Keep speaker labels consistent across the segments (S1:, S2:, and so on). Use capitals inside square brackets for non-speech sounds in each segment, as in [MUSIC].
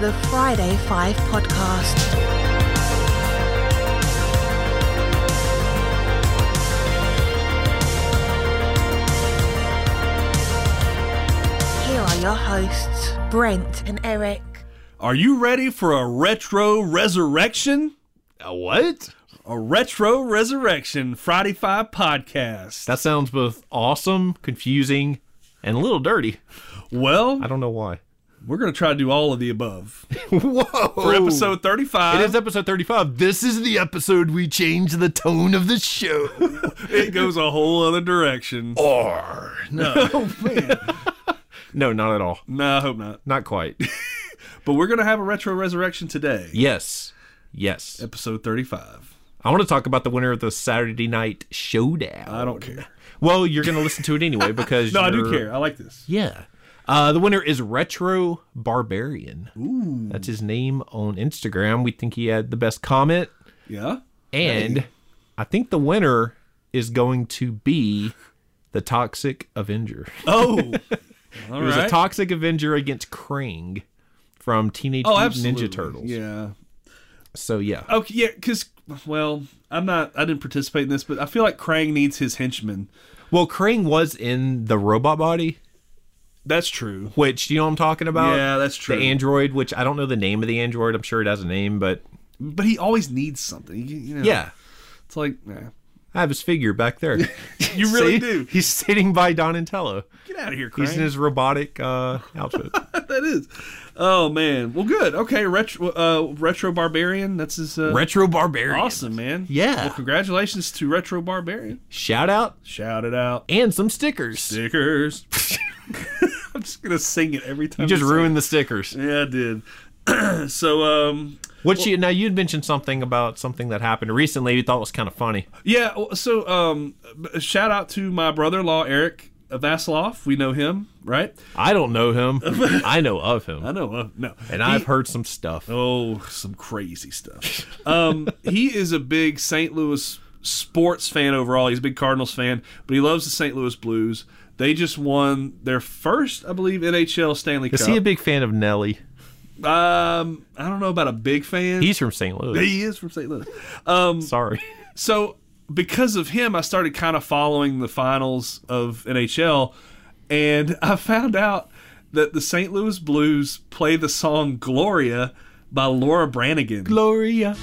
S1: the Friday Five podcast. Here are your hosts, Brent and Eric.
S2: Are you ready for a retro resurrection?
S3: A what?
S2: A retro resurrection Friday Five podcast.
S3: That sounds both awesome, confusing, and a little dirty.
S2: Well,
S3: I don't know why.
S2: we're going to try to do all of the above
S3: [LAUGHS] Whoa!
S2: for episode 35.
S3: It is episode 35. This is the episode we change the tone of the [LAUGHS] show.
S2: It goes a whole other direction.
S3: Oh. or. [LAUGHS] No. no, not at all.
S2: No, I hope not.
S3: Not quite.
S2: But we're going to have a retro resurrection today,
S3: [LAUGHS] Yes. Yes.
S2: episode 35.
S3: I want to talk about the winner of the Saturday Night Showdown.
S2: I don't care.
S3: Well, you're going to listen to it [LAUGHS] anyway because.
S2: No, I do
S3: you're-
S2: care. I like this.
S3: Yeah. Uh, the winner is Retro Barbarian. Ooh. That's his name on Instagram. We think he had the best comment.
S2: Yeah.
S3: And I think the winner is going to be the Toxic Avenger.
S2: Oh. All
S3: [LAUGHS] it was
S2: right.
S3: a Toxic Avenger against Krang from Teenage
S2: Oh,
S3: Mutant
S2: absolutely.
S3: Ninja Turtles.
S2: Yeah.
S3: So, yeah.
S2: Okay, yeah, because well, I'm not. I didn't participate in this, but I feel like Krang needs his henchmen.
S3: Well, Krang was in the robot body,
S2: That's true.
S3: which, you know what I'm talking about?
S2: yeah, that's true.
S3: The android, which I don't know the name of the android. I'm sure it has a name, but
S2: but he always needs something. You, you know,
S3: yeah.
S2: it's like nah.
S3: I have his figure back [LAUGHS] there.
S2: you really
S3: See?
S2: do.
S3: He's sitting by Donatello.
S2: Get out of here, Krang.
S3: He's in his robotic uh, outfit.
S2: [LAUGHS] that is. Oh man. Well, good. Okay, retro uh, retro barbarian. That's his. Uh,
S3: [LAUGHS] Retro Barbarian.
S2: awesome, man.
S3: Yeah.
S2: Well, congratulations to retro barbarian.
S3: Shout out
S2: Shout it out.
S3: and some stickers.
S2: Stickers.
S3: [LAUGHS]
S2: [LAUGHS] I'm just gonna sing it every time.
S3: You just
S2: I say it.
S3: ruined the stickers.
S2: Yeah, I did. [CLEARS THROAT] so um,
S3: What you now? You'd mentioned something about something that happened recently. You thought was kind of funny.
S2: Yeah. well, So, um, b- shout out to my brother-in-law Eric Vasilov. We know him, right?
S3: I don't know [LAUGHS] him. I know of him,
S2: I know. Uh, no.
S3: and
S2: He-
S3: I've heard some stuff.
S2: oh some crazy stuff. um, he is a big St. Louis sports fan overall. He's a big Cardinals fan, but he loves the St. Louis Blues. They just won their first, I believe, NHL Stanley
S3: Is
S2: Cup.
S3: he a big fan of Nelly?
S2: um, I don't know about a big fan.
S3: He's from St. Louis.
S2: he is from St. Louis. Um,
S3: Sorry.
S2: so because of him, I started kind of following the finals of NHL, and I found out that the St. Louis Blues play the song "Gloria" by Laura Branigan.
S3: [LAUGHS] Gloria.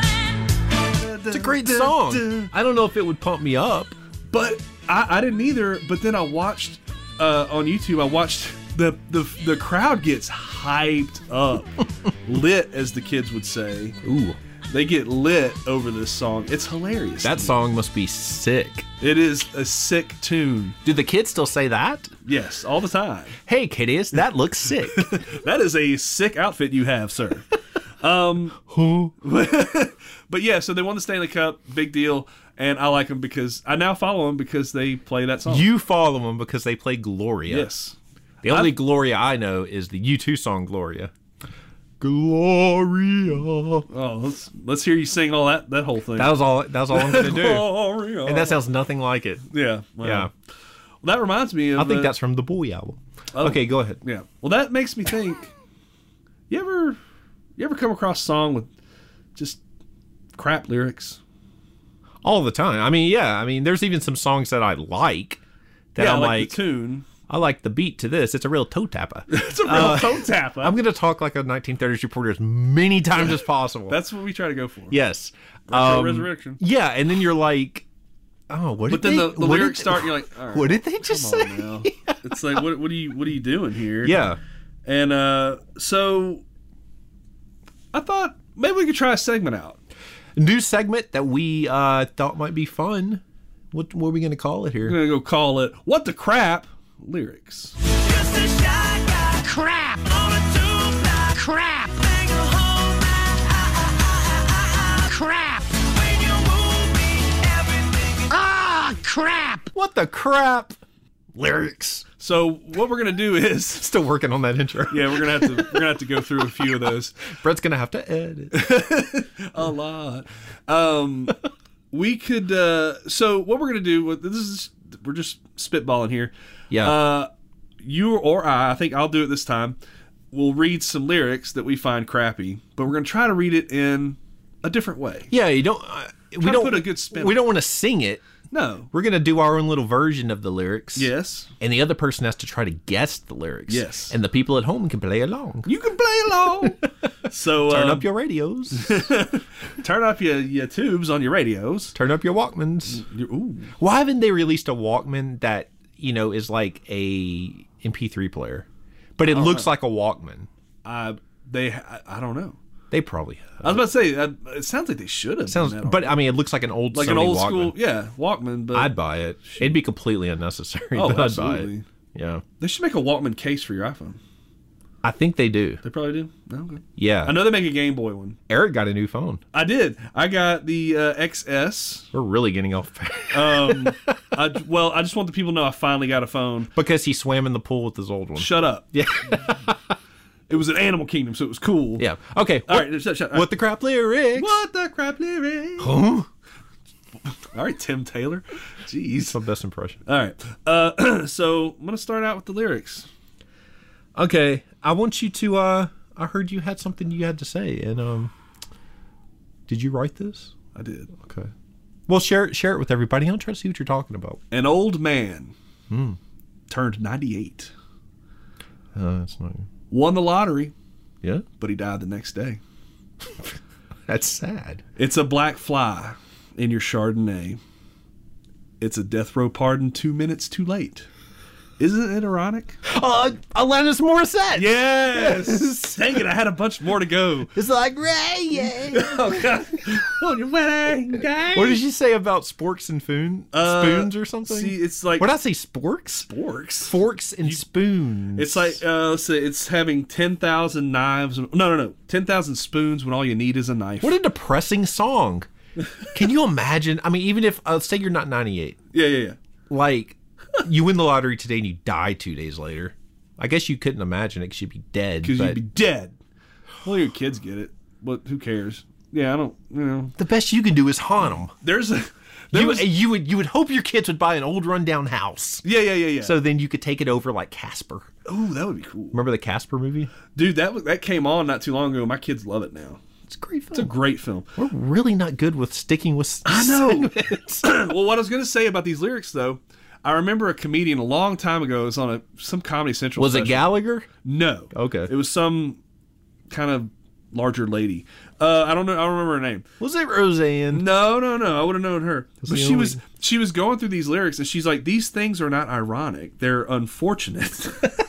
S2: It's
S3: It's a great song. I don't know if it would pump me up.
S2: but I, I didn't either. But then I watched uh, on YouTube. I watched the the the crowd gets hyped
S3: [LAUGHS]
S2: up, lit as the kids would say.
S3: Ooh,
S2: They get lit over this song. It's hilarious.
S3: that song must be sick.
S2: it is a sick tune.
S3: Do the kids still say that?
S2: Yes, all the time.
S3: Hey, kiddies, that looks sick.
S2: That is a sick outfit you have, sir. Um, [LAUGHS] but yeah, so they won the Stanley Cup, big deal, and I like them because I now follow them because they play that song.
S3: [LAUGHS] you follow them because they play Gloria.
S2: yes,
S3: The only Gloria I know is the U2 song Gloria. Gloria.
S2: oh, let's let's hear you sing all that that whole thing.
S3: That was all. That was all I'm gonna do.
S2: [LAUGHS] Gloria. Uh,
S3: And that sounds nothing like it.
S2: yeah, well,
S3: Yeah,
S2: That reminds me of
S3: I think
S2: uh,
S3: that's from the Boy album.
S2: Oh.
S3: Okay, go ahead.
S2: yeah. Well, that makes me think. you ever you ever come across a song with just crap lyrics?
S3: All the time. I mean, yeah. I mean, there's even some songs that I like that
S2: yeah,
S3: I'm
S2: like,
S3: like,
S2: the tune.
S3: I like the beat to this. It's a real toe tapper.
S2: It's a real toe tap.
S3: Uh, I'm gonna talk like a 1930s reporter as many times as
S2: [LAUGHS]
S3: possible.
S2: That's what we try to go for.
S3: yes.
S2: Retro
S3: Um,
S2: resurrection.
S3: Yeah, and then you're like, oh, what?
S2: But
S3: did
S2: then
S3: they-
S2: the, the
S3: what did
S2: lyrics
S3: they-
S2: start, and you're like, all right,
S3: [LAUGHS] What did they just
S2: come
S3: say?
S2: on now. It's like, what, what are you, what are you doing here?
S3: [LAUGHS] Yeah.
S2: And uh, so, I thought maybe we could try a segment out.
S3: new segment that we uh, thought might be fun. What, what are we going to call it
S2: We're
S3: here?
S2: gonna go call it "What the Crap" lyrics.
S1: Crap! Crap! Crap! Ah, crap!
S3: What the crap? Lyrics.
S2: So what we're gonna do is, [LAUGHS]
S3: Still working on that intro.
S2: yeah, we're gonna have to we're gonna have to go through a few of those
S3: [LAUGHS] Brett's going to have to
S2: [LAUGHS]
S3: edit.
S2: Uh, a lot. Um, we could. Uh, so what we're gonna do? This is we're just spitballing here.
S3: Yeah.
S2: Uh, you or I, I think I'll do it this time, will read some lyrics that we find crappy, but we're going to try to read it in a different way.
S3: Yeah, you don't. Uh, we
S2: to
S3: don't
S2: put a good spin
S3: We
S2: on
S3: don't want to sing it.
S2: No.
S3: We're gonna do our own little version of the lyrics.
S2: Yes.
S3: And the other person has to try to guess the lyrics.
S2: Yes.
S3: And the people at home can play along.
S2: You can play
S3: [LAUGHS]
S2: along. so
S3: Turn
S2: um,
S3: up your radios. [LAUGHS]
S2: turn up your, your tubes on your radios.
S3: Turn up your Walkmans.
S2: Your- ooh.
S3: Why haven't they released a Walkman that you know is like a MP3 player, but it looks like a Walkman?
S2: I Uh, they I, I don't know.
S3: They probably have.
S2: I was about to say uh, it sounds like they should have.
S3: sounds,
S2: done that
S3: but I mean, it looks like an old
S2: like
S3: Sony
S2: an old
S3: Walkman.
S2: school yeah Walkman. But
S3: I'd buy it. It'd be completely unnecessary,
S2: oh,
S3: but I'd buy
S2: absolutely.
S3: it. Yeah,
S2: They should make a Walkman case for your iPhone.
S3: I think they do.
S2: They probably do. No, okay.
S3: Yeah,
S2: I know they make a Game Boy one.
S3: Eric got a new phone.
S2: I did. I got the uh, XS.
S3: We're really getting off [LAUGHS]
S2: Um, I, well, I just want the people to know I finally got a phone.
S3: because he swam in the pool with his old one.
S2: Shut up. Yeah. [LAUGHS] it was an Animal Kingdom, so it was cool.
S3: Yeah. Okay.
S2: All
S3: what,
S2: right. Shut, shut,
S3: What the crap lyrics?
S2: what the crap lyrics?
S3: Huh?
S2: All right, Tim Taylor.
S3: It's
S2: Jeez.
S3: my best impression.
S2: All right. Uh, [CLEARS THROAT] so I'm gonna start out with the lyrics.
S3: Okay. I want you to. uh I heard you had something you had to say, and um, did you write this?
S2: I did.
S3: Okay. Well, share it. Share it with everybody. I'll try to see what you're talking about.
S2: An old man
S3: Hmm.
S2: turned 98,
S3: Uh, that's not.
S2: won the lottery,
S3: Yeah.
S2: but he died the next day.
S3: That's sad.
S2: It's a black fly in your Chardonnay. It's a death row pardon two minutes too late. Isn't it ironic?
S3: Uh, Alanis Morissette.
S2: Yes! Dang it, I had a bunch more to go.
S3: [LAUGHS] It's like Ray. [LAUGHS]
S2: Oh, God. [LAUGHS] On your wedding day.
S3: What did you say about sporks and foon,
S2: Uh,
S3: spoons or something?
S2: See, it's like
S3: what did I say? Sporks,
S2: sporks.
S3: forks, and spoons.
S2: It's like uh, let's see, it's having ten thousand knives. No, no, no, ten thousand spoons when all you need is a knife.
S3: what a depressing [LAUGHS] song. Can you imagine? I mean, even if uh, say you're not 98,
S2: Yeah, yeah, yeah.
S3: like you win the lottery today and you die two days later. I guess you couldn't imagine it because you'd be dead.
S2: Because you'd
S3: But
S2: be dead. Well, your kids get it, but who cares? Yeah, I don't. You know,
S3: the best you can do is haunt them.
S2: there's a there
S3: You,
S2: was,
S3: you would you would hope your kids would buy an old rundown house,
S2: yeah, yeah, yeah, yeah.
S3: so then you could take it over like Casper.
S2: ooh, that would be cool,
S3: Remember the Casper movie?
S2: dude. That was that came on not too long ago. My kids love it now.
S3: It's a great film.
S2: It's a great film. [CLEARS THROAT]
S3: We're really not good with sticking with. I [LAUGHS]
S2: know. well, what I was gonna say about these lyrics though, I remember a comedian a long time ago. It was on a some Comedy Central.
S3: Was it
S2: special.
S3: Gallagher?
S2: No.
S3: Okay.
S2: It was some kind of larger lady. Uh, I don't know. I don't remember her name.
S3: Was it Roseanne?
S2: No, no, no. I would have known her. But
S3: the
S2: she
S3: only-
S2: was she was going through these lyrics, and she's like, "These things are not ironic. They're unfortunate. [LAUGHS]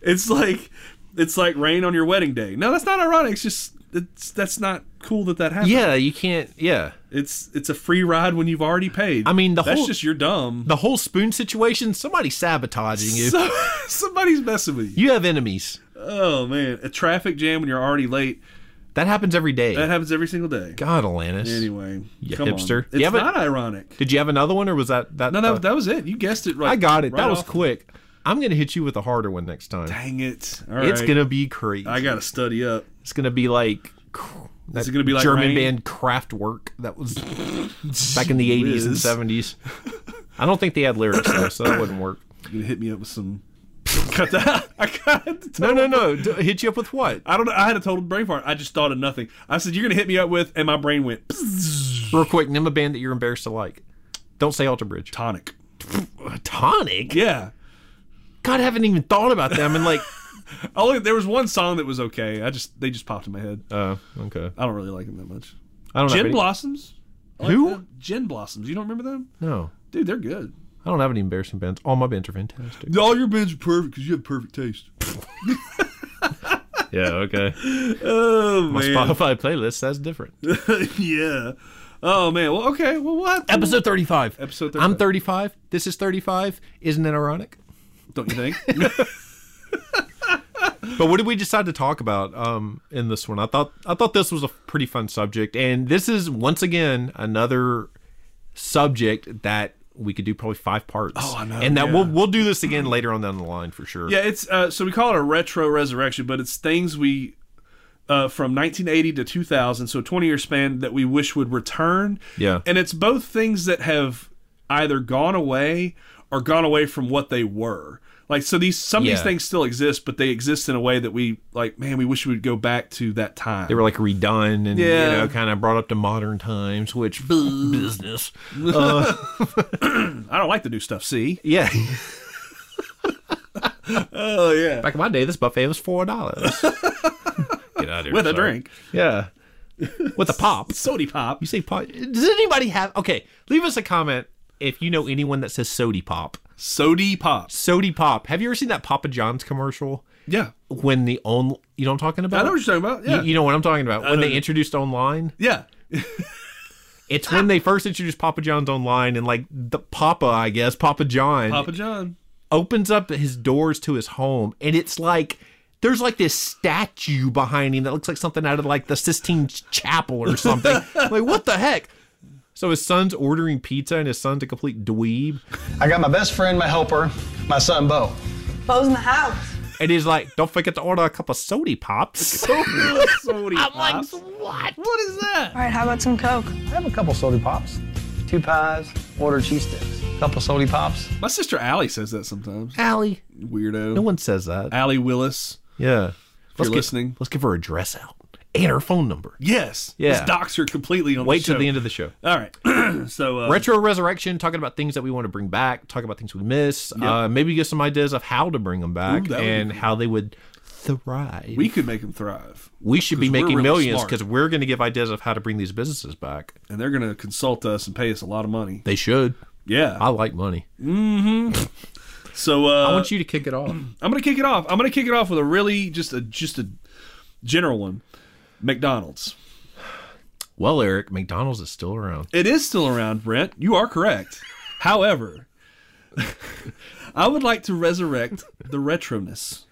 S2: it's like it's like rain on your wedding day. No, that's not ironic. It's just it's that's not cool that that happened.
S3: Yeah, you can't. Yeah,
S2: It's it's a free ride when you've already paid.
S3: I mean, the
S2: that's
S3: whole-
S2: just you're dumb. [LAUGHS]
S3: the whole spoon situation. Somebody sabotaging you.
S2: So, somebody's messing with you.
S3: you have enemies.
S2: Oh man, a traffic jam when you're already late.
S3: That happens every day.
S2: That happens every single day.
S3: God, Alanis.
S2: Anyway,
S3: You
S2: come on.
S3: hipster.
S2: It's
S3: You haven't-
S2: not ironic.
S3: Did you have another one, or was that that?
S2: No,
S3: uh,
S2: that, that was it. You guessed it right.
S3: I got it.
S2: right
S3: that was
S2: off.
S3: quick. I'm gonna hit you with a harder one next time.
S2: Dang it! All
S3: it's
S2: right.
S3: gonna be crazy.
S2: I gotta study up.
S3: It's gonna be like. cr- That
S2: it gonna be like
S3: German
S2: rain?
S3: band Kraftwerk that [LAUGHS] was back in the 80s and
S2: Whiz.
S3: 70s? I don't think they had lyrics though, so that wouldn't work.
S2: You're gonna hit me up with some. [LAUGHS] Cut that. I got.
S3: [COUGHS] No, no, no. D- hit you up with what?
S2: I don't know. I had a total brain fart. I just thought of nothing. I said you're gonna hit me up with, and my brain went "Psst,
S3: Real quick, name a band that you're embarrassed to like. Don't say Alter Bridge.
S2: tonic.
S3: Tonic?
S2: Yeah.
S3: God, I haven't even thought about them. And [LAUGHS] like,
S2: Only Oh, there was one song that was okay. I just they just popped in my head.
S3: uh, okay.
S2: I don't really like them that much.
S3: I don't have
S2: Gin
S3: any-
S2: Blossoms. I like
S3: Who?
S2: them. Gin Blossoms. You don't remember them,
S3: No,
S2: dude? They're good.
S3: I don't have any embarrassing bands. All my bands are fantastic.
S2: All your bands are perfect because you have perfect taste.
S3: yeah, okay.
S2: Oh
S3: My
S2: man.
S3: Spotify playlist that's different.
S2: [LAUGHS] yeah. Oh man. Well, okay. Well, what?
S3: [LAUGHS] Episode thirty-five.
S2: Episode
S3: I'm
S2: 35.
S3: thirty-five. This is thirty-five. Isn't it ironic?
S2: Don't you
S3: [LAUGHS]
S2: think?
S3: But what did we decide to talk about um, in this one? I thought I thought this was a pretty fun subject, and this is once again another subject that we could do probably five parts. Oh,
S2: I know,
S3: And that
S2: yeah.
S3: we'll we'll do this again later on down the line for sure.
S2: yeah. It's uh, so we call it a retro resurrection, but it's things we uh, from 1980 to 2000, so a 20 year span that we wish would return.
S3: Yeah.
S2: And it's both things that have either gone away or gone away from what they were. Like so these some of
S3: Yeah.
S2: these things still exist, but they exist in a way that we like, man, we wish we would go back to that time.
S3: They were like redone and
S2: Yeah.
S3: you know kind of brought up to modern times, which [LAUGHS] business.
S2: I don't like the new stuff, see? [LAUGHS]
S3: Yeah,
S2: Oh yeah.
S3: back in my day, this buffet was four dollars.
S2: [LAUGHS]
S3: Get out of here
S2: With a
S3: son.
S2: drink.
S3: Yeah,
S2: [LAUGHS]
S3: with a pop.
S2: Sody pop.
S3: You say pop? Does anybody have? Okay, leave us a comment if you know anyone that says sody pop.
S2: Sody pop.
S3: Sody pop. Have you ever seen that Papa John's commercial?
S2: Yeah.
S3: When the on, you know what I'm talking about.
S2: I know what you're talking about.
S3: You-
S2: Yeah.
S3: you know what I'm talking about. When
S2: know.
S3: they introduced online.
S2: yeah.
S3: It's
S2: [LAUGHS]
S3: when they first introduced Papa John's online, and like the Papa, I guess Papa John
S2: Papa John. [LAUGHS]
S3: opens up his doors to his home, and it's like there's like this statue behind him that looks like something out of like the Sistine Chapel or something.
S2: [LAUGHS]
S3: like what the heck? So his son's ordering pizza, and his son's a complete dweeb,
S4: I got my best friend, my helper, my son, Bo.
S5: Bo's in the house.
S3: and he's like, "Don't forget to order a couple of
S2: [LAUGHS]
S3: sody pops."
S2: Sody
S3: I'm like,
S2: pops.
S3: "What?"
S2: what is that?
S5: All right, how about some Coke?
S4: I have a couple soda pops, two pies, order cheese sticks, couple soda pops.
S2: My sister Allie says that sometimes.
S3: Allie,
S2: Weirdo.
S3: no one says that.
S2: Allie Willis.
S3: Yeah,
S2: you're
S3: Let's get-
S2: listening.
S3: Let's give her a dress out and her phone number.
S2: Yes.
S3: Yeah.
S2: This docs her completely on
S3: Wait
S2: the show.
S3: till the end of the show.
S2: All right. [CLEARS THROAT] so uh,
S3: Retro Resurrection, talking about things that we want to bring back, talk about things we miss, uh, maybe get some ideas of how to bring them back
S2: Ooh, that would
S3: and
S2: be
S3: how they would thrive.
S2: we could make them thrive,
S3: We should be
S2: 'cause we're
S3: making
S2: really
S3: millions
S2: smart.
S3: because we're going to give ideas of how to bring these businesses back.
S2: and they're gonna consult us and pay us a lot of money.
S3: They should.
S2: Yeah.
S3: I like money.
S2: so uh,
S3: I want you to kick it [CLEARS THROAT] off.
S2: I'm gonna kick it off. I'm gonna kick it off with a really just a just a general one. McDonald's.
S3: Well, Eric, McDonald's is still around.
S2: It is still around, Brent. You are correct. However, [LAUGHS] I would like to resurrect the retroness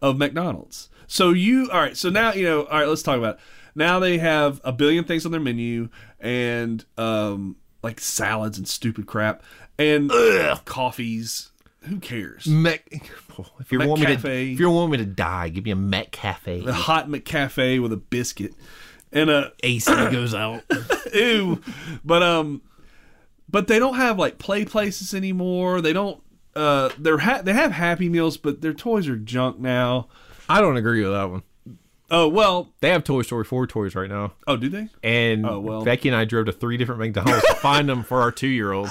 S2: of McDonald's. So you all right, so now you know, all right, let's talk about it. Now they have a billion things on their menu and um like salads and stupid crap and coffees. Who cares?
S3: Mac, oh, if you want me to,
S2: McCafe.
S3: if you want me to die, give me a Met Cafe. [LAUGHS]
S2: A hot McCafe with a biscuit and a
S3: AC goes out.
S2: ew. But um, but they don't have like play places anymore. They don't. Uh, they're ha- they have Happy Meals, but their toys are junk now.
S3: I don't agree with that one.
S2: Oh well.
S3: They have Toy Story four toys right now.
S2: Oh, do they?
S3: And
S2: Oh, well.
S3: Becky and I drove to three different McDonald's to find them for our two year
S2: [LAUGHS]
S3: old.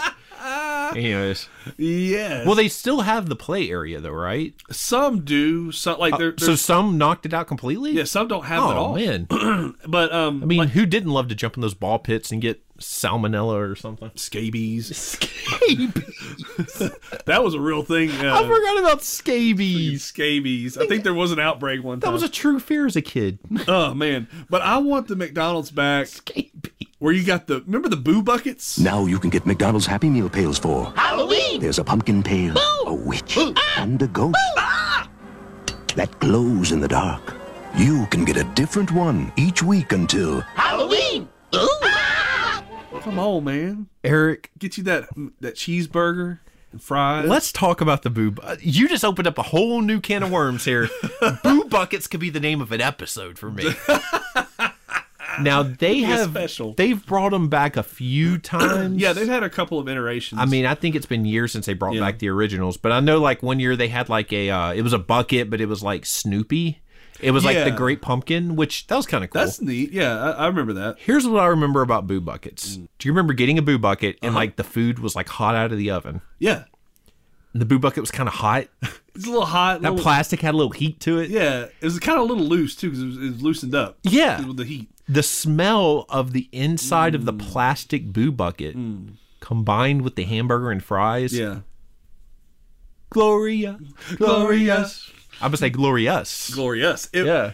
S3: Anyways,
S2: Yes.
S3: well,
S2: Well,
S3: they still have the play area though, right?
S2: some do. Some like they're,
S3: uh, So
S2: they're-
S3: some knocked it out completely.
S2: yeah. Some don't have it
S3: Oh
S2: all. [CLEARS THROAT]
S3: man,
S2: But um,
S3: I mean, who didn't love to jump in those ball pits and get salmonella or
S2: [LAUGHS]
S3: something?
S2: scabies.
S3: Scabies.
S2: [LAUGHS] That was a real thing. Uh,
S3: I forgot about scabies.
S2: Scabies. I think there was an outbreak one time.
S3: That was a true fear as a kid. [LAUGHS]
S2: oh man! But I want the McDonald's back
S3: Scabies.
S2: where you got the remember the boo buckets.
S6: Now you can get McDonald's Happy Meal pails for Halloween. There's a pumpkin pail, a witch, and a ghost that glows in the dark. You can get a different one each week until
S2: Come on, man!
S3: Eric,
S2: Get you that that cheeseburger and fries.
S3: Let's talk about the boo. bu- uh, You just opened up a whole new can of
S2: [LAUGHS]
S3: worms here. boo buckets could be the name of an episode for me. now they have
S2: special.
S3: they've brought them back a few times.
S2: [CLEARS THROAT] Yeah, they've had a couple of iterations.
S3: I mean, I think it's been years since they brought
S2: Yeah.
S3: back the originals, but I know like one year they had like a uh, it was a bucket, but it was like Snoopy. It was like the
S2: Yeah.
S3: Great Pumpkin, which that was kind of cool.
S2: that's neat. Yeah, I, I remember that.
S3: Here's what I remember about boo buckets.
S2: Mm.
S3: Do you remember getting a boo bucket
S2: Uh-huh.
S3: and like the food was like hot out of the oven?
S2: Yeah,
S3: The boo bucket was kind of hot.
S2: it's a little hot.
S3: That
S2: little-
S3: plastic had a little heat to it.
S2: yeah, it was kind of a little loose too because it, was- it was loosened up.
S3: Yeah.
S2: with the heat.
S3: the smell of the inside of the plastic boo bucket combined with the hamburger and fries.
S2: Yeah,
S3: Gloria.
S2: Glorious.
S3: I would say glorious.
S2: glorious. It,
S3: yeah.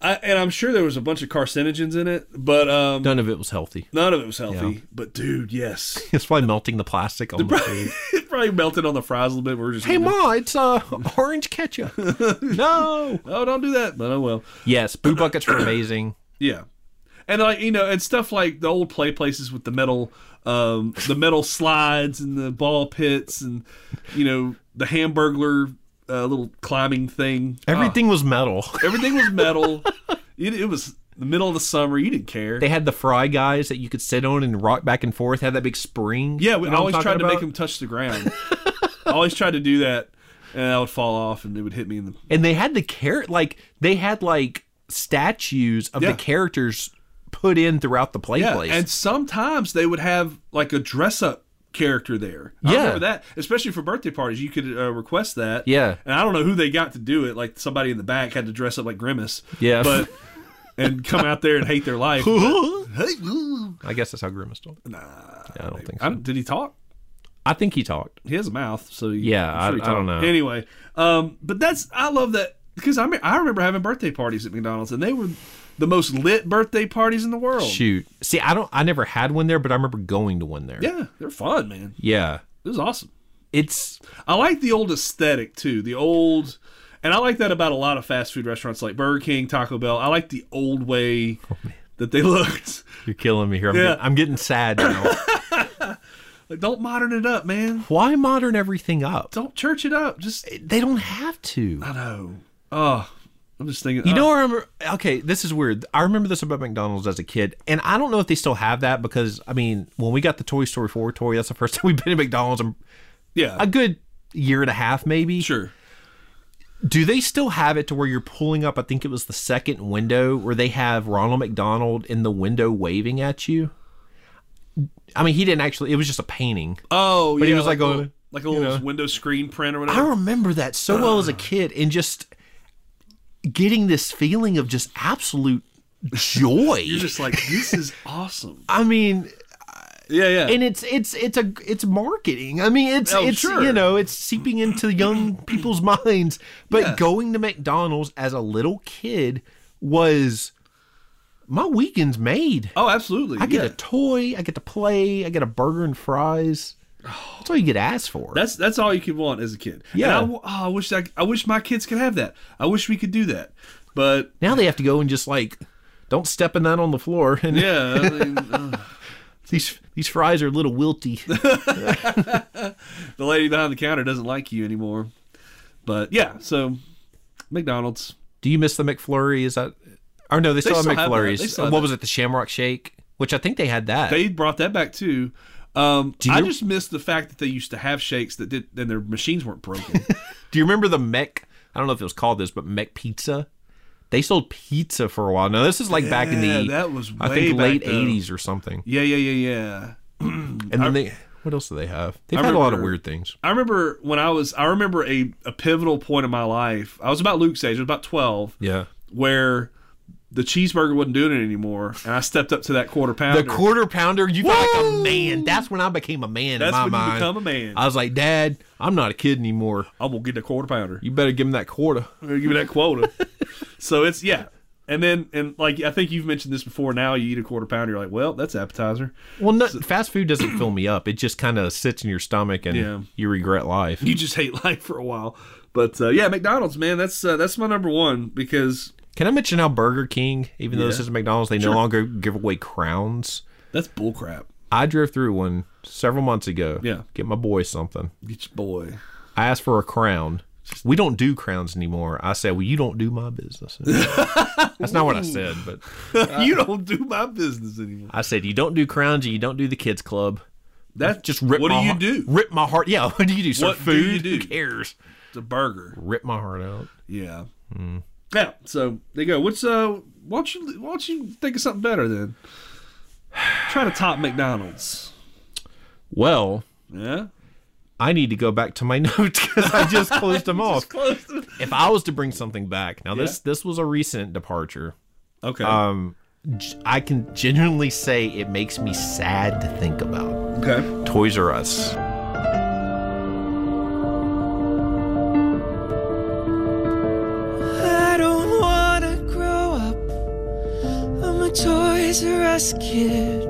S2: I, and I'm sure there was a bunch of carcinogens in it, but um,
S3: None of it was healthy.
S2: none of it was healthy.
S3: Yeah.
S2: But dude, yes,
S3: [LAUGHS]
S2: [LAUGHS]
S3: It's probably melting the plastic on the food.
S2: it probably melted on the fries a little bit. We We're just
S3: [LAUGHS] Hey, Ma, it's uh, orange [LAUGHS] ketchup. no.
S2: oh, don't do that. But oh well.
S3: Yes, boo buckets were amazing.
S2: Yeah. And like you know, and stuff like the old play places with the metal, um, the metal slides and the ball pits, and you know the Hamburglar uh, little climbing thing.
S3: [COUGHS] Everything was metal.
S2: Ah, everything was
S3: [LAUGHS]
S2: metal. it, it was the middle of the summer. You didn't care.
S3: They had the fry guys that you could sit on and rock back and forth, had that big spring.
S2: yeah, we
S3: You know what I'm
S2: always
S3: talking
S2: tried to make
S3: about?
S2: them touch the ground. I always tried to do that. and I would fall off and it would hit me in the
S3: and they had the character like they had like statues of
S2: Yeah.
S3: the characters put in throughout the play
S2: yeah.
S3: place.
S2: And sometimes they would have like a dress up character there. I
S3: Yeah.
S2: remember that, especially for birthday parties, you could uh, request that.
S3: Yeah.
S2: and I don't know who they got to do it. Like somebody in the back had to dress up like Grimace.
S3: Yeah.
S2: but and come out there and hate their life.
S3: [LAUGHS] I guess that's how Grimace talked. Nah, I don't think so.
S2: I don't- did he talk?
S3: I think he talked.
S2: He has a mouth, so he-
S3: Yeah,
S2: I'm sure
S3: I-
S2: he
S3: I don't
S2: talked.
S3: know.
S2: Anyway, um, but that's I love that because I mean, I remember having birthday parties at McDonald's, and they were the most lit birthday parties in the world.
S3: Shoot. See, I don't. I never had one there, but I remember going to one there.
S2: Yeah, they're fun, man.
S3: Yeah.
S2: It was awesome.
S3: It's
S2: I like the old aesthetic too. The old, and I like that about a lot of fast food restaurants like Burger King, Taco Bell. I like the old way
S3: Oh,
S2: that they [LAUGHS] looked.
S3: you're killing me here. I'm,
S2: Yeah.
S3: getting, I'm getting sad
S2: [COUGHS]
S3: now.
S2: Like, don't modern it up, man.
S3: Why modern everything up?
S2: Don't church it up. Just
S3: They don't have to.
S2: I know. Oh, I'm just thinking.
S3: You
S2: oh,
S3: know, I remember. Okay, this is weird. I remember this about McDonald's as a kid, and I don't know if they still have that because I mean, when we got the Toy Story Four toy, that's the first [LAUGHS] time we've been at McDonald's in
S2: yeah,
S3: a good year and a half, maybe.
S2: sure.
S3: Do they still have it to where you're pulling up? I think it was the second window where they have Ronald McDonald in the window waving at you. I mean, he didn't actually. It was just a painting.
S2: Oh,
S3: But
S2: yeah,
S3: he was
S2: a
S3: like going,
S2: little- like a little window screen print or whatever.
S3: I remember that so well
S2: Uh.
S3: as a kid, and just getting this feeling of just absolute
S2: [LAUGHS]
S3: joy.
S2: You're just like, this is
S3: [LAUGHS]
S2: awesome.
S3: I mean,
S2: Yeah, yeah.
S3: and it's it's it's a it's marketing. I mean, it's
S2: Oh,
S3: it's
S2: sure.
S3: you know it's seeping
S2: [CLEARS THROAT]
S3: into young people's minds. But
S2: Yeah.
S3: going to McDonald's as a little kid was my weekends made.
S2: oh, absolutely.
S3: I get
S2: yeah.
S3: a toy, I get to play, I get a burger and fries. That's all you get asked for.
S2: That's that's all you could want as a kid.
S3: Yeah.
S2: And I w- oh, I wish I, I wish my kids could have that. I wish we could do that. But
S3: now they have to go and just like don't step in that on the floor. [LAUGHS] And
S2: yeah, I mean, ugh.
S3: these these fries are a little wilty.
S2: [LAUGHS] the lady behind the counter doesn't like you anymore. But yeah, so McDonald's.
S3: Do you miss the McFlurry? Is that or no? They still have
S2: still have that.
S3: McFlurries. Uh,
S2: They still have
S3: what
S2: that.
S3: was it? The Shamrock Shake, which I think they had that.
S2: They brought that back too. Um,
S3: you-
S2: I just missed the fact that they used to have shakes that did, and their machines weren't broken. [LAUGHS]
S3: Do you remember the Mech? I don't know if it was called this, but Mech Pizza. They sold pizza for a while. Now this is like back in
S2: Yeah,
S3: the
S2: that was
S3: I
S2: way
S3: think
S2: back
S3: late
S2: though.
S3: '80s or something.
S2: yeah, yeah, yeah, yeah.
S3: And then they what else do they have? They've
S2: I
S3: had a lot of
S2: remember-
S3: weird things.
S2: I remember when I was, I remember a, a pivotal point in my life. I was about Luke's age, I was about 12,
S3: Yeah,
S2: where the cheeseburger wasn't doing it anymore. And I stepped up to that quarter pounder.
S3: the quarter pounder. You felt like a man. That's when I became a man
S2: That's
S3: in my
S2: when
S3: mind.
S2: you become a man.
S3: I was like, Dad, I'm not a kid anymore.
S2: I'm going to get the quarter pounder.
S3: You better give him that quarter.
S2: Give me that quota. so it's, yeah. And then, and like, I think you've mentioned this before. Now you eat a quarter pounder, you're like, well, that's appetizer. [LAUGHS]
S3: Well, no, fast food doesn't fill me up. It just kind of sits in your stomach and
S2: Yeah.
S3: you regret life.
S2: You just hate life for a while. But uh, yeah, McDonald's, man, that's uh, that's my number one because
S3: Can I mention how Burger King, even though this
S2: Yeah.
S3: is McDonald's, they no longer give away crowns?
S2: that's bullcrap.
S3: I drove through one several months ago.
S2: Yeah.
S3: Get my boy something.
S2: Beach boy. [LAUGHS]
S3: I asked for a crown. We don't do crowns anymore. I said, Well, you don't do my
S2: [LAUGHS]
S3: business. That's not what I said, but
S2: you don't do my business anymore.
S3: I said, You don't do crowns and you don't do the kids club.
S2: That's
S3: Just rip
S2: What
S3: my
S2: do you
S3: heart-
S2: do?
S3: Rip my heart. Yeah, [LAUGHS] what do you do? Serve
S2: What do
S3: food?
S2: you do?
S3: Who cares?
S2: It's a burger.
S3: Rip my heart out.
S2: Yeah. Yeah. So there you go. What's uh? Why don't you why don't you think of something better then? [SIGHS] Try to top McDonald's.
S3: Well,
S2: Yeah.
S3: I need to go back to my [LAUGHS] notes because I just closed
S2: [LAUGHS]
S3: them off.
S2: Close. To-
S3: If I was to bring something back, now this this was a recent departure.
S2: okay.
S3: G- I can genuinely say it makes me sad to think about.
S2: okay.
S3: Toys R Us.
S7: I don't wanna grow up. I'm a Toys R Us kid.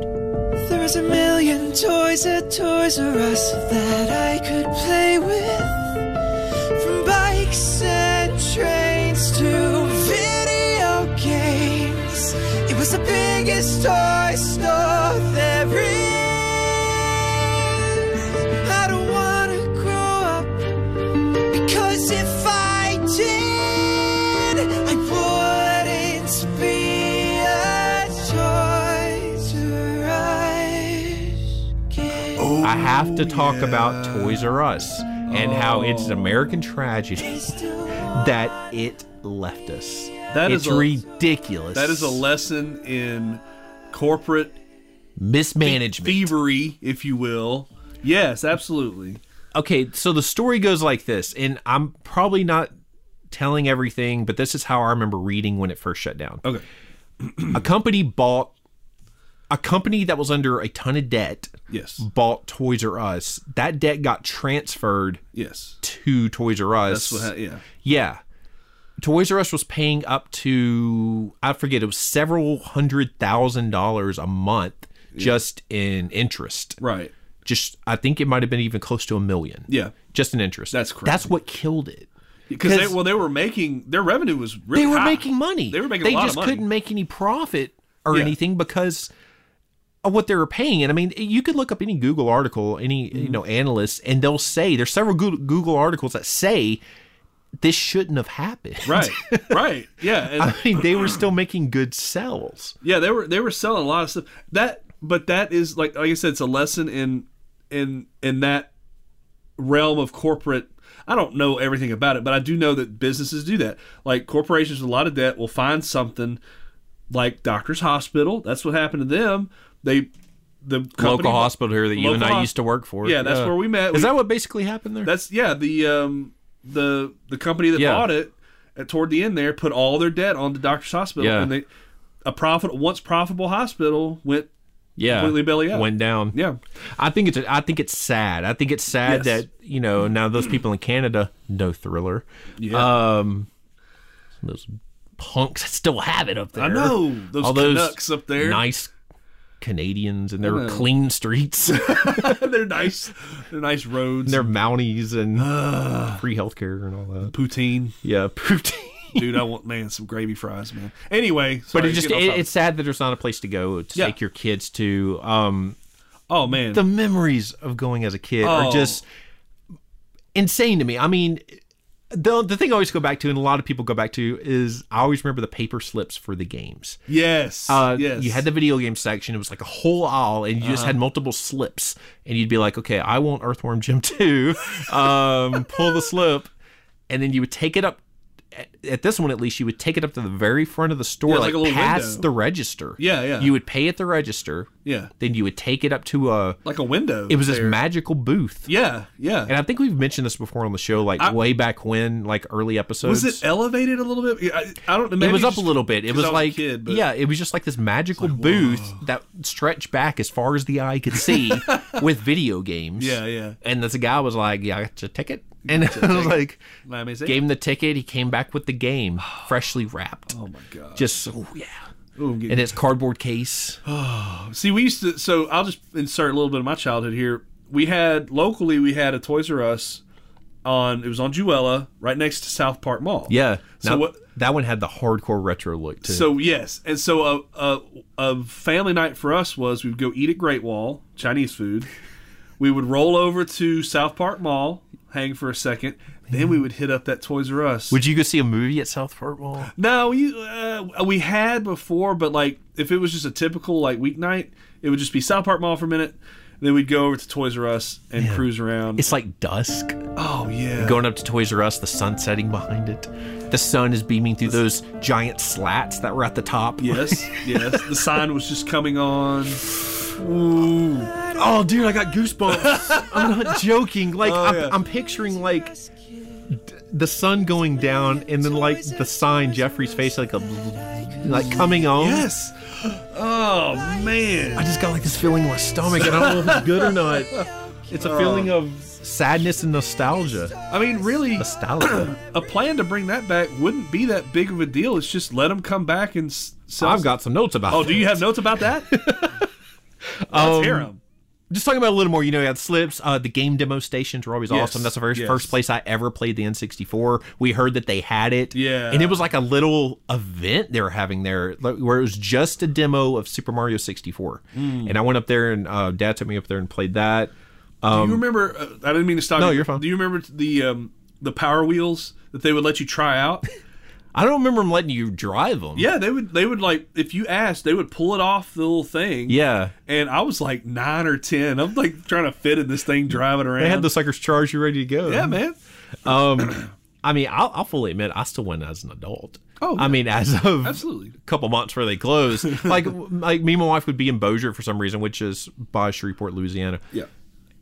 S7: There's a million toys at Toys R Us that I could play with. From bikes and trains to video games. It was the biggest toy store there is. I don't wanna grow up. Because if I did, I wouldn't be a Toys R Us kid.
S3: Oh. I have to talk about Toys R Us. and how it's an American tragedy [LAUGHS] that it left us.
S2: That
S3: it's
S2: is a-
S3: ridiculous.
S2: That is a lesson in corporate
S3: mismanagement.
S2: thievery, if you will. Yes, absolutely.
S3: okay, so the story goes like this, and I'm probably not telling everything, but this is how I remember reading when it first shut down.
S2: Okay.
S3: A company bought a company that was under a ton of debt
S2: Yes.
S3: bought Toys R Us. That debt got transferred
S2: Yes.
S3: to Toys R Us.
S2: That's what. hap- Yeah.
S3: yeah. Toys R Us was paying up to I forget it was several hundred thousand dollars a month just in interest.
S2: Right.
S3: Just I think it might have been even close to a million.
S2: Yeah.
S3: Just in interest.
S2: That's crazy.
S3: That's what killed it.
S2: Because they,
S3: 'Cause-
S2: well, they were making their revenue was really
S3: They were
S2: high.
S3: making money.
S2: They were making
S3: They
S2: a lot
S3: just
S2: of money.
S3: couldn't make any profit or
S2: Yeah.
S3: anything because of what they were paying. And I mean, you could look up any Google article, any
S2: Mm-hmm.
S3: you know analysts, and they'll say there's several Goo- Google articles that say this shouldn't have happened.
S2: Right. Right.
S3: [LAUGHS]
S2: Yeah. And,
S3: I mean, they were still making good sales.
S2: Yeah, they were they were selling a lot of stuff. That but that is like like I said, it's a lesson in in in that realm of corporate. I don't know everything about it, but I do know that businesses do that. Like corporations with a lot of debt will find something like Doctors Hospital. That's what happened to them. They the company-
S3: here that
S2: local hos- Yeah, that's where we met.
S3: Is
S2: We-
S3: that what basically happened there?
S2: that's yeah the um the the company that
S3: Yeah.
S2: bought it at, toward the end there put all their debt on the doctor's hospital
S3: Yeah.
S2: and they a profit once profitable hospital went
S3: yeah,
S2: completely belly up.
S3: went down.
S2: yeah [LAUGHS]
S3: I think it's I think it's sad. I think it's
S2: Yes.
S3: sad that you know now those people in Canada no thriller.
S2: Yeah.
S3: Um, those punks still have it up there.
S2: I know, those Canucks up there.
S3: Nice Canadians and
S2: know.
S3: their clean
S2: [LAUGHS]
S3: streets,
S2: they're nice they're nice roads
S3: their mounties and
S2: [SIGHS]
S3: free healthcare and all that.
S2: poutine
S3: Yeah, [LAUGHS] poutine.
S2: dude I want man some gravy fries man anyway
S3: But
S2: sorry,
S3: it just
S2: getting off
S3: it,
S2: topic.
S3: it's sad that there's not a place to go to
S2: Yeah.
S3: take your kids to. Um,
S2: oh man
S3: the memories of going as a kid
S2: Oh.
S3: are just insane to me. I mean, the the thing I always go back to, and a lot of people go back to, is I always remember the paper slips for the games.
S2: yes
S3: Uh,
S2: yes Uh-huh.
S3: You had the video game section; it was like a whole aisle, and you just had multiple slips, and you'd be like, "Okay, I want Earthworm Jim [LAUGHS] two. Um, pull the slip, and then you would take it up. At, at this one, at least, you would take it up to the very front of the store,
S2: Yeah, it's like
S3: like,
S2: a little
S3: past
S2: window.
S3: the register.
S2: Yeah, yeah.
S3: You would pay at the register.
S2: yeah
S3: Then you would take it up to a
S2: like a window
S3: it was this
S2: there.
S3: magical booth.
S2: yeah yeah
S3: And I think we've mentioned this before on the show, like
S2: I-
S3: way back when, like early episodes.
S2: was it elevated a little bit Yeah, I, I don't know
S3: It
S2: maybe
S3: was up
S2: just
S3: a little bit. It
S2: 'cause
S3: was,
S2: I a
S3: like,
S2: kid, but
S3: yeah, it was just like this magical booth that stretched back as far as the eye
S2: [LAUGHS]
S3: could see with video games.
S2: Yeah, yeah.
S3: And this guy was like, "Yeah, I got your ticket," and [LAUGHS] I was like,
S2: let me see.
S3: gave him the ticket. He came back with
S2: [SIGHS]
S3: the game, freshly wrapped. Oh my
S2: God.
S3: Just oh yeah,
S2: Ooh, I'm getting
S3: in its cardboard
S2: [GASPS]
S3: case.
S2: See, we used to. So I'll just insert a little bit of my childhood here. We had locally, we had a Toys R Us on. It was on Juella, right next to South Park Mall.
S3: Yeah.
S2: So
S3: Now,
S2: what-
S3: That one had the hardcore retro look too.
S2: So yes, and so a, a a family night for us was we'd go eat at Great Wall Chinese food. We would roll over to South Park Mall, hang for a second, then we would hit up that Toys R Us.
S3: would you go see a movie at South Park
S2: [GASPS]
S3: Mall?
S2: No, you, uh, we had before, but like if it was just a typical like weeknight, it would just be South Park Mall for a minute. Then we'd go over to Toys R Us and cruise around.
S3: It's like dusk.
S2: oh yeah,
S3: Going up to Toys R Us, the sun setting behind it. The sun is beaming through those giant slats that were at the top.
S2: yes, yes. The sign was just coming on.
S3: Oh, dude, I got [LAUGHS] goosebumps. I'm not joking. Like, I'm,
S2: yeah.
S3: I'm picturing like d- the sun going down, and then like the sign Jeffrey's face, like a like coming on.
S2: Yes. Oh man.
S3: I just got like this feeling in my stomach, and I don't know if it's good or not. It's a feeling of sadness and nostalgia.
S2: Oh. I mean, really,
S3: [COUGHS] Nostalgia.
S2: a plan to bring that back wouldn't be that big of a deal. It's just let them come back and s- sell.
S3: I've got some notes about.
S2: Oh, do you have notes about that?
S3: [LAUGHS]
S2: Let's
S3: Um,
S2: hear 'em.
S3: just talking about a little more, you know, you had slips. Uh, the game demo stations were always
S2: Yes,
S3: awesome. That's the very
S2: yes.
S3: first place I ever played the N64. We heard that they had it.
S2: Yeah.
S3: And it was like a little event they were having there like, where it was just a demo of Super Mario 64.
S2: Hmm.
S3: And I went up there and uh, dad took me up there and played that.
S2: Do you remember? Uh, I didn't mean to stop.
S3: Um, No,
S2: you.
S3: you're fine. [LAUGHS]
S2: Do you remember the um, the Power Wheels that they would let you try out?
S3: I don't remember them letting you drive them.
S2: Yeah, they would. They would like if you asked, they would pull it off the little thing.
S3: Yeah.
S2: And I was like nine or ten. I'm like trying to fit in this thing driving around.
S3: They had the suckers charged you ready to go.
S2: Yeah, man.
S3: Um, [CLEARS THROAT] I mean, I'll, I'll fully admit, I still went as an adult.
S2: Oh,
S3: I
S2: yeah.
S3: mean, as of
S2: Absolutely.
S3: a couple months where
S2: [LAUGHS]
S3: they closed, like like me and my wife would be in Bossier for some reason, which is by Shreveport, Louisiana.
S2: Yeah.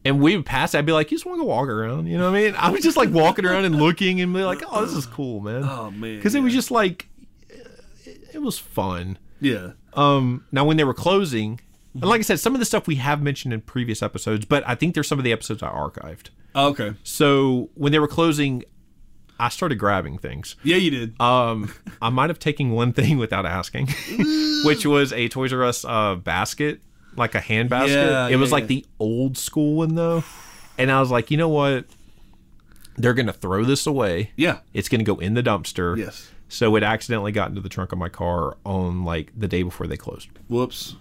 S3: And we would pass. I'd be like, "You just want to go walk around?" You know what I mean? I was just like walking around and looking, and be like, "Oh, this is cool, man."
S2: Oh man.
S3: because it was
S2: yeah.
S3: just like it, it was fun.
S2: yeah.
S3: Um, now when they were closing, and like I said, some of the stuff we have mentioned in previous episodes, but I think there's some of the episodes I archived.
S2: Oh, okay.
S3: So when they were closing, I started grabbing things.
S2: Yeah, you did. [LAUGHS]
S3: Um, I might have taken one thing without asking, which was a Toys R Us uh, basket, like a hand basket.
S2: Yeah,
S3: it was
S2: yeah,
S3: like
S2: yeah.
S3: the old school
S2: [SIGHS]
S3: one though, and I was like, you know what? They're gonna throw this away.
S2: yeah.
S3: It's gonna go in the dumpster.
S2: Yes.
S3: So it accidentally got into the trunk of my car on like the day before they closed.
S2: Whoops.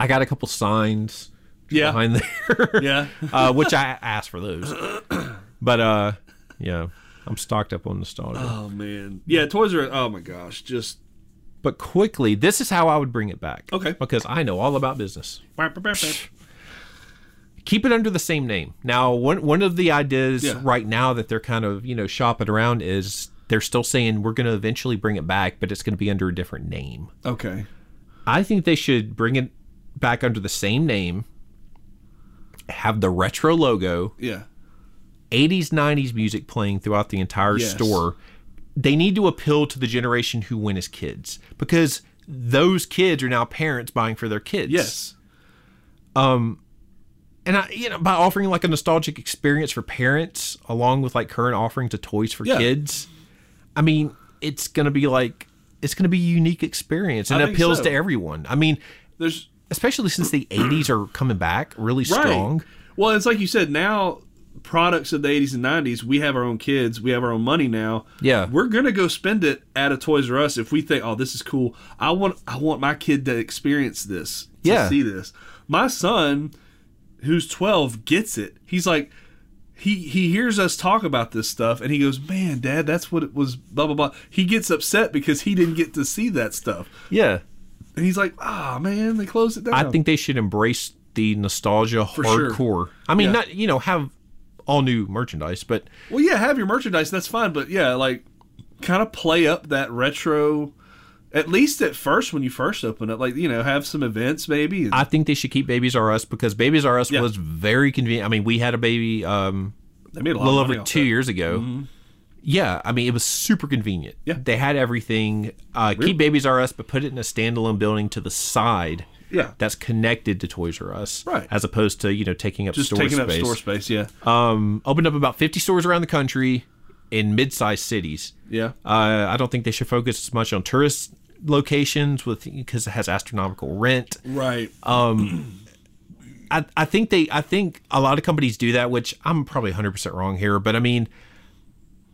S3: I got a couple signs
S2: Yeah.
S3: behind there.
S2: Uh, [LAUGHS] Yeah.
S3: uh, which I asked for those. [COUGHS] But uh, yeah, I'm stocked up on nostalgia.
S2: Oh man. Yeah. Toys are. Oh my gosh. Just.
S3: but quickly, this is how I would bring it back.
S2: Okay.
S3: Because I know all about business. Keep it under the same name. Now, one one of the ideas
S2: Yeah.
S3: right now that they're kind of you know shopping around is they're still saying we're going to eventually bring it back, but it's going to be under a different name.
S2: Okay.
S3: I think they should bring it back under the same name, have the retro logo,
S2: Yeah.
S3: 80s, 90s music playing throughout the entire
S2: Yes.
S3: store. They need to appeal to the generation who went as kids because those kids are now parents buying for their kids.
S2: Yes.
S3: And I, you know, by offering like a nostalgic experience for parents along with like current offerings of toys for
S2: Yeah.
S3: kids, I mean, it's going to be like, it's going to be a unique experience and
S2: I
S3: it
S2: think
S3: appeals
S2: so.
S3: to everyone. I mean,
S2: There's
S3: especially since the 80s are coming back really strong.
S2: Right. Well, it's like you said. Now, products of the '80s and '90s, we have our own kids. We have our own money now.
S3: Yeah.
S2: we're gonna go spend it at a Toys R Us if we think, "Oh, this is cool. I want, I want my kid to experience this. to
S3: Yeah.
S2: see this. My son, who's 12, gets it. He's like. He, he hears us talk about this stuff and he goes, Man, dad, that's what it was, blah, blah, blah. He gets upset because he didn't get to see that stuff.
S3: Yeah.
S2: And he's like, Ah, man, they closed it down.
S3: I think they should embrace the nostalgia
S2: sure.
S3: hardcore. I mean,
S2: Yeah.
S3: not you know have all new merchandise, but
S2: Well, yeah, have your merchandise. That's fine, but yeah, like kind of play up that retro. At least at first, when you first open up, like you know, have some events maybe. and-
S3: I think they should keep Babies R Us because Babies R Us
S2: Yeah.
S3: was very convenient. I mean, we had a baby um,
S2: they made a
S3: a
S2: lot
S3: little
S2: of money
S3: over
S2: off
S3: two
S2: that.
S3: years ago. Yeah, I mean, it was super convenient.
S2: Yeah.
S3: they had everything. Uh, keep Babies R Us, but put it in a standalone building to the side.
S2: Yeah.
S3: that's connected to Toys R Us,
S2: Right.
S3: As opposed to you know taking up
S2: Just
S3: store
S2: taking
S3: space. Uh,
S2: up store space. Yeah,
S3: Opened up about fifty stores around the country in mid-sized cities.
S2: yeah,
S3: Uh, I don't think they should focus as much on tourist locations with because it has astronomical rent.
S2: right.
S3: I, I think they I think a lot of companies do that, which I'm probably 100 percent wrong here, but I mean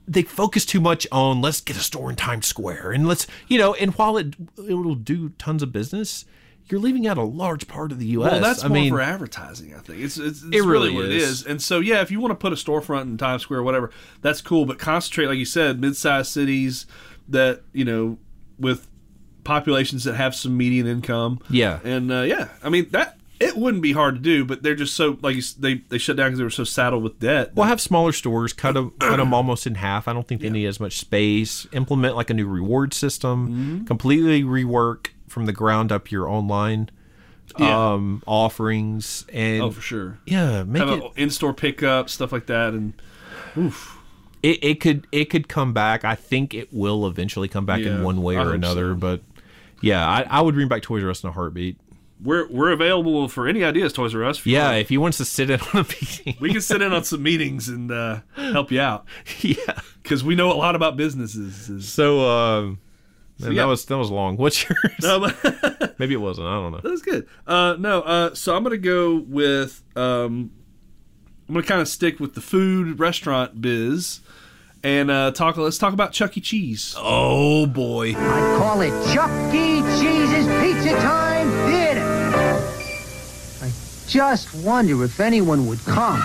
S3: they focus too much on let's get a store in Times Square and let's you know and while it it will do tons of business, you're leaving out a large part of the U.S.
S2: well, that's
S3: I
S2: more
S3: mean,
S2: for advertising. I think it's it's, it's really,
S3: really
S2: what it
S3: is.
S2: is. And so yeah, if you want to put a storefront in Times Square, or whatever, that's cool. But concentrate, like you said, mid-sized cities that you know with populations that have some median income.
S3: Yeah.
S2: and uh, yeah, I mean that it wouldn't be hard to do, but they're just so like you, s- they they shut down because they were so saddled with debt.
S3: We'll have smaller stores, cut them, cut 'em almost in half. I don't think they need as much space. Implement like a new reward system,
S2: Mm-hmm.
S3: completely rework from the ground up your online
S2: Yeah.
S3: um, offerings, and
S2: oh, for sure.
S3: yeah, make
S2: Have
S3: it,
S2: a in-store pickup stuff like that, and
S3: it it could it could come back. I think it will eventually come back
S2: Yeah,
S3: in one way
S2: I
S3: or
S2: hope
S3: another.
S2: so.
S3: But yeah, I, I would bring back Toys R Us in a heartbeat.
S2: we're we're available for any ideas, Toys R Us.
S3: Yeah, if he wants to sit in [LAUGHS] on a meeting,
S2: we can sit in on some meetings and uh, help you
S3: [LAUGHS]
S2: out.
S3: yeah.
S2: [LAUGHS] because we know a lot about businesses. is- [LAUGHS]
S3: So. um man,
S2: yeah.
S3: That was that was long. What's [LAUGHS] yours?
S2: No, but-
S3: Maybe it wasn't. I don't know.
S2: Um, that's good. Uh, no, uh, so I'm gonna go with um, I'm gonna kind of stick with the food restaurant biz and uh, talk. Let's talk about Chuck E. Cheese.
S3: Oh boy.
S8: Call it Chuck E. Cheese's Pizza Time Theater. I Just wonder if anyone would come.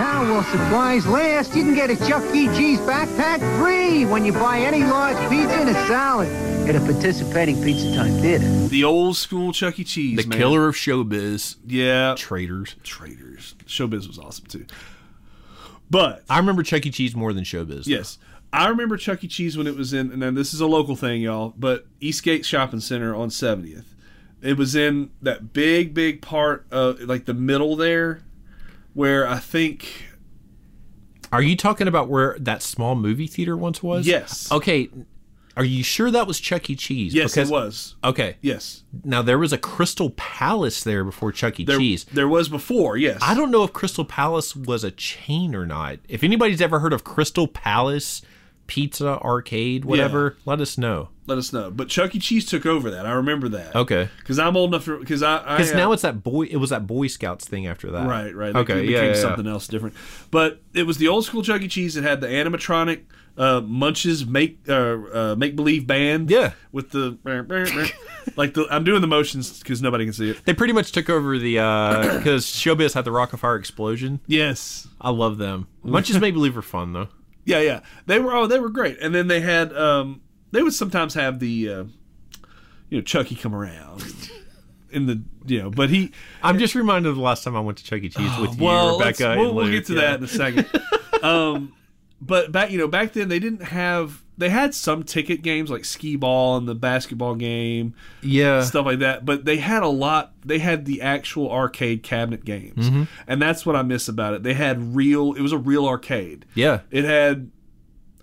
S8: Now, while supplies last, you can get a Chuck E. Cheese backpack free when you buy any large pizza and a salad at a participating Pizza Time theater.
S2: The old school Chuck E. Cheese.
S3: The
S2: man.
S3: killer of showbiz.
S2: Yeah.
S3: Traitors.
S2: Traitors. Showbiz was awesome too. But
S3: I remember Chuck E. Cheese more than showbiz. though.
S2: yes, I remember Chuck E. Cheese when it was in, and then this is a local thing, y'all. But Eastgate Shopping Center on 70th, it was in that big, big part of like the middle there, where I think
S3: Are you talking about where that small movie theater once was?
S2: Yes.
S3: Okay. Are you sure that was Chuck E. Cheese?
S2: yes
S3: Because-
S2: it was
S3: Okay.
S2: yes
S3: Now there was a Crystal Palace there before Chuck E.
S2: there
S3: Cheese.
S2: there was before yes
S3: I don't know if Crystal Palace was a chain or not. If anybody's ever heard of Crystal Palace Pizza Arcade, whatever, let us know.
S2: let us know but Chuck E. Cheese took over that I remember that
S3: Okay.
S2: because I'm old enough because I
S3: Because
S2: I,
S3: now it's that boy. It was that Boy Scouts thing after that.
S2: Right, right. They It
S3: Okay. Yeah.
S2: became
S3: yeah, yeah.
S2: something else different. But it was the old school Chuck E. Cheese that had the animatronic uh, Munches make uh, uh, make believe band.
S3: Yeah.
S2: with the [LAUGHS] like the I'm doing the motions because nobody can see it.
S3: They pretty much took over the [COUGHS] because Showbiz had the Rock of Fire Explosion.
S2: Yes.
S3: I love them.
S2: [LAUGHS]
S3: Munch's Make Believe are fun though.
S2: Yeah, yeah. They were oh they were great. And then they had um they would sometimes have the uh, you know Chucky come
S3: [LAUGHS]
S2: around. In the you know, but he
S3: I'm just reminded of the last time I went to Chuck E. Cheese with you,
S2: let's-
S3: Rebecca.
S2: We'll,
S3: and
S2: we'll
S3: Luke,
S2: get to
S3: yeah.
S2: that in a second.
S3: [LAUGHS]
S2: um, but back, you know, back then they didn't have. They had some ticket games like skee ball and the basketball game,
S3: Yeah.
S2: stuff like that. But they had a lot. They had the actual arcade cabinet games,
S3: Mm-hmm.
S2: and that's what I miss about it. They had real. It was a real arcade.
S3: Yeah.
S2: It had,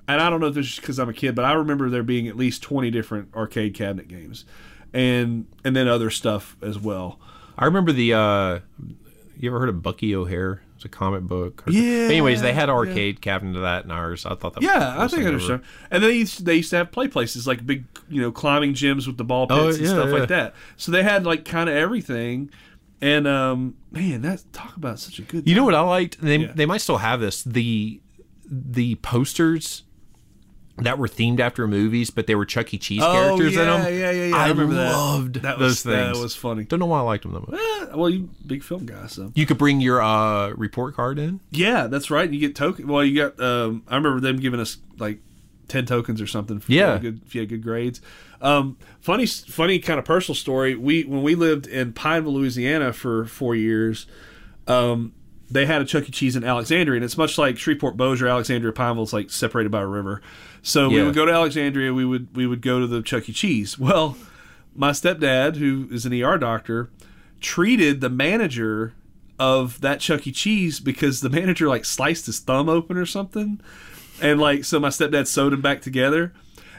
S2: and I don't know if this is because I'm a kid, but I remember there being at least twenty different arcade cabinet games, and and then other stuff as well.
S3: I remember the. uh You ever heard of Bucky O'Hare? It's a comic book.
S2: Yeah,
S3: Anyways, they had arcade cabinet of that in ours. I thought that.
S2: Yeah, I
S3: was
S2: think I
S3: something
S2: understand. And then they used, they used to have play places like big, you know, climbing gyms with the ball pits
S3: Oh,
S2: and
S3: yeah,
S2: stuff
S3: yeah.
S2: like that. So they had like kind of everything. And um, man, that's talk about such a good.
S3: You know what I liked? They
S2: Yeah.
S3: they might still have this the the posters that were themed after movies, but they were Chuck E. Cheese characters
S2: Oh, yeah,
S3: in them.
S2: Yeah, yeah, yeah.
S3: I,
S2: I, remember that.
S3: loved
S2: that.
S3: those
S2: was,
S3: things.
S2: That was funny.
S3: Don't know why I liked them that much.
S2: Eh, Well, you big film guy, so
S3: You could bring your uh, report card in.
S2: yeah, that's right. You get token. Well, you got. Um, I remember them giving us like ten tokens or something. For
S3: Yeah.
S2: good, if you had good grades. Um, funny, funny kind of personal story. We when we lived in Pineville, Louisiana for four years, um, they had a Chuck E. Cheese in Alexandria, and it's much like Shreveport, Bossier, Alexandria, Pineville's like separated by a river. So we
S3: Yeah.
S2: would go to Alexandria. We would we would go to the Chuck E. Cheese. [LAUGHS] Well, my stepdad, who is an ER doctor, treated the manager of that Chuck E. Cheese because the manager like sliced his thumb open or something, and like so my stepdad sewed him back together.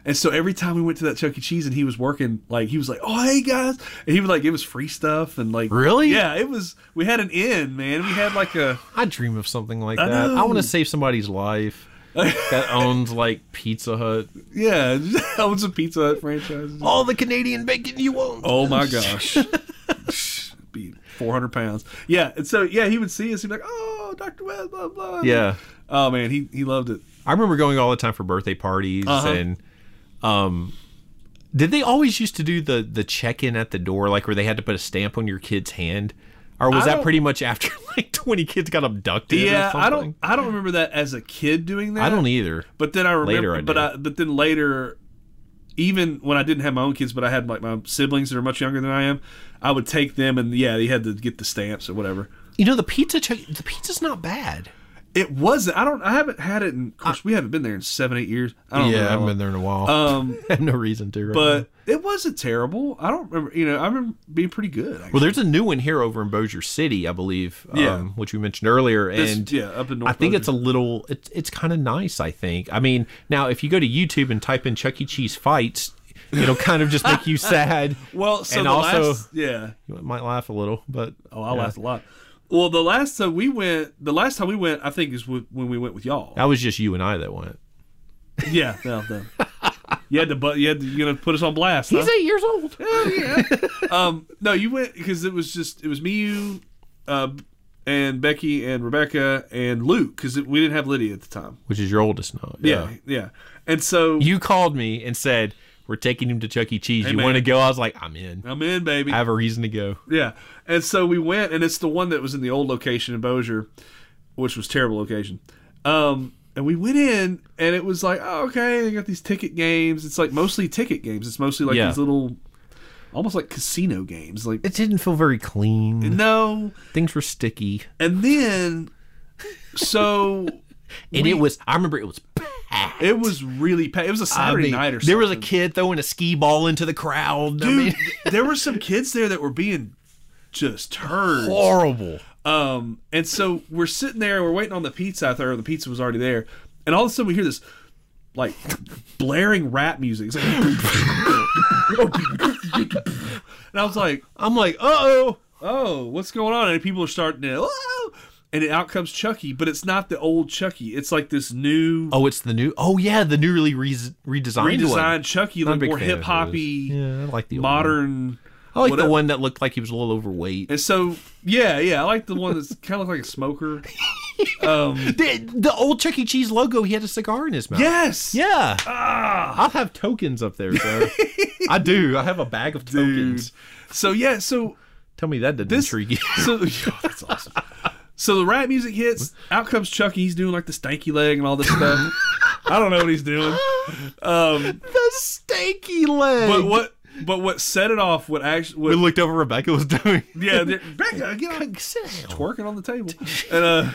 S2: And so every time we went to that Chuck E. Cheese and he was working, like he was like, "Oh hey guys," and he would like give us free stuff and like
S3: Really?
S2: yeah, it was. We had an inn, man. We had like a
S3: I dream of something like
S2: I
S3: that. I,
S2: know.
S3: want to save
S2: [LAUGHS]
S3: somebody's life that owns like Pizza Hut.
S2: yeah, [LAUGHS] owns a Pizza Hut franchise.
S3: All the Canadian bacon you own.
S2: Oh
S3: [LAUGHS]
S2: my gosh. Be 400 pounds. Yeah. And so, yeah, he would see us. He'd be like, oh, Dr. West, blah, blah.
S3: Yeah.
S2: Oh, man. He, he loved it.
S3: I remember going all the time for birthday parties
S2: Uh-huh.
S3: and um did they always used to do the the check-in at the door like where they had to put a stamp on your kid's hand? Or was
S2: I
S3: that
S2: don't-
S3: pretty much after [LAUGHS] like 20 kids got abducted
S2: Yeah.
S3: or something?
S2: I don't, I don't remember that as a kid doing that.
S3: I don't either.
S2: But then I remember,
S3: Later I
S2: but
S3: did.
S2: I, but then later, even when I didn't have my own kids, but I had like my siblings that are much younger than I am, I would take them and yeah, they had to get the stamps or whatever.
S3: You know the pizza check the pizza's not bad.
S2: It wasn't. I don't. I haven't had it. In, of course, we haven't been there in seven, eight years. I don't know how long.
S3: there in a while.
S2: Um,
S3: [LAUGHS] I have no reason to. Right
S2: but it wasn't terrible. I don't remember. You know, I remember being pretty good. Actually.
S3: well, there's a new one here over in Bossier City, I believe,
S2: Yeah.
S3: um, which we mentioned earlier,
S2: This-
S3: and
S2: yeah, up in North
S3: I think it's a little, it's it's kind of nice. I think. I mean, now if you go to YouTube and type in Chuck E. Cheese fights, it'll kind of just
S2: [LAUGHS]
S3: make you sad.
S2: well. So
S3: and
S2: the
S3: also
S2: last, yeah.
S3: you might laugh a little, but
S2: Oh, I laughed a lot. Well, the last time we went, the last time we went, I think is wh- when we went with y'all.
S3: That was just you and I that went.
S2: Yeah, no, no. [LAUGHS] you had to, but you had to, you're gonna put us on blast. huh?
S3: eight years old.
S2: um, no, you went because it was just it was me, you, uh, and Becky and Rebecca and Luke because we didn't have Lydia at the time.
S3: Which is your oldest now?
S2: Yeah, yeah. And so
S3: You called me and said We're taking him to Chuck E. Cheese.
S2: Hey,
S3: you
S2: man.
S3: want to go? I was like, I'm in.
S2: I'm in, baby.
S3: I have a reason to go.
S2: Yeah. And so we went, and it's the one that was in the old location in Bossier, which was terrible location. Um, and we went in, and it was like, oh, okay, they got these ticket games. It's like mostly ticket games. It's mostly like
S3: Yeah.
S2: these little, almost like casino games. Like,
S3: It didn't feel very clean.
S2: no.
S3: Things were sticky.
S2: And then, so
S3: And it was, I remember it was packed.
S2: it was really, pa- it was a
S3: I
S2: Saturday
S3: mean,
S2: night or something.
S3: There was a kid throwing a skee ball into the crowd. I
S2: Dude,
S3: mean, [LAUGHS]
S2: there were some kids there that were being just turds.
S3: horrible.
S2: Um, and so we're sitting there, we're waiting on the pizza. I thought or the pizza was already there, and all of a sudden we hear this like blaring rap music. It's like, and I was like,
S3: I'm like, uh oh.
S2: "Oh, what's going on?" And people are starting to, "Whoa!" and out comes Chucky, but it's not the old Chucky. It's like this new
S3: Oh, it's the new. Oh yeah, the newly re- redesigned,
S2: redesigned
S3: one.
S2: Chucky,
S3: Not a
S2: like
S3: big
S2: more
S3: fan of
S2: hip hoppy,
S3: his. Yeah, I like the old
S2: modern.
S3: I like
S2: whatever.
S3: the one that looked like he was a little overweight.
S2: And so, yeah, yeah, I like the one that's kind of like a
S3: [LAUGHS]
S2: smoker.
S3: The, the old Chuck E. Cheese logo. He had a cigar in his mouth.
S2: Yes,
S3: Yeah.
S2: Ah.
S3: I'll have tokens up
S2: [LAUGHS]
S3: there, bro. I do. I have a bag of tokens.
S2: So yeah, so
S3: Tell me that didn't
S2: This- [LAUGHS]
S3: intrigue you.
S2: So that's awesome. So the rap music hits. Out comes Chucky. He's doing like the stanky leg and all this [LAUGHS] stuff. I don't know what he's doing. Um,
S3: the stanky leg.
S2: but what? But what set it off? What actually? What,
S3: We looked over. Rebecca was doing. [LAUGHS]
S2: [LAUGHS] yeah, there- Becca, get on,
S3: Sit
S2: [LAUGHS]
S3: down.
S2: twerking on the table, and uh,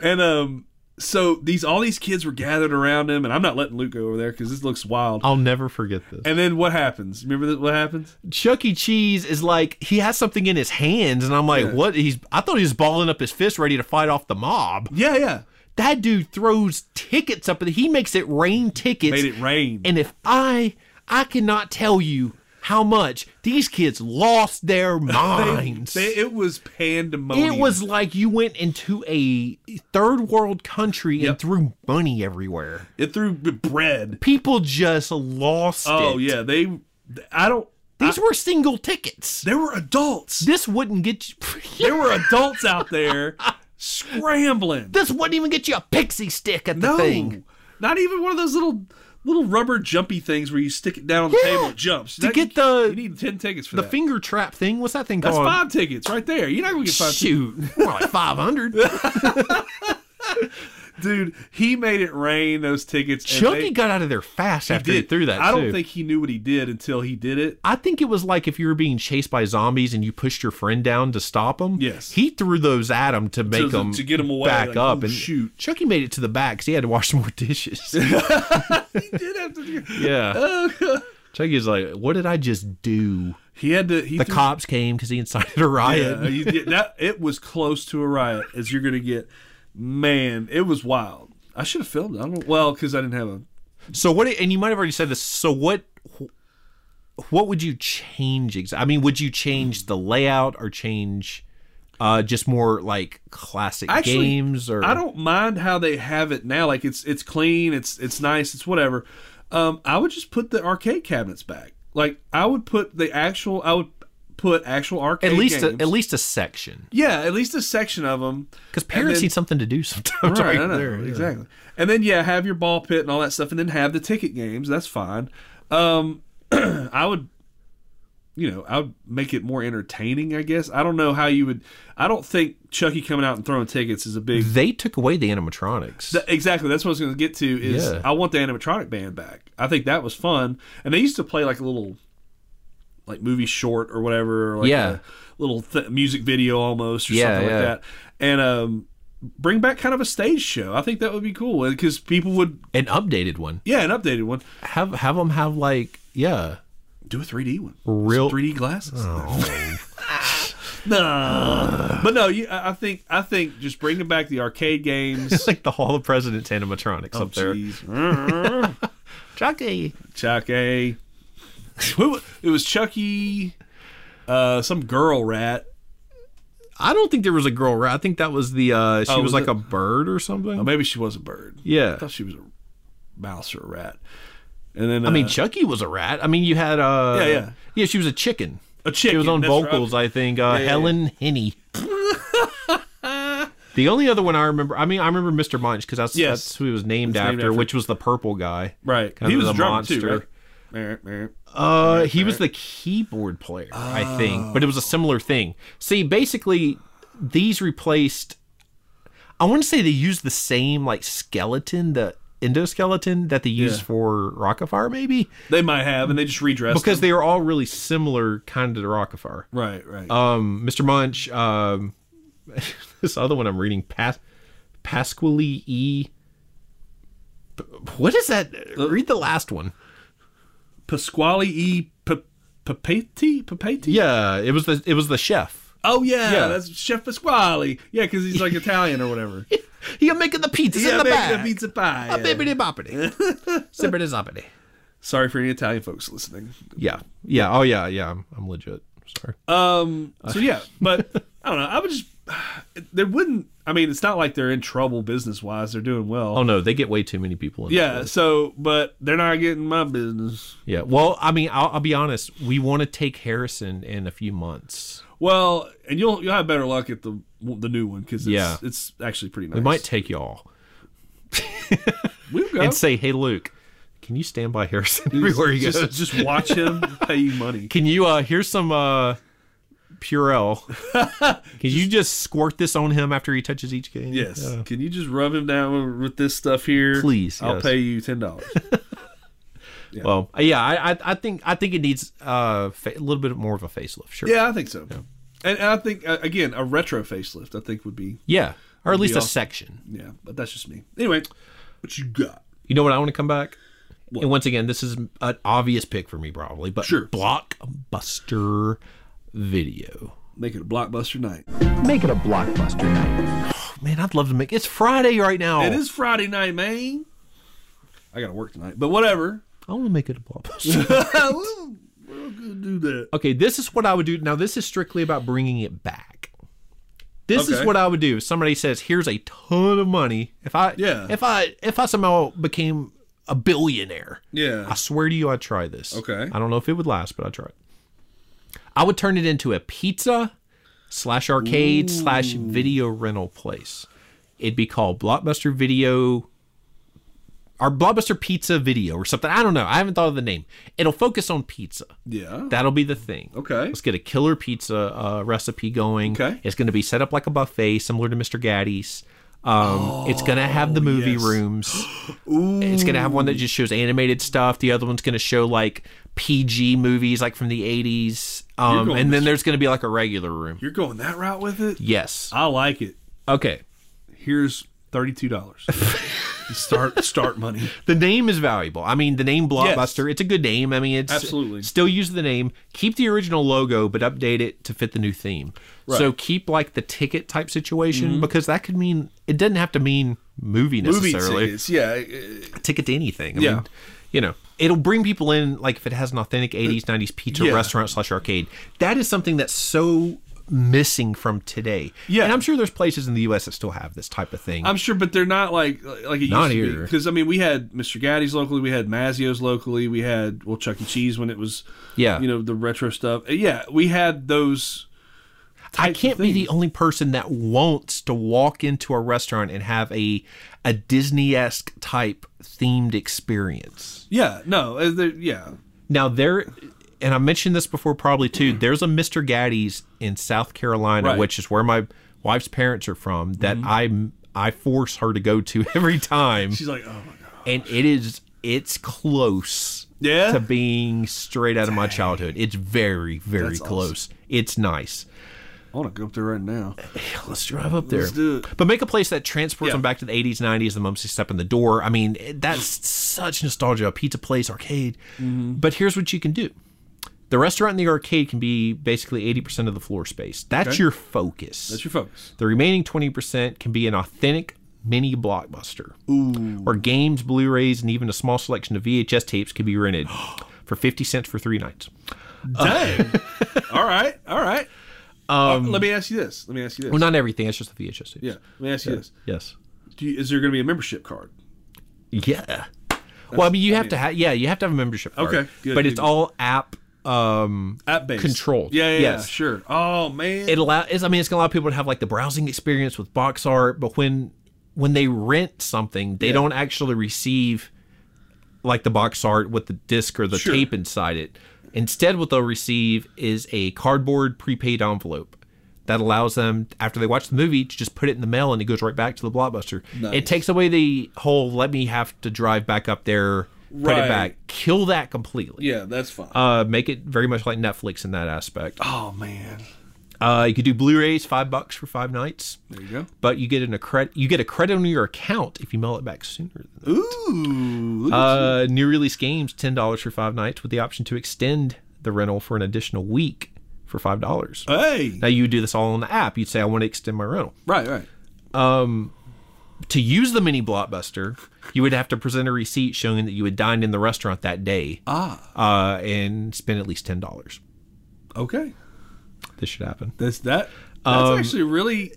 S2: and um. So these all these kids were gathered around him, and I'm not letting Luke go over there because this looks wild.
S3: I'll never forget this.
S2: And then what happens? Remember that what happens?
S3: Chuck E. Cheese is like he has something in his hands, and I'm like, what? He's I thought he was balling up his fist, ready to fight off the mob.
S2: Yeah, yeah.
S3: That dude throws tickets up, and he makes it rain tickets.
S2: Made it rain.
S3: And if I I cannot tell you how much these kids
S2: [LAUGHS]
S3: lost their minds.
S2: They- it was pandemonium.
S3: it was like you went into a third world country and
S2: Yep.
S3: threw money everywhere.
S2: it threw bread.
S3: People just lost
S2: Oh
S3: it.
S2: yeah, they. I don't.
S3: These were single tickets.
S2: They were adults.
S3: This wouldn't get you. [LAUGHS]
S2: There were adults out there scrambling.
S3: This wouldn't even get you a pixie stick at the
S2: No,
S3: thing.
S2: not even one of those little little rubber jumpy things where you stick it down on the
S3: Yeah.
S2: table and it jumps.
S3: To get the-
S2: you need ten tickets for
S3: The
S2: that.
S3: finger trap thing. What's that thing
S2: That's
S3: called?
S2: five tickets right there. You're not gonna get five.
S3: Shoot,
S2: [LAUGHS]
S3: more like five hundred.
S2: tickets. Dude, he made it rain those tickets. and
S3: Chucky
S2: they-
S3: got out of there fast
S2: he
S3: after he
S2: did.
S3: threw that.
S2: I
S3: too.
S2: don't think he knew what he did until he did it.
S3: I think it was like if you were being chased by zombies and you pushed your friend down to stop him.
S2: Yes.
S3: he threw those at him to make
S2: to-
S3: him
S2: to get him away,
S3: back
S2: like,
S3: up
S2: oh,
S3: and
S2: shoot.
S3: Chucky made it to the back because he had to wash [LAUGHS] some more
S2: [LAUGHS]
S3: dishes.
S2: He did have to.
S3: [LAUGHS]
S2: [LAUGHS] Oh,
S3: yeah, Chucky's like, "What did I just do?"
S2: He had to. He
S3: The
S2: threw-
S3: cops came because he incited a riot. [LAUGHS]
S2: Yeah, you get- that it was close to a riot as you're gonna get. Man, it was wild. I should have filmed it. I don't know. Well, because I didn't have a.
S3: So what? And you might have already said this. So what? What would you change? Ex- I mean, would you change the layout or change uh, just more like classic
S2: Actually,
S3: games? Or
S2: I don't mind how they have it now. Like it's it's clean, it's it's nice, it's whatever. Um, I would just put the arcade cabinets back. Like I would put the actual. I would put actual arcade.
S3: At least a,
S2: games.
S3: at least a section
S2: yeah, at least a section of them.
S3: because parents need something to
S2: [LAUGHS]
S3: do [LAUGHS] sometimes.
S2: Right,
S3: right
S2: I know,
S3: there, yeah.
S2: exactly. And then yeah, have your ball pit and all that stuff, and then have the ticket games. That's fine. Um, [CLEARS THROAT] I would, you know, I would make it more entertaining. I guess I don't know how you would. I don't think Chucky coming out and throwing tickets is a big.
S3: They took away the animatronics.
S2: Th- exactly. That's what I was going to get to. Is
S3: Yeah.
S2: I want the animatronic band back. I think that was fun, and they used to play like a little, like movie short or whatever. Or like
S3: Yeah.
S2: a little th- music video almost or
S3: Yeah,
S2: something
S3: yeah.
S2: like that. And um, bring back kind of a stage show. I think that would be cool because people would
S3: An updated one.
S2: yeah an updated one.
S3: Have have them have like yeah
S2: Do a 3D one.
S3: real.
S2: 3D glasses.
S3: Oh.
S2: [LAUGHS] no, but no. You, I I think I think just bringing back the arcade games.
S3: It's [LAUGHS] like the Hall of Presidents animatronics [LAUGHS]
S2: Oh,
S3: up there.
S2: Jeez.
S3: Chucky.
S2: Chuck A. [LAUGHS] Who wa- it was Chucky, uh, some girl rat.
S3: I don't think there was a girl. Right? I think that was the uh, she
S2: Oh,
S3: was,
S2: was
S3: like
S2: it?
S3: a bird or something.
S2: Oh, maybe she was a bird.
S3: Yeah.
S2: I thought she was a mouse or a rat. And then
S3: I mean,
S2: uh,
S3: Chucky was a rat. I mean, you had uh,
S2: Yeah, yeah.
S3: she was a chicken.
S2: a chicken.
S3: She was on
S2: that's right.
S3: vocals, I think. Uh,
S2: yeah,
S3: Helen Henney.
S2: [LAUGHS]
S3: the only other one I remember. I mean, I remember Mr. Munch because that's
S2: Yes.
S3: that's who he was named
S2: It's
S3: after,
S2: named after-
S3: which was the purple guy.
S2: Right.
S3: Kind
S2: he
S3: of
S2: was
S3: the
S2: a drummer
S3: monster.
S2: too. Right?
S3: Uh, he was the keyboard player, I think, but it was a similar thing. See, basically, these replaced. I want to say they used the same like skeleton, the endoskeleton that they used
S2: Yeah.
S3: for Rockafire, maybe
S2: They might have, and they just redressed
S3: because
S2: them.
S3: they are all really similar, kind of to Rockafire.
S2: right, right.
S3: Um, Mr. Munch. Um, [LAUGHS] this other one I'm reading, Pas- Pasquale E. P- What is that?
S2: Uh,
S3: Read the last one.
S2: Pasquale E. P- Papetti, Papetti.
S3: Yeah, it was the it was the chef.
S2: Oh yeah,
S3: Yeah.
S2: that's Chef Pasquale. Yeah, because he's
S3: [LAUGHS]
S2: like Italian or whatever.
S3: You're making the pizzas
S2: yeah,
S3: in the
S2: make
S3: back.
S2: the pizza pie.
S3: A
S2: yeah.
S3: bibbidi boppity.
S2: [LAUGHS]
S3: Zibbity zoppity.
S2: Sorry for any Italian folks listening.
S3: Yeah. Yeah. Oh, yeah. Yeah. I'm, I'm legit. Sorry.
S2: Um. So yeah, but I don't know. I would just [SIGHS] they wouldn't. I mean, it's not like they're in trouble business wise. They're doing well.
S3: oh, no. They get way too many people in.
S2: yeah. So, but they're not getting my business.
S3: Yeah. Well, I mean, I'll, I'll be honest. We want to take Harrison in a few months.
S2: Well, and you'll you'll have better luck at the the new one because it's,
S3: Yeah.
S2: it's actually pretty nice.
S3: We might take y'all
S2: We've got
S3: and say, hey, Luke, can you stand by Harrison [LAUGHS] everywhere he goes?
S2: just, just watch him pay you
S3: [LAUGHS]
S2: money.
S3: can you, uh, here's some, uh,
S2: [LAUGHS]
S3: Purell. Can you just squirt this on him after he touches each game?
S2: Yes.
S3: Yeah.
S2: Can you just rub him down with this stuff here?
S3: Please,
S2: I'll
S3: yes.
S2: pay you ten dollars. [LAUGHS]
S3: Well, uh, yeah, I, I, I think, I think it needs uh, fa- a little bit more of a facelift. Sure.
S2: yeah, I think so. And, and I think uh, again a retro facelift. I think would be
S3: Yeah. Or at least a
S2: awesome.
S3: section.
S2: yeah, but that's just me. Anyway, what you got?
S3: You know what I want to come back? And once again, this is an obvious pick for me, probably, but
S2: Sure.
S3: blockbuster video.
S2: Make it a blockbuster night.
S6: Make it a blockbuster night.
S3: Man, I'd love to make it's Friday right now.
S2: It is Friday night, man. I gotta work tonight, but whatever.
S3: I want to make it a blockbuster.
S2: Oh, [LAUGHS] we'll, we'll go do that.
S3: okay, this is what I would do. Now, this is strictly about bringing it back. This
S2: Okay.
S3: is what I would do. If somebody says, "Here's a ton of money." If I
S2: Yeah.
S3: if I if I somehow became a billionaire, I
S2: Yeah.
S3: swear to you, I'd try this.
S2: Okay.
S3: I don't know if it would last, but I'd try it. I would turn it into a pizza slash arcade slash video rental place. It'd be called Blockbuster Video or Blockbuster Pizza Video or something. I don't know. I haven't thought of the name. It'll focus on pizza.
S2: Yeah.
S3: That'll be the thing.
S2: Okay.
S3: Let's get a killer pizza uh, recipe going.
S2: Okay.
S3: It's going to be set up like a buffet, similar to Mr. Gaddy's. Um, it's going to have the
S2: Oh,
S3: movie
S2: yes.
S3: rooms.
S2: [GASPS]
S3: It's going to have one that just shows animated stuff. The other one's going to show like PG movies, like from the 80s. Um,
S2: going
S3: and then
S2: this-
S3: there's going to be like a regular room.
S2: You're going that route with it?
S3: Yes.
S2: I like it.
S3: Okay.
S2: Here's thirty-two dollars. [LAUGHS] start start [LAUGHS] money.
S3: The name is valuable. I mean, the name Blockbuster, it's a good name. I mean, it's
S2: Absolutely.
S3: still use the name, keep the original logo, but update it to fit the new theme. So keep like the ticket type situation because that could mean it doesn't have to mean movie
S2: Mm-hmm. Movie
S3: necessarily.
S2: tickets. Yeah. uh,
S3: Ticket to anything. I
S2: Yeah.
S3: mean, you know, it'll bring people in like if it has an authentic 80s, 90s pizza
S2: Yeah.
S3: restaurant slash arcade. That is something that's so missing from today.
S2: Yeah.
S3: And I'm sure there's places in the US that still have this type of thing.
S2: I'm sure, but they're not like like it
S3: Not
S2: used to be.
S3: here.
S2: Because I mean, we had Mr. Gaddy's locally, we had Mazio's locally, we had well Chuck E. Cheese when it was
S3: Yeah.
S2: you know the retro stuff. Uh, Yeah, we had those.
S3: I can't be the only person that wants to walk into a restaurant and have a a Disney esque type themed experience.
S2: Yeah, no, uh, they're- yeah,
S3: Now there, and I mentioned this before probably too. There's a Mr. Gaddy's in South Carolina,
S2: Mm-hmm. Right. Mm-hmm.
S3: which is where my wife's parents are from. That I I force her to go to [LAUGHS] every time,
S2: she's like, oh my god,
S3: and it is it's close.
S2: Yeah?
S3: To being straight out of my childhood. It's very, very
S2: That's awesome.
S3: close. It's nice.
S2: I want to go up there right now.
S3: [SIGHS] Let's drive up there.
S2: Let's do it.
S3: But make a place that transports
S2: Yeah.
S3: them back to the 80s, 90s, the moment they step in the door. I mean, it- that's such nostalgia. A pizza place, arcade.
S2: Mm-hmm.
S3: But here's what you can do the restaurant and the arcade can be basically 80% of the floor space. That's your focus.
S2: That's your focus.
S3: the remaining 20% can be an authentic mini blockbuster. Ooh. Where games, Blu rays, and even a small selection of VHS tapes can
S2: [GASPS]
S3: be rented for 50 cents for three nights. [LAUGHS]
S2: Dang. all right, all right. Um, let me ask you this. Let me ask you this.
S3: Well, not everything, it's just the VHS tapes.
S2: yeah, let me ask you this.
S3: Yes.
S2: Do you, is there going to be a membership card?
S3: Yeah. Well, I mean, you have to have yeah, you have to have a membership. Card,
S2: Okay, good,
S3: but it's
S2: good.
S3: all app. Um,
S2: App based
S3: Controlled.
S2: Yeah, yeah,
S3: Yes.
S2: yeah, sure. Oh man,
S3: it allows. I mean, it's gonna allow people to have like the browsing experience with box art, but when when they rent something, they don't actually receive like the box art with the disc or the
S2: Sure.
S3: tape inside it. Instead, what they'll receive is a cardboard prepaid envelope that allows them, after they watch the movie, to just put it in the mail and it goes right back to the blockbuster. It takes away the whole let me have to drive back up there, put
S2: Right.
S3: it back, kill that completely.
S2: Yeah, that's fine.
S3: Uh, make it very much like Netflix in that aspect.
S2: oh man,
S3: Uh, you could do Blu-rays, five bucks for five nights,
S2: there you go.
S3: but you get an accred- you get a credit on your account if you mail it back sooner. Than that.
S2: Ooh, look at
S3: Uh, new release games, ten dollars for five nights, with the option to extend the rental for an additional week for five dollars.
S2: you. hey,
S3: now you do this all on the app. You'd say, "I want to extend my rental."
S2: right, right.
S3: To use the mini blockbuster, you would have to present a receipt showing that you had dined in the restaurant that day, ah, uh, and spend at least ten dollars.
S2: Okay,
S3: This should happen.
S2: that's that. That's
S3: Um,
S2: actually really.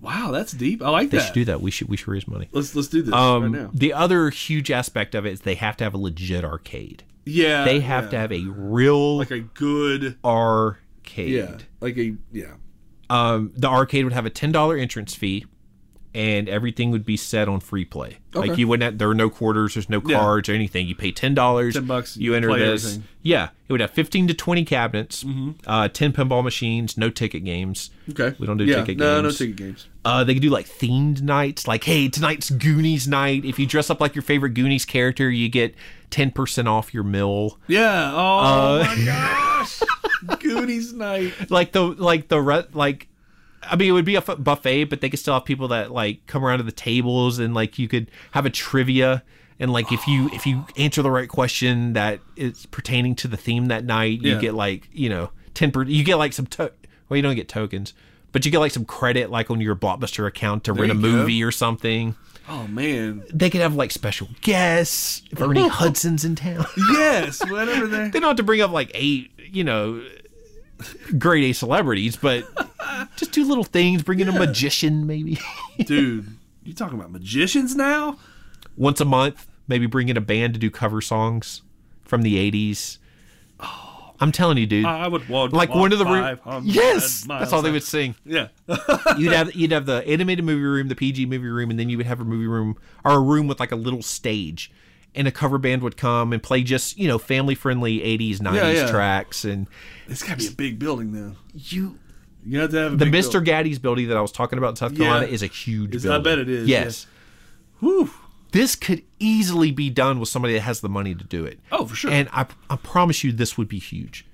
S2: Wow, that's deep. I like
S3: They
S2: that.
S3: should do that. We should we should raise money.
S2: Let's let's do this
S3: Um,
S2: right now.
S3: the other huge aspect of it is they have to have a legit arcade.
S2: Yeah,
S3: They have
S2: Uh, yeah.
S3: to have a real
S2: like a good.
S3: arcade.
S2: Yeah, like a yeah.
S3: Um, the arcade would have a ten dollar entrance fee, and everything would be set on free play. Like
S2: Okay.
S3: you wouldn't. Have, there are no quarters. There's no
S2: Yeah.
S3: cards or anything. You pay ten dollars.
S2: 10 bucks,
S3: You
S2: you
S3: enter
S2: play
S3: this.
S2: everything. Mm-hmm.
S3: Yeah, it would have fifteen to twenty cabinets, uh, ten pinball machines, no ticket games.
S2: Okay,
S3: We don't do
S2: yeah,
S3: ticket
S2: no,
S3: games.
S2: No, ticket games.
S3: Uh, they could do like themed nights, like hey, tonight's Goonies night. If you dress up like your favorite Goonies character, you get ten percent off your meal.
S2: Yeah. Oh
S3: Uh, [LAUGHS]
S2: my gosh, Goonies night.
S3: like the like the re- like I mean, it would be a f- buffet, but they could still have people that like come around to the tables and like you could have a trivia and like if you if you answer the right question that is pertaining to the theme that night, you
S2: Yeah.
S3: get like you know ten per- you get like some to- well you don't get tokens, but you get like some credit like on your blockbuster account to rent a
S2: you go.
S3: movie or something.
S2: Oh man.
S3: They could have like special guests. If
S2: [LAUGHS]
S3: Ernie Hudson's in town,
S2: Yes. Whatever they.
S3: they don't have to bring up like eight, you know, grade A celebrities, but just do little things. Bring in a magician, maybe [LAUGHS]
S2: Dude, you talking about magicians now?
S3: once a month. Maybe bring in a band to do cover songs from the '80s. I'm telling you, dude.
S2: Oh. I would want
S3: like one of the room.
S2: room.
S3: Yes, that's all they would sing.
S2: Yeah. [LAUGHS]
S3: You'd have you'd have the animated movie room, the PG movie room, and then you would have a movie room or a room with like a little stage. And a cover band would come and play just, you know, family friendly 80s, 90s
S2: yeah.
S3: tracks. And
S2: It's got to be a big building though.
S3: you,
S2: You have to have a
S3: the
S2: big
S3: Mr.
S2: building.
S3: Gaddy's building that I was talking about in South
S2: Yeah.
S3: Carolina is a huge
S2: It's- I
S3: building.
S2: bet it is,
S3: Yes.
S2: Whew.
S3: This could easily be done with somebody that has the money to do it.
S2: Oh, for sure.
S3: And I, I promise you, this would be huge.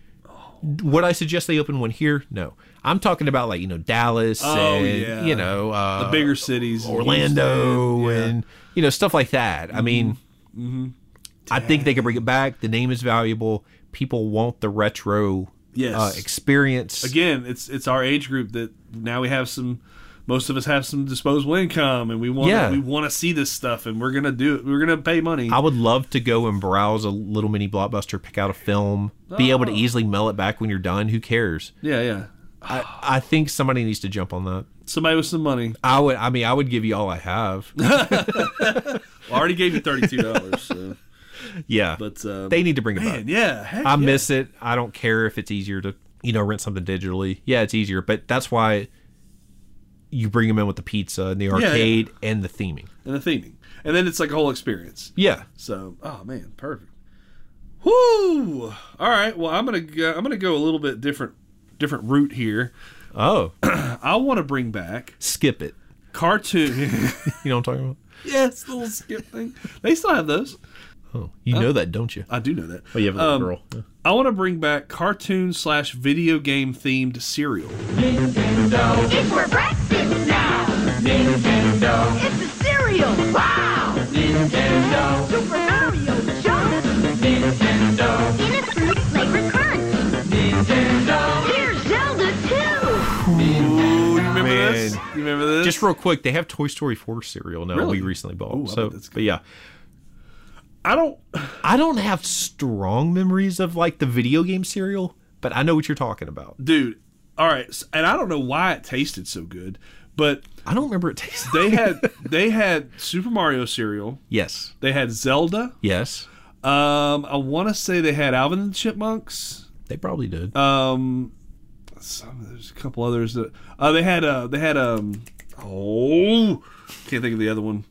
S3: Would I suggest they open one here? No. I'm talking about like, you know, Dallas
S2: Oh,
S3: and,
S2: yeah.
S3: you know, uh,
S2: the bigger cities,
S3: Orlando
S2: Houston, yeah. Mm-hmm.
S3: and, you know, stuff like that. I mean, I think they could bring it back. The name is valuable. People want the retro
S2: Yes.
S3: uh, experience.
S2: again, it's it's our age group that now we have some. Most of us have some disposable income, and we want
S3: Yeah.
S2: we want to see this stuff, and we're gonna do it. We're gonna pay money.
S3: I would love to go and browse a little mini blockbuster, pick out a film, be able to
S2: Oh.
S3: easily mail it back when you're done. Who cares?
S2: yeah, yeah.
S3: I, I think somebody needs to jump on that.
S2: Somebody with some money.
S3: I would. I mean, I would give you all
S2: [LAUGHS]
S3: I have.
S2: I already gave you thirty two dollars, so.
S3: yeah,
S2: but um,
S3: they need to bring it
S2: man,
S3: back.
S2: yeah, heck
S3: I
S2: yeah.
S3: miss it. I don't care if it's easier to you know rent something digitally. Yeah, it's easier, but that's why you bring them in with the pizza and the
S2: yeah.
S3: arcade and the theming.
S2: and the theming, and then it's like a whole experience.
S3: Yeah,
S2: So, oh man, perfect. Whoo! All right. Well, I'm gonna go, I'm gonna go a little bit different different route here.
S3: Oh, [CLEARS THROAT]
S2: I want to bring back
S3: skip it.
S2: cartoon. [LAUGHS]
S3: You know what I'm talking about?
S2: yes, the little skip thing. They still have those.
S3: Oh, you know that, don't you?
S2: I do know that.
S3: Oh, you have a little
S2: Uh, Um,
S3: girl. Yeah.
S2: I want to bring back cartoon slash video game themed cereal.
S9: It's for breakfast now. Nintendo. It's a cereal. Wow. Nintendo. Super Mario Jump. Nintendo. Innocent flavored crunch. Nintendo. Here's Zelda too.
S2: Ooh, you remember this? You
S3: Man.
S2: remember this?
S3: Just real quick, they have Toy Story 4 cereal now.
S2: Really?
S3: We recently bought.
S2: Ooh, I
S3: so,
S2: bet that's good.
S3: but yeah,
S2: I don't.
S3: I don't have strong memories of like the video game cereal, but I know what you're talking about.
S2: dude. All right, s- and I don't know why it tasted so good, but
S3: I don't remember it tasting.
S2: they had they had Super Mario cereal.
S3: [LAUGHS] yes,
S2: They had Zelda.
S3: yes,
S2: Um, I want to say they had Alvin and the Chipmunks.
S3: they probably did.
S2: Um, some, there's a couple others that uh, they had. Uh, they had um. Oh, can't think of the other one,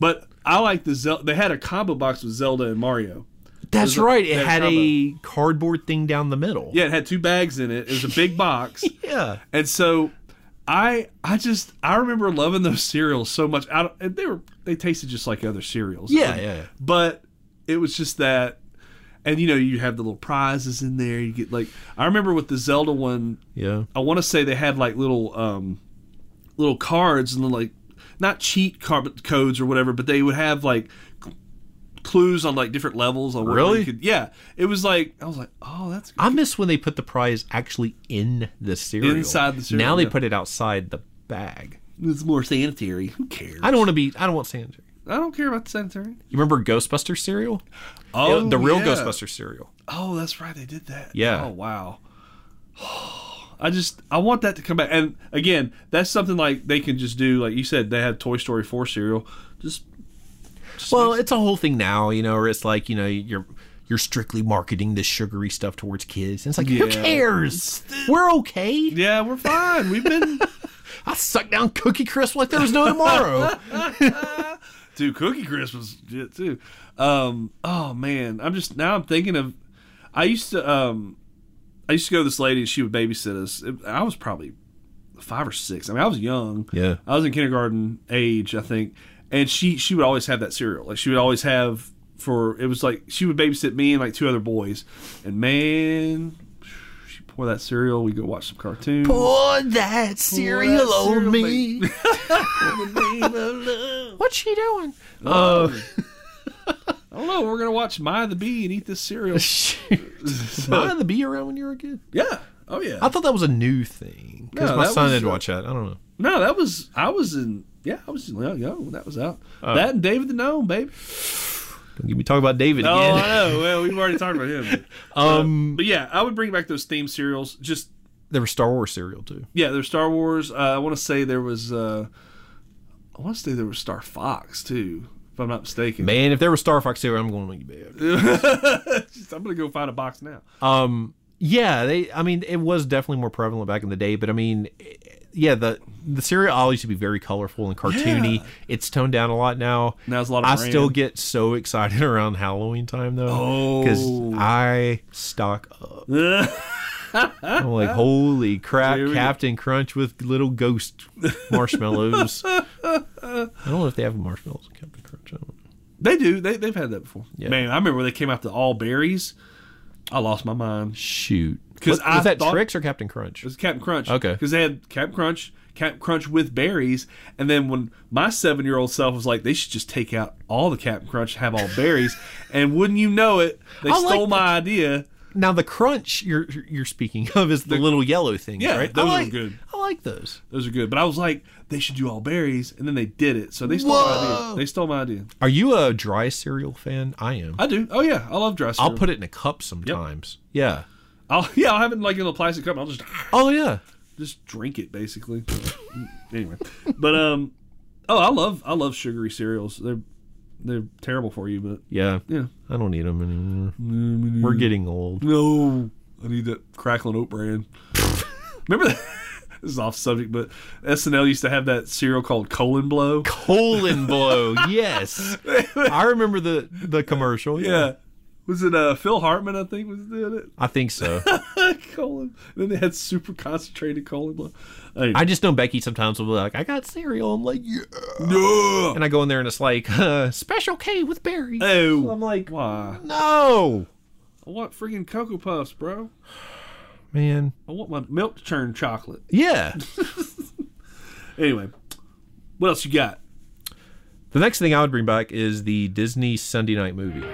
S2: but I like the Zelda. They had a combo box with Zelda and Mario.
S3: That's
S2: There's a-
S3: right. It
S2: there's
S3: had
S2: combo.
S3: a cardboard thing down the middle.
S2: Yeah, it had two bags in it. It was a big box.
S3: Yeah.
S2: And so I I just I remember loving those cereals so much. I don't- and they were they tasted just like other cereals.
S3: Yeah,
S2: But-
S3: yeah.
S2: But it was just that and you know, you have the little prizes in there. You get like I remember with the Zelda one,
S3: Yeah.
S2: I want to say they had like little um little cards and like not cheat car- codes or whatever, but they would have like cl- clues on like different levels on what
S3: Really?
S2: you could yeah it was like i was like oh that's
S3: I miss when they put the prize actually in the cereal.
S2: Inside the cereal,
S3: Now they
S2: yeah.
S3: put it outside the bag.
S2: It's more sanitary. Who cares?
S3: I don't want to be. I don't want sanitary.
S2: I don't care about the sanitary.
S3: You remember Ghostbuster cereal?
S2: Oh,
S3: the real
S2: yeah.
S3: Ghostbuster cereal.
S2: Oh, that's right. They did that.
S3: Yeah.
S2: Oh, wow. [SIGHS] I just I want that to come back. And again, that's something like they can just do. Like you said, they had Toy Story four cereal. Just
S3: Well, it's a whole thing now, you know, where it's like you know you're you're strictly marketing this sugary stuff towards kids. And it's like who
S2: Yeah.
S3: cares? We're okay.
S2: yeah, we're fine. We've been
S3: I suck down Cookie Crisp like there was
S2: [LAUGHS]
S3: no tomorrow.
S2: dude. Cookie Crisp was shit too. Um. Oh man, I'm just now I'm thinking of. I used to um, I used to go to this lady and she would babysit us. It- I was probably five or six. I mean, I was young.
S3: Yeah.
S2: I was in kindergarten age, I think. And she she would always have that cereal. Like she would always have for it was like she would babysit me and like two other boys. And man, she pour that cereal. We go watch some cartoons.
S3: Pour that cereal
S2: cereal,
S3: on me. [LAUGHS] What's she doing? Oh,
S2: I don't know. We're gonna watch Maya the Bee and eat this
S3: [LAUGHS]
S2: cereal.
S3: mind the bee around when you were a kid.
S2: yeah. Oh yeah.
S3: I thought that was a new thing because
S2: No,
S3: my
S2: that
S3: son
S2: was,
S3: had
S2: uh,
S3: watched that. I don't know.
S2: No, that was I was in. Yeah, I was young. young when that was out. that and David the Gnome, baby.
S3: Don't get me talking about David
S2: Oh,
S3: again.
S2: I know. Well, we've already talked about [LAUGHS] him.
S3: Um,
S2: But yeah, I would bring back those theme cereals. Just
S3: [LAUGHS] there was Star Wars cereal too.
S2: yeah, there's Star Wars. Uh, I want to say there was. Uh, I want to say there was Star Fox too, if I'm not mistaken.
S3: Man, if there was Star Fox cereal, I'm going to make bed.
S2: Just- I'm gonna go find a box now.
S3: Um, yeah, they. I mean, it was definitely more prevalent back in the day, but I mean, it- yeah, the the cereal all used to be very colorful and cartoony. It's toned down a lot now.
S2: Now it's a lot of
S3: I
S2: brand.
S3: still get so excited [LAUGHS] around Halloween time though,
S2: Oh.
S3: I stock
S2: [LAUGHS]
S3: up. I'm like, holy crap,
S2: Here we go.
S3: Captain Crunch with little ghost
S2: [LAUGHS]
S3: marshmallows. I don't know if they have marshmallows in Captain Crunch. I don't know.
S2: They do. They they've had that before.
S3: Yeah.
S2: Man, I remember when they came out to all berries. I lost my mind.
S3: Shoot,
S2: 'Cause
S3: What-
S2: I
S3: was that
S2: thought-
S3: tricks or Captain Crunch?
S2: It was Captain Crunch.
S3: Okay.
S2: Because they had Captain Crunch, Captain Crunch with berries, and then when my seven-year-old self was like, they should just take out all the Captain Crunch, have all
S3: [LAUGHS]
S2: berries, and wouldn't you know it, they
S3: I like
S2: stole
S3: that.
S2: my idea.
S3: Now the crunch you're you're speaking of is the, little yellow things,
S2: Yeah,
S3: right?
S2: those
S3: I
S2: are
S3: like,
S2: good.
S3: I like those.
S2: Those are good, but I was like, they should do all berries, and then they did it. So they stole my idea. They stole my idea.
S3: Are you a dry cereal fan? I am.
S2: I do. Oh yeah, I love dry cereal.
S3: I'll put it in a cup sometimes. Yeah.
S2: I'll, [LAUGHS] yeah, I'll have it in, like in a plastic cup. And I'll just [LAUGHS]
S3: Oh yeah.
S2: just drink it basically. anyway, but um, oh, I love I love sugary cereals. They're they're terrible for you, but
S3: Yeah.
S2: yeah. Mm-hmm.
S3: I don't need them anymore. We're getting old.
S2: No, I need that crackling oat bran. [LAUGHS] Remember that? [LAUGHS] This is off subject, but SNL used to have that cereal called Colon Blow.
S3: Colon [LAUGHS] blow. Yes. I remember the the commercial.
S2: Yeah. Was it uh, Phil Hartman? I think was doing it.
S3: I think so.
S2: [LAUGHS] colon. Then they had super concentrated colon blow. Anyway.
S3: I just know Becky sometimes will be like, "I got cereal." I'm like, "Yeah,"
S2: no.
S3: and I go in there and it's like, uh, "Special K with berry."
S2: Oh, I'm like, why?
S3: No,
S2: I want freaking cocoa puffs, bro.
S3: man.
S2: I want my milk churned chocolate.
S3: Yeah.
S2: Anyway, what else you got?
S3: The next thing I would bring back is the Disney Sunday night movie.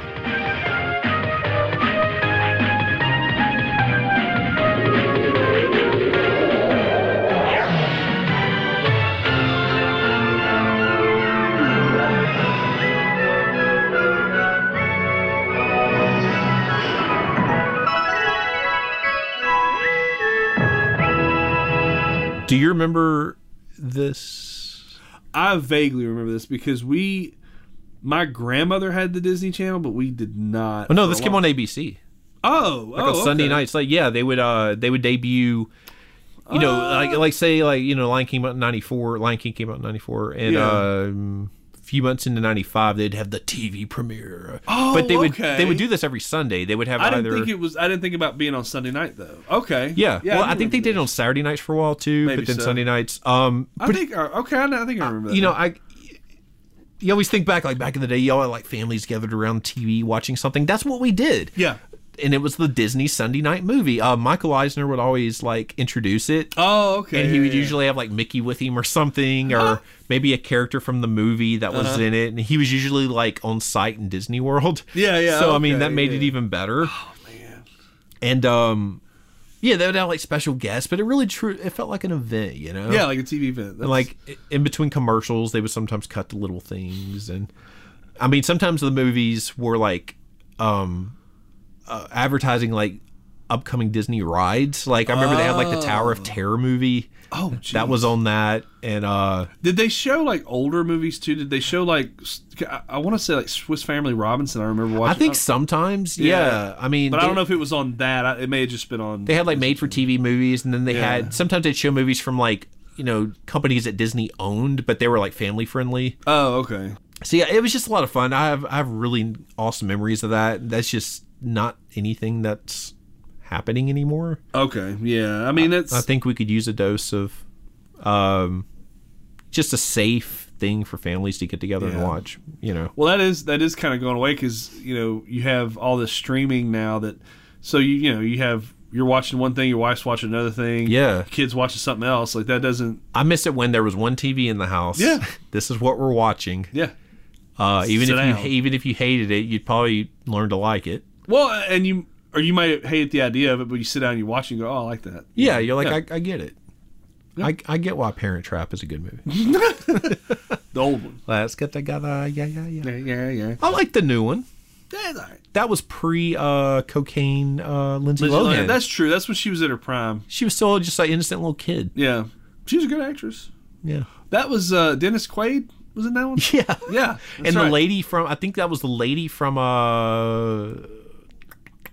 S3: Do you remember this?
S2: I vaguely remember this because we, my grandmother had the Disney Channel, but we did not.
S3: Oh no,
S2: for a
S3: this came
S2: while.
S3: on ABC.
S2: Oh,
S3: like
S2: oh,
S3: on Sunday
S2: okay.
S3: nights. Like yeah, they would uh they would debut. You
S2: Uh.
S3: know, like like say like you know, Lion King came out in '94. Lion King came out in '94, and
S2: Yeah.
S3: um, few months into '95, they'd have the TV premiere.
S2: Oh,
S3: but they would
S2: okay.
S3: they would do this every Sunday. They would have
S2: I
S3: either.
S2: didn't think it was. I didn't think about being on Sunday night though. Okay.
S3: yeah. well, I, think they did it
S2: remember
S3: on Saturday nights for a while too,
S2: Maybe
S3: but then
S2: so.
S3: Sunday nights. Um,
S2: that. I
S3: but
S2: think. uh, Okay. I I think I remember. That
S3: you know,
S2: now.
S3: I you always think back like back in the day, y'all had like families gathered around TV watching something. That's what we did.
S2: yeah.
S3: and it was the Disney Sunday night movie. Uh, Michael Eisner would always like introduce it.
S2: Oh, okay.
S3: and he
S2: yeah,
S3: would
S2: yeah. Uh-huh.
S3: usually have like Mickey with him or something, or maybe a character from the movie that was in it. And he was usually like on site in Disney World.
S2: Yeah, yeah,
S3: So I mean,
S2: okay,
S3: that made
S2: yeah.
S3: it even better. Oh man. And um, yeah, they would have like special guests, but it really true. It felt like an event, you know.
S2: Yeah, like a TV event. That's-
S3: And like i- in between commercials, they would sometimes cut to little things, and I mean, sometimes the movies were like um, uh, advertising like upcoming Disney rides. Like I remember they had like the Tower of Terror movie
S2: oh,
S3: that
S2: geez.
S3: was on that, and uh,
S2: Did they show like older movies too? Did they show like s- I, want to say like Swiss Family Robinson? I remember
S3: I
S2: watching.
S3: think sometimes, yeah. I mean,
S2: but I
S3: they-
S2: don't know if it was on that. I, it may have just been on.
S3: they had like made for TV movies, and then they
S2: Yeah.
S3: had sometimes they'd show movies from like you know companies that Disney owned, but they were like family friendly.
S2: oh, okay.
S3: So yeah, it was just a lot of fun. I have I have really awesome memories of that. That's just not anything that's happening anymore.
S2: Okay. Yeah. I mean, it's.
S3: I think we could use a dose of um just a safe thing for families to get together and
S2: Yeah.
S3: watch, you know.
S2: Well, that is that is kind of going away because you know you have all this streaming now that so you you know you have you're watching one thing, your wife's watching another thing,
S3: Yeah.
S2: your kids watching something else. Like that doesn't.
S3: I miss it when there was one TV in the house.
S2: Yeah.
S3: [LAUGHS] This is what we're watching.
S2: Yeah.
S3: Uh even
S2: Sit
S3: if you
S2: down.
S3: even if you hated it, you'd probably learn to like it.
S2: Well, and you or you might hate the idea of it, but you sit down and you watch and you go, oh, I like that.
S3: Yeah, you're like
S2: Yeah.
S3: I, I get it. I, I get why Parent Trap is a good movie.
S2: The old one.
S3: [LAUGHS] Let's get together. Yeah, yeah, yeah.
S2: Yeah, yeah, yeah.
S3: I like the new one.
S2: That's all right.
S3: that was pre uh, cocaine uh, Lindsay,
S2: Lindsay
S3: Lohan.
S2: Lohan. That's true. That's when she was at her prime.
S3: she was still just an innocent little kid.
S2: Yeah, she was a good actress.
S3: Yeah,
S2: That was uh, Dennis Quaid. Was in that one?
S3: [LAUGHS] yeah.
S2: [LAUGHS] Yeah.
S3: and the lady from I think that was the lady from uh,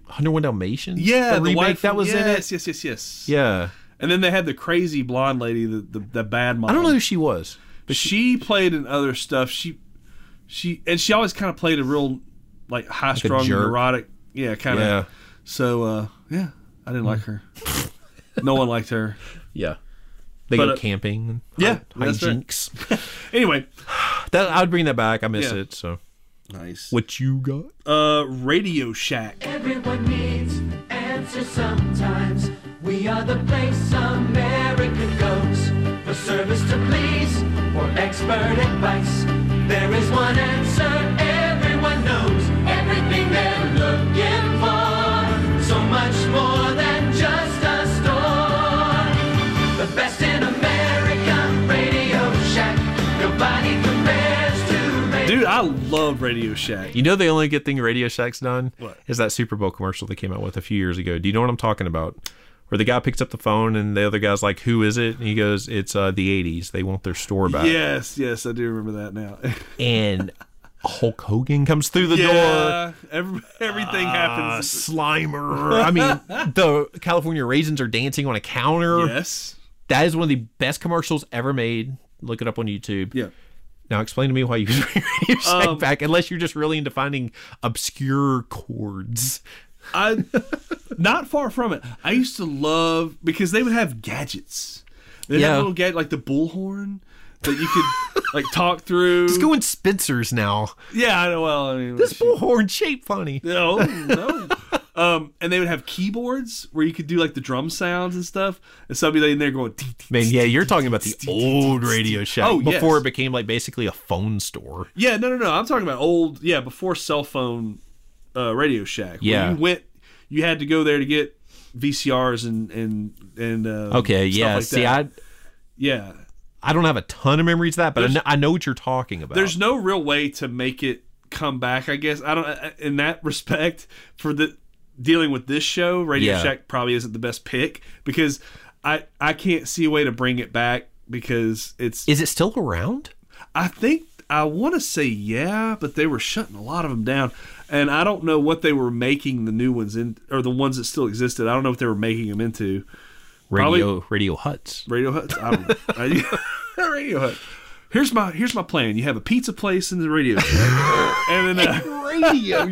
S3: 101 Dalmatians.
S2: Yeah,
S3: the, remake
S2: wife
S3: that
S2: from-
S3: was in
S2: yes,
S3: it.
S2: Yes, yes, yes.
S3: Yeah,
S2: And then they had the crazy blonde lady, the the, the bad mom.
S3: I don't know who she was.
S2: But she played in other stuff. She she and she always kind of played a real like high strung
S3: jerk.
S2: neurotic. Yeah, kind of.
S3: Yeah. Hmm.
S2: So uh, yeah, I didn't like her. no one liked her.
S3: Yeah, they
S2: But,
S3: go
S2: uh,
S3: camping.
S2: yeah,
S3: hi-
S2: that's right.
S3: hijinks.
S2: Anyway,
S3: [LAUGHS] that I would bring that back. I miss
S2: Yeah.
S3: it. So
S2: nice.
S3: what you got?
S2: Uh, Radio Shack.
S9: Everyone needs answers sometimes. We are the place America goes for service to please or expert advice. There is one answer everyone knows. Everything they're looking for. So much more than just a store. The best in America, Radio Shack. Nobody compares to Radio
S2: Dude, I love Radio Shack.
S3: You know the only good thing Radio Shack's done
S2: What?
S3: is that Super Bowl commercial they came out with a few years ago. Do you know what I'm talking about? Where the guy picks up the phone and the other guy's like, "Who is it?" And he goes, "It's uh, the '80s. They want their store back."
S2: Yes, yes, I do remember that now. [LAUGHS]
S3: And Hulk Hogan comes through the door.
S2: yeah, every, everything
S3: Uh,
S2: happens.
S3: Slimer. I mean, the California raisins are dancing on a counter.
S2: Yes.
S3: That is one of the best commercials ever made. Look it up on YouTube.
S2: Yeah. Um,
S3: Now explain to me why you use [LAUGHS] Radio Shack back, unless you're just really into finding obscure chords.
S2: I not far from it. I used to love because they would have gadgets. They yeah.
S3: Yeah.
S2: had a little gadget like the bullhorn that you could like talk through.
S3: Let's go in Spencer's now.
S2: yeah, I know. Well, I mean,
S3: This bullhorn shape funny.
S2: no, no. Um, and they would have keyboards where you could do like the drum sounds and stuff. And somebody in there going, "Tee, tee."
S3: Man, yeah, you're talking
S2: [LAUGHS]
S3: about the old Radio Shack
S2: Oh, yes.
S3: before it became like basically a phone store.
S2: yeah, no, no, no. I'm talking about old, yeah, before cell phone uh, Radio Shack. where
S3: Yeah.
S2: you went, you had to go there to get VCRs and and and uh,
S3: Okay,
S2: stuff
S3: yeah.
S2: like
S3: see,
S2: that.
S3: I
S2: yeah.
S3: I don't have a ton of memories of that, but I
S2: There's-
S3: know, I know what you're talking about.
S2: there's no real way to make it come back. I guess I don't in that [LAUGHS] respect for the dealing with this show. Radio
S3: Yeah.
S2: Shack probably isn't the best pick because I I can't see a way to bring it back because it's
S3: Is it still around?
S2: I think I want to say yeah, but they were shutting a lot of them down, and I don't know what they were making the new ones in or the ones that still existed. I don't know what they were making them into.
S3: Radio Radio Huts.
S2: [LAUGHS] Radio Huts. I don't know. Radio Hut. here's my here's my plan. You have a pizza place and the radio shack,
S3: [LAUGHS]
S2: and then a,
S3: Radio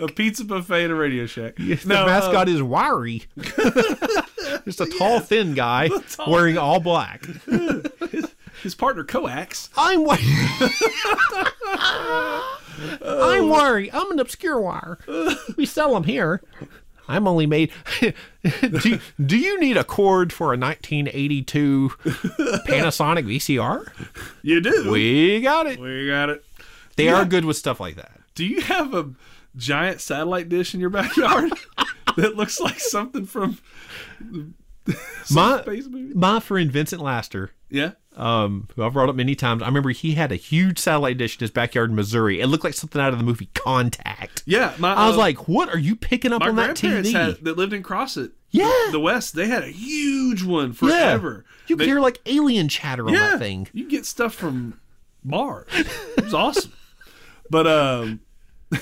S2: [LAUGHS] a pizza buffet and a radio shack.
S3: The mascot is wiry.
S2: [LAUGHS]
S3: Just a tall, thin guy wearing all black.
S2: uh, his partner Coax.
S3: I'm wiry. I'm wiry. I'm an obscure wire. We sell them here. I'm only made. [LAUGHS] do, do you need a cord for a 1982 Panasonic VCR?
S2: You do.
S3: We got it.
S2: we got it.
S3: They are good with stuff like that.
S2: Do you have a giant satellite dish in your backyard [LAUGHS] that looks like something from
S3: My,
S2: space movie?
S3: my friend Vincent Laster
S2: Yeah.
S3: um, who I've brought up many times. I remember he had a huge satellite dish in his backyard in Missouri. It looked like something out of the movie Contact.
S2: Yeah. My,
S3: I was
S2: uh,
S3: like, "What are you picking up
S2: my
S3: on that
S2: grandparents
S3: TV?"
S2: had, that lived in Crossit,
S3: yeah,
S2: the West, they had a huge one
S3: yeah.
S2: forever.
S3: You
S2: They-
S3: could hear like alien chatter on
S2: yeah,
S3: that thing.
S2: You get stuff from Mars. It was awesome. [LAUGHS] But um [LAUGHS] but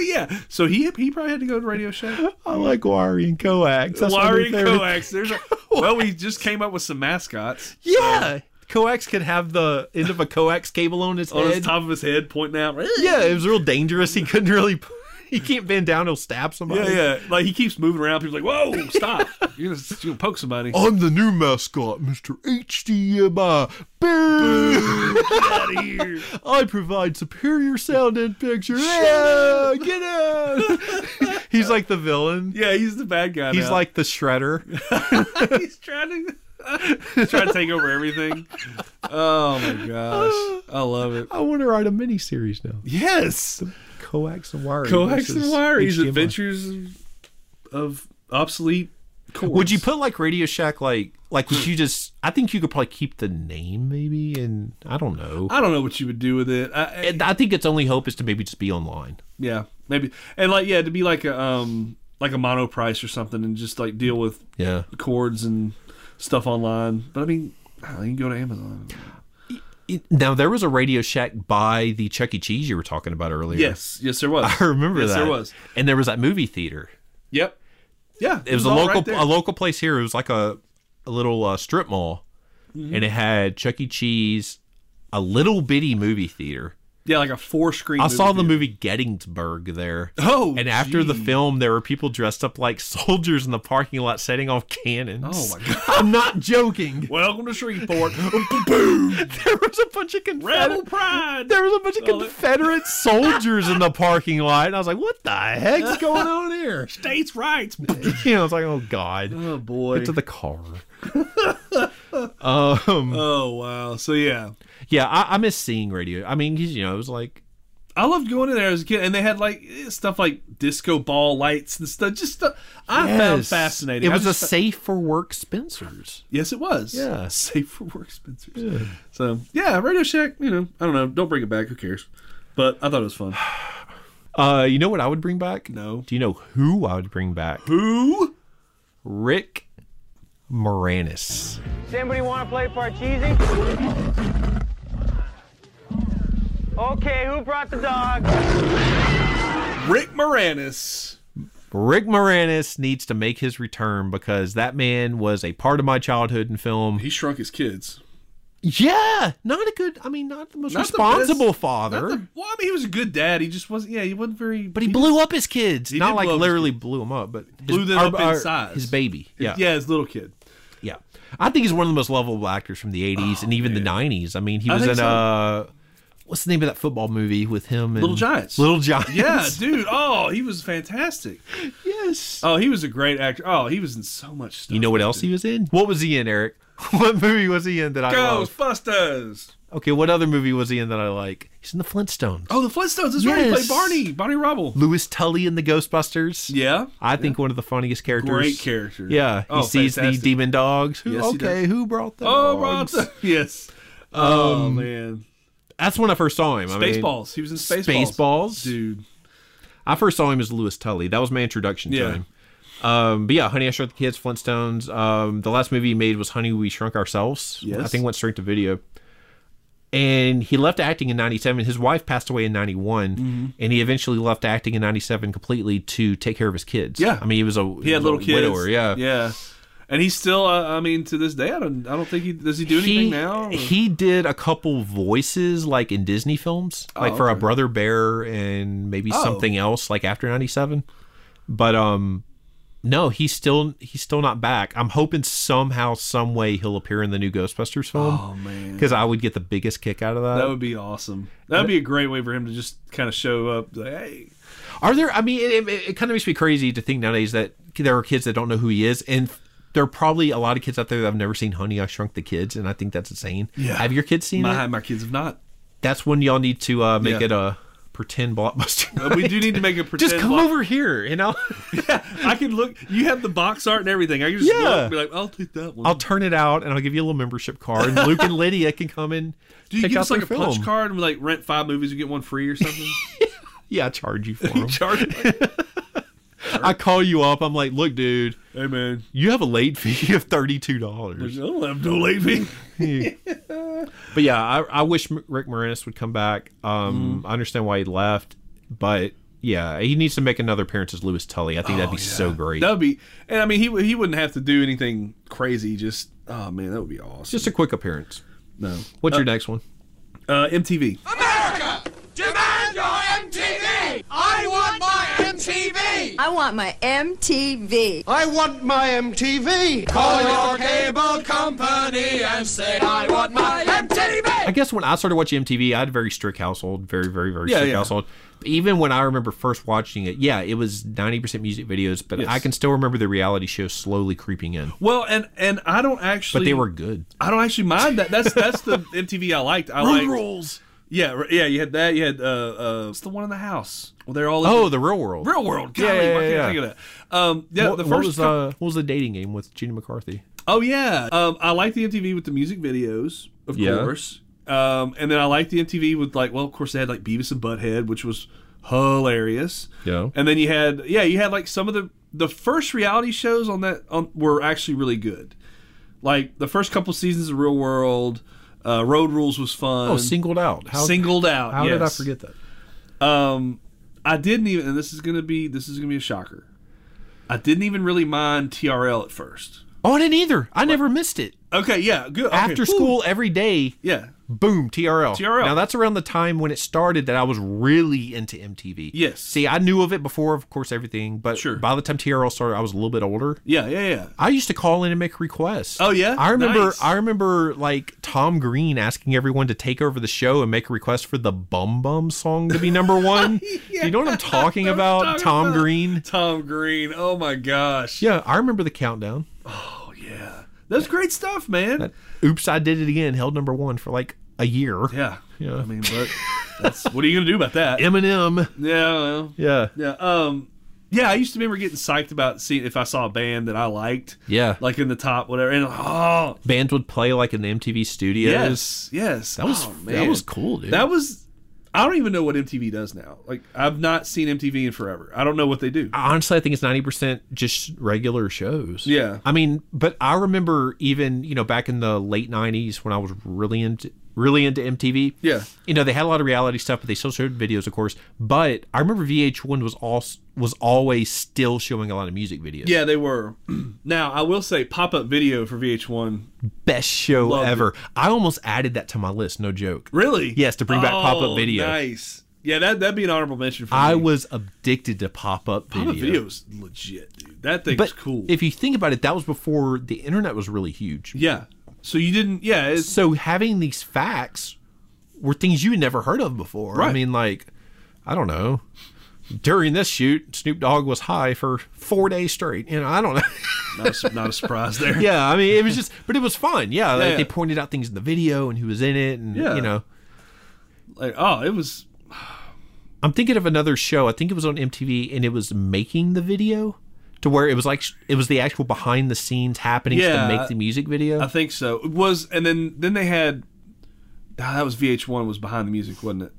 S2: yeah, so he he probably had to go to Radio Shack.
S3: I like Wari and Coax. That's my
S2: Larry
S3: new favorite.
S2: Coax. There's
S3: [LAUGHS]
S2: a, well, we just came up with some mascots
S3: Yeah, Coax could have the end of a Coax cable on his
S2: on
S3: head.
S2: his top of his head pointing out.
S3: Yeah, it was real dangerous. He couldn't really. [LAUGHS] He can't bend down. He'll stab somebody.
S2: Yeah, yeah. Like he keeps moving around. People like, whoa, stop! [LAUGHS] You're gonna, you're gonna poke somebody.
S3: I'm the new mascot, Mr. HDMI. Boo!
S2: Get out of here!
S3: [LAUGHS] I provide superior sound and picture. Yeah, get out! [LAUGHS] He's like the villain.
S2: [LAUGHS] Yeah, he's the bad guy.
S3: He's
S2: now.
S3: like the shredder.
S2: [LAUGHS] he's trying to [LAUGHS] he's trying to take over everything. Oh my gosh, I love it.
S3: I want to write a miniseries now.
S2: Yes,
S3: Coax and wire.
S2: Coax and Wiry's
S3: HDMI.
S2: adventures of obsolete. Cords.
S3: Would you put like Radio Shack like like
S2: Hmm.
S3: would you just? I think you could probably keep the name maybe, and I don't know.
S2: I don't know what you would do with it. I, I-
S3: And I think its only hope is to maybe just be online.
S2: yeah, maybe and like yeah, to be like a um like a mono price or something, and just like deal with
S3: Yeah.
S2: cords and stuff online. But I mean, I don't know, you can go to Amazon.
S3: It- now there was a Radio Shack by the Chuck E. Cheese you were talking about earlier.
S2: Yes, yes, there was.
S3: [LAUGHS] I remember
S2: yes,
S3: that.
S2: there was.
S3: and there was that movie theater.
S2: Yep. Yeah,
S3: It was, a
S2: all right
S3: local
S2: there.
S3: a local place here. It was like a a little uh, strip mall,
S2: Mm-hmm.
S3: and it had Chuck E. Cheese, a little bitty movie theater.
S2: yeah, like a four screen.
S3: I saw the movie Gettysburg there.
S2: Oh,
S3: and after the
S2: gee.
S3: film, there were people dressed up like [LAUGHS] soldiers in the parking lot setting off cannons.
S2: Oh my god!
S3: I'm not joking. [LAUGHS]
S2: Welcome to Shreveport.
S3: There was a bunch of
S2: Rebel
S3: Confederate.
S2: pride.
S3: There was a bunch of
S2: Well, it- [LAUGHS]
S3: Confederate soldiers in the parking lot, and I was like, "What
S2: [LAUGHS]
S3: the heck's going on here?"
S2: States'
S3: [LAUGHS]
S2: rights.
S3: You know, I was like, [LAUGHS] "Oh God."
S2: oh boy.
S3: to the car. um,
S2: oh wow. So yeah,
S3: yeah, I, I miss seeing radio. I mean, 'cause, you know, it was like
S2: I loved going in there as a kid, and they had like eh, stuff like disco ball lights and stuff. Just stuff I found
S3: Yes.
S2: fascinating.
S3: It
S2: I
S3: was a
S2: just fa-
S3: safe for work Spencer's.
S2: yes, it was. [LAUGHS]
S3: Yeah.
S2: safe for work, Spencer. So yeah, Radio Shack. You know, I don't know. Don't bring it back. Who cares? But I thought it was
S3: [SIGHS]
S2: fun.
S3: Uh, you know what I would bring back?
S2: No.
S3: Do you know who I would bring back?
S2: Who?
S3: Rick Moranis.
S4: Does anybody want to play Parcheesi? Okay, who brought the dog?
S2: Rick Moranis.
S3: Rick Moranis needs to make his return because that man was a part of my childhood in film.
S2: He shrunk his kids.
S3: Yeah, not a good. I mean, not the most
S2: Not the best-
S3: responsible
S2: not
S3: father.
S2: Not the- well, I mean, he was a good dad. He just wasn't. Yeah, he wasn't very.
S3: But he blew up his kids.
S2: He
S3: not
S2: did
S3: like
S2: blow up his
S3: literally blew them up, but his-
S2: Blew them
S3: our-
S2: up in
S3: our-
S2: size.
S3: His baby. Yeah.
S2: Yeah.
S3: yeah.
S2: his little kid.
S3: I think he's one of the most lovable actors from the 80s and even the 90s. I mean, he
S2: Oh, I
S3: was
S2: think
S3: in
S2: so.
S3: uh what's the name of that football movie with him and
S2: Little Giants.
S3: Little Giants. [LAUGHS]
S2: Yeah, dude. Oh, he was fantastic.
S3: yes.
S2: Oh, he was a great actor. Oh, he was in so much stuff.
S3: you know what else he was in? What was he in, Eric? [LAUGHS] what movie was he in that I love?
S2: Ghostbusters.
S3: Okay, what other movie was he in that I like? He's in The Flintstones.
S2: Oh, the Flintstones. That's right. He
S3: Yes.
S2: played Barney. Barney Rubble.
S3: Louis Tully in The Ghostbusters.
S2: Yeah.
S3: I think one of the funniest characters.
S2: Great character.
S3: Yeah, he
S2: Oh,
S3: sees
S2: fantastic.
S3: the demon dogs. Who,
S2: Yes, he does.
S3: okay, who brought the
S2: Oh, Ron. [LAUGHS]
S3: dogs?
S2: Yes. Oh man.
S3: That's when I first saw him. I mean,
S2: Spaceballs. He was in Spaceballs.
S3: Spaceballs.
S2: Dude.
S3: I first saw him as Lewis Tully. That was my introduction
S2: Yeah.
S3: to him. Um, but yeah, Honey, I Shrunk the Kids, Flintstones. Um, the last movie he made was Honey, We Shrunk Ourselves.
S2: Yes.
S3: I think went straight to video. And he left acting in 97. His wife passed away in 91.
S2: Mm-hmm.
S3: And he eventually left acting in 97 completely to take care of his kids.
S2: Yeah.
S3: I mean, he was a,
S2: He had little kids.
S3: widower. Yeah.
S2: Yeah. And he's still, uh, I mean, to this day, I don't, I don't think he does. He do anything
S3: he,
S2: now? or-
S3: He did a couple voices like in Disney films, like for a Brother Bear and maybe
S2: Oh.
S3: something else like after 97. But um no, he's still he's still not back. I'm hoping somehow some way he'll appear in the new Ghostbusters film.
S2: oh man,
S3: Cuz I would get the biggest kick out of that.
S2: that would be awesome. That would be a great way for him to just kind of show up. Like, hey,
S3: Are there? I mean, it, it, it kind of makes me crazy to think nowadays that there are kids that don't know who he is, and there are probably a lot of kids out there that have never seen Honey I Shrunk the Kids, and I think that's insane.
S2: Yeah.
S3: Have your kids seen
S2: my
S3: it?
S2: my kids have not.
S3: That's when y'all need to uh, make
S2: Yeah.
S3: it a pretend blockbuster.
S2: Uh, We do need to make
S3: [LAUGHS]
S2: a pretend.
S3: Just come
S2: block-
S3: over here, you know.
S2: [LAUGHS]
S3: [LAUGHS]
S2: I can look. You have the box art and everything. I can just
S3: Yeah.
S2: look and be like, I'll take that one.
S3: I'll turn it out, and I'll give you a little membership card. And Luke and Lydia can come and
S2: do you
S3: pick
S2: give
S3: out
S2: us like
S3: their
S2: a
S3: film.
S2: punch card and we like rent five movies and get one free or something?
S3: Yeah, I charge [LAUGHS] you for them.
S2: Charge-
S3: I call you up. I'm like, look, dude,
S2: [LAUGHS] hey
S3: [LAUGHS]
S2: man,
S3: you have a late fee [LAUGHS] of thirty two dollars.
S2: I don't have no late fee.
S3: But yeah, I, I wish M- Rick Moranis would come back. Um, I understand why he left, but yeah, he needs to make another appearance as Lewis Tully. I think that'd be so great.
S2: That'd be, and I mean, he w- he wouldn't have to do anything crazy. Just oh man, that would be awesome.
S3: Just a quick appearance.
S2: no,
S3: What's your next one?
S2: uh, MTV.
S5: I want my MTV.
S9: I want my MTV. Call your cable company and say, I want my MTV.
S3: I guess when I started watching MTV, I had a very strict household, very, very, very
S2: Yeah,
S3: strict
S2: yeah.
S3: household. Even when I remember first watching it, yeah, it was 90% music videos, but I can still remember the reality show slowly creeping in.
S2: Well, and and I don't actually.
S3: But they were good.
S2: I don't actually mind that. That's that's the
S3: [LAUGHS]
S2: MTV I liked. I liked.
S3: Rules.
S2: Yeah, r- yeah. You had that. You had uh, uh, what's the one in the house? Well, they're all
S3: Oh, the real world.
S2: real world.
S3: Yeah,
S2: Golly,
S3: yeah,
S2: why can't
S3: yeah,
S2: I think of that? Um, yeah,
S3: what,
S2: the
S3: what
S2: first.
S3: was,
S2: cou-
S3: uh, what was the dating game with Gina McCarthy?
S2: oh yeah, um, I liked the MTV with the music videos, of
S3: Yeah.
S2: course. Um, and then I liked the MTV with like, well, of course they had like Beavis and Butthead, which was hilarious.
S3: Yeah.
S2: And then you had, yeah, you had like some of the the first reality shows on that on, were actually really good. Like the first couple seasons of Real World, uh, Road Rules was fun.
S3: Oh, singled out. How,
S2: singled out.
S3: how did I
S2: yes.
S3: forget that?
S2: Um, I didn't even, and this is gonna be this is gonna be a shocker. I didn't even really mind TRL at first.
S3: Oh, I didn't either. I never missed it.
S2: Okay, yeah, good. okay,
S3: After
S2: whew.
S3: school every day,
S2: yeah,
S3: boom, TRL.
S2: TRL.
S3: Now that's around the time when it started that I was really into MTV.
S2: Yes.
S3: See, I knew of it before, of course, everything, but
S2: Sure.
S3: by the time TRL started, I was a little bit older.
S2: yeah, yeah, yeah.
S3: I used to call in and make requests.
S2: Oh, yeah?
S3: I remember
S2: Nice.
S3: I remember like Tom Green asking everyone to take over the show and make a request for the Bum Bum song to be
S2: [LAUGHS]
S3: number 1. Do you know what I'm talking about?
S2: talking
S3: Tom
S2: about-
S3: Green.
S2: Tom Green. Oh my gosh.
S3: Yeah, I remember the countdown.
S2: that's great stuff, man.
S3: Oops, I did it again. Held number 1 for like a year.
S2: yeah,
S3: Yeah.
S2: I mean,
S3: [LAUGHS]
S2: but that's what are you gonna do about that?
S3: Eminem.
S2: Yeah, well,
S3: Yeah.
S2: yeah. Um, yeah. I used to remember getting psyched about seeing if I saw a band that I liked.
S3: Yeah.
S2: like in the top, whatever. And oh,
S3: bands would play like in the MTV studios.
S2: Yes, yes.
S3: That was-
S2: Oh,
S3: that was cool, dude.
S2: That was. I don't even know what MTV does now. Like I've not seen MTV in forever. I don't know what they do.
S3: Honestly, I think it's ninety percent just regular shows.
S2: Yeah.
S3: I mean, but I remember even you know back in the late nineties when I was really into really into MTV.
S2: Yeah.
S3: you know they had a lot of reality stuff, but they still showed videos, of course. But I remember VH1 was all was always still showing a lot of music videos.
S2: Yeah, they were. [CLEARS THROAT] now I will say pop up video for VH1.
S3: best show
S2: Loved
S3: ever. I almost added that to my list. No joke.
S2: Really?
S3: Yes, to bring back
S2: Oh,
S3: pop-up video.
S2: Nice. Yeah, that that'd be an honorable mention for
S3: I
S2: me.
S3: was addicted to pop up
S2: pop
S3: video.
S2: up video is legit, dude. That thing's
S3: But
S2: cool.
S3: if you think about it, that was before the internet was really huge.
S2: yeah. So you didn't? Yeah. It's,
S3: so having these facts were things you had never heard of before. I
S2: Right.
S3: mean, like, I don't know. During this shoot, Snoop Dogg was high for four days straight. You know, I don't know. [LAUGHS]
S2: not, a, su- not a surprise there.
S3: yeah, I mean, it was just, but it was fun. Yeah, like
S2: Yeah.
S3: they pointed out things in the video and who was in it, and
S2: Yeah.
S3: you know,
S2: Like oh, it was.
S3: I'm thinking of another show. I think it was on MTV, and it was making the video to where it was like it was the actual behind the scenes happenings
S2: Yeah, Uh,
S3: to make the music video.
S2: I think so. It was, and then then they had. ah, that was VH1 was behind the music, wasn't it?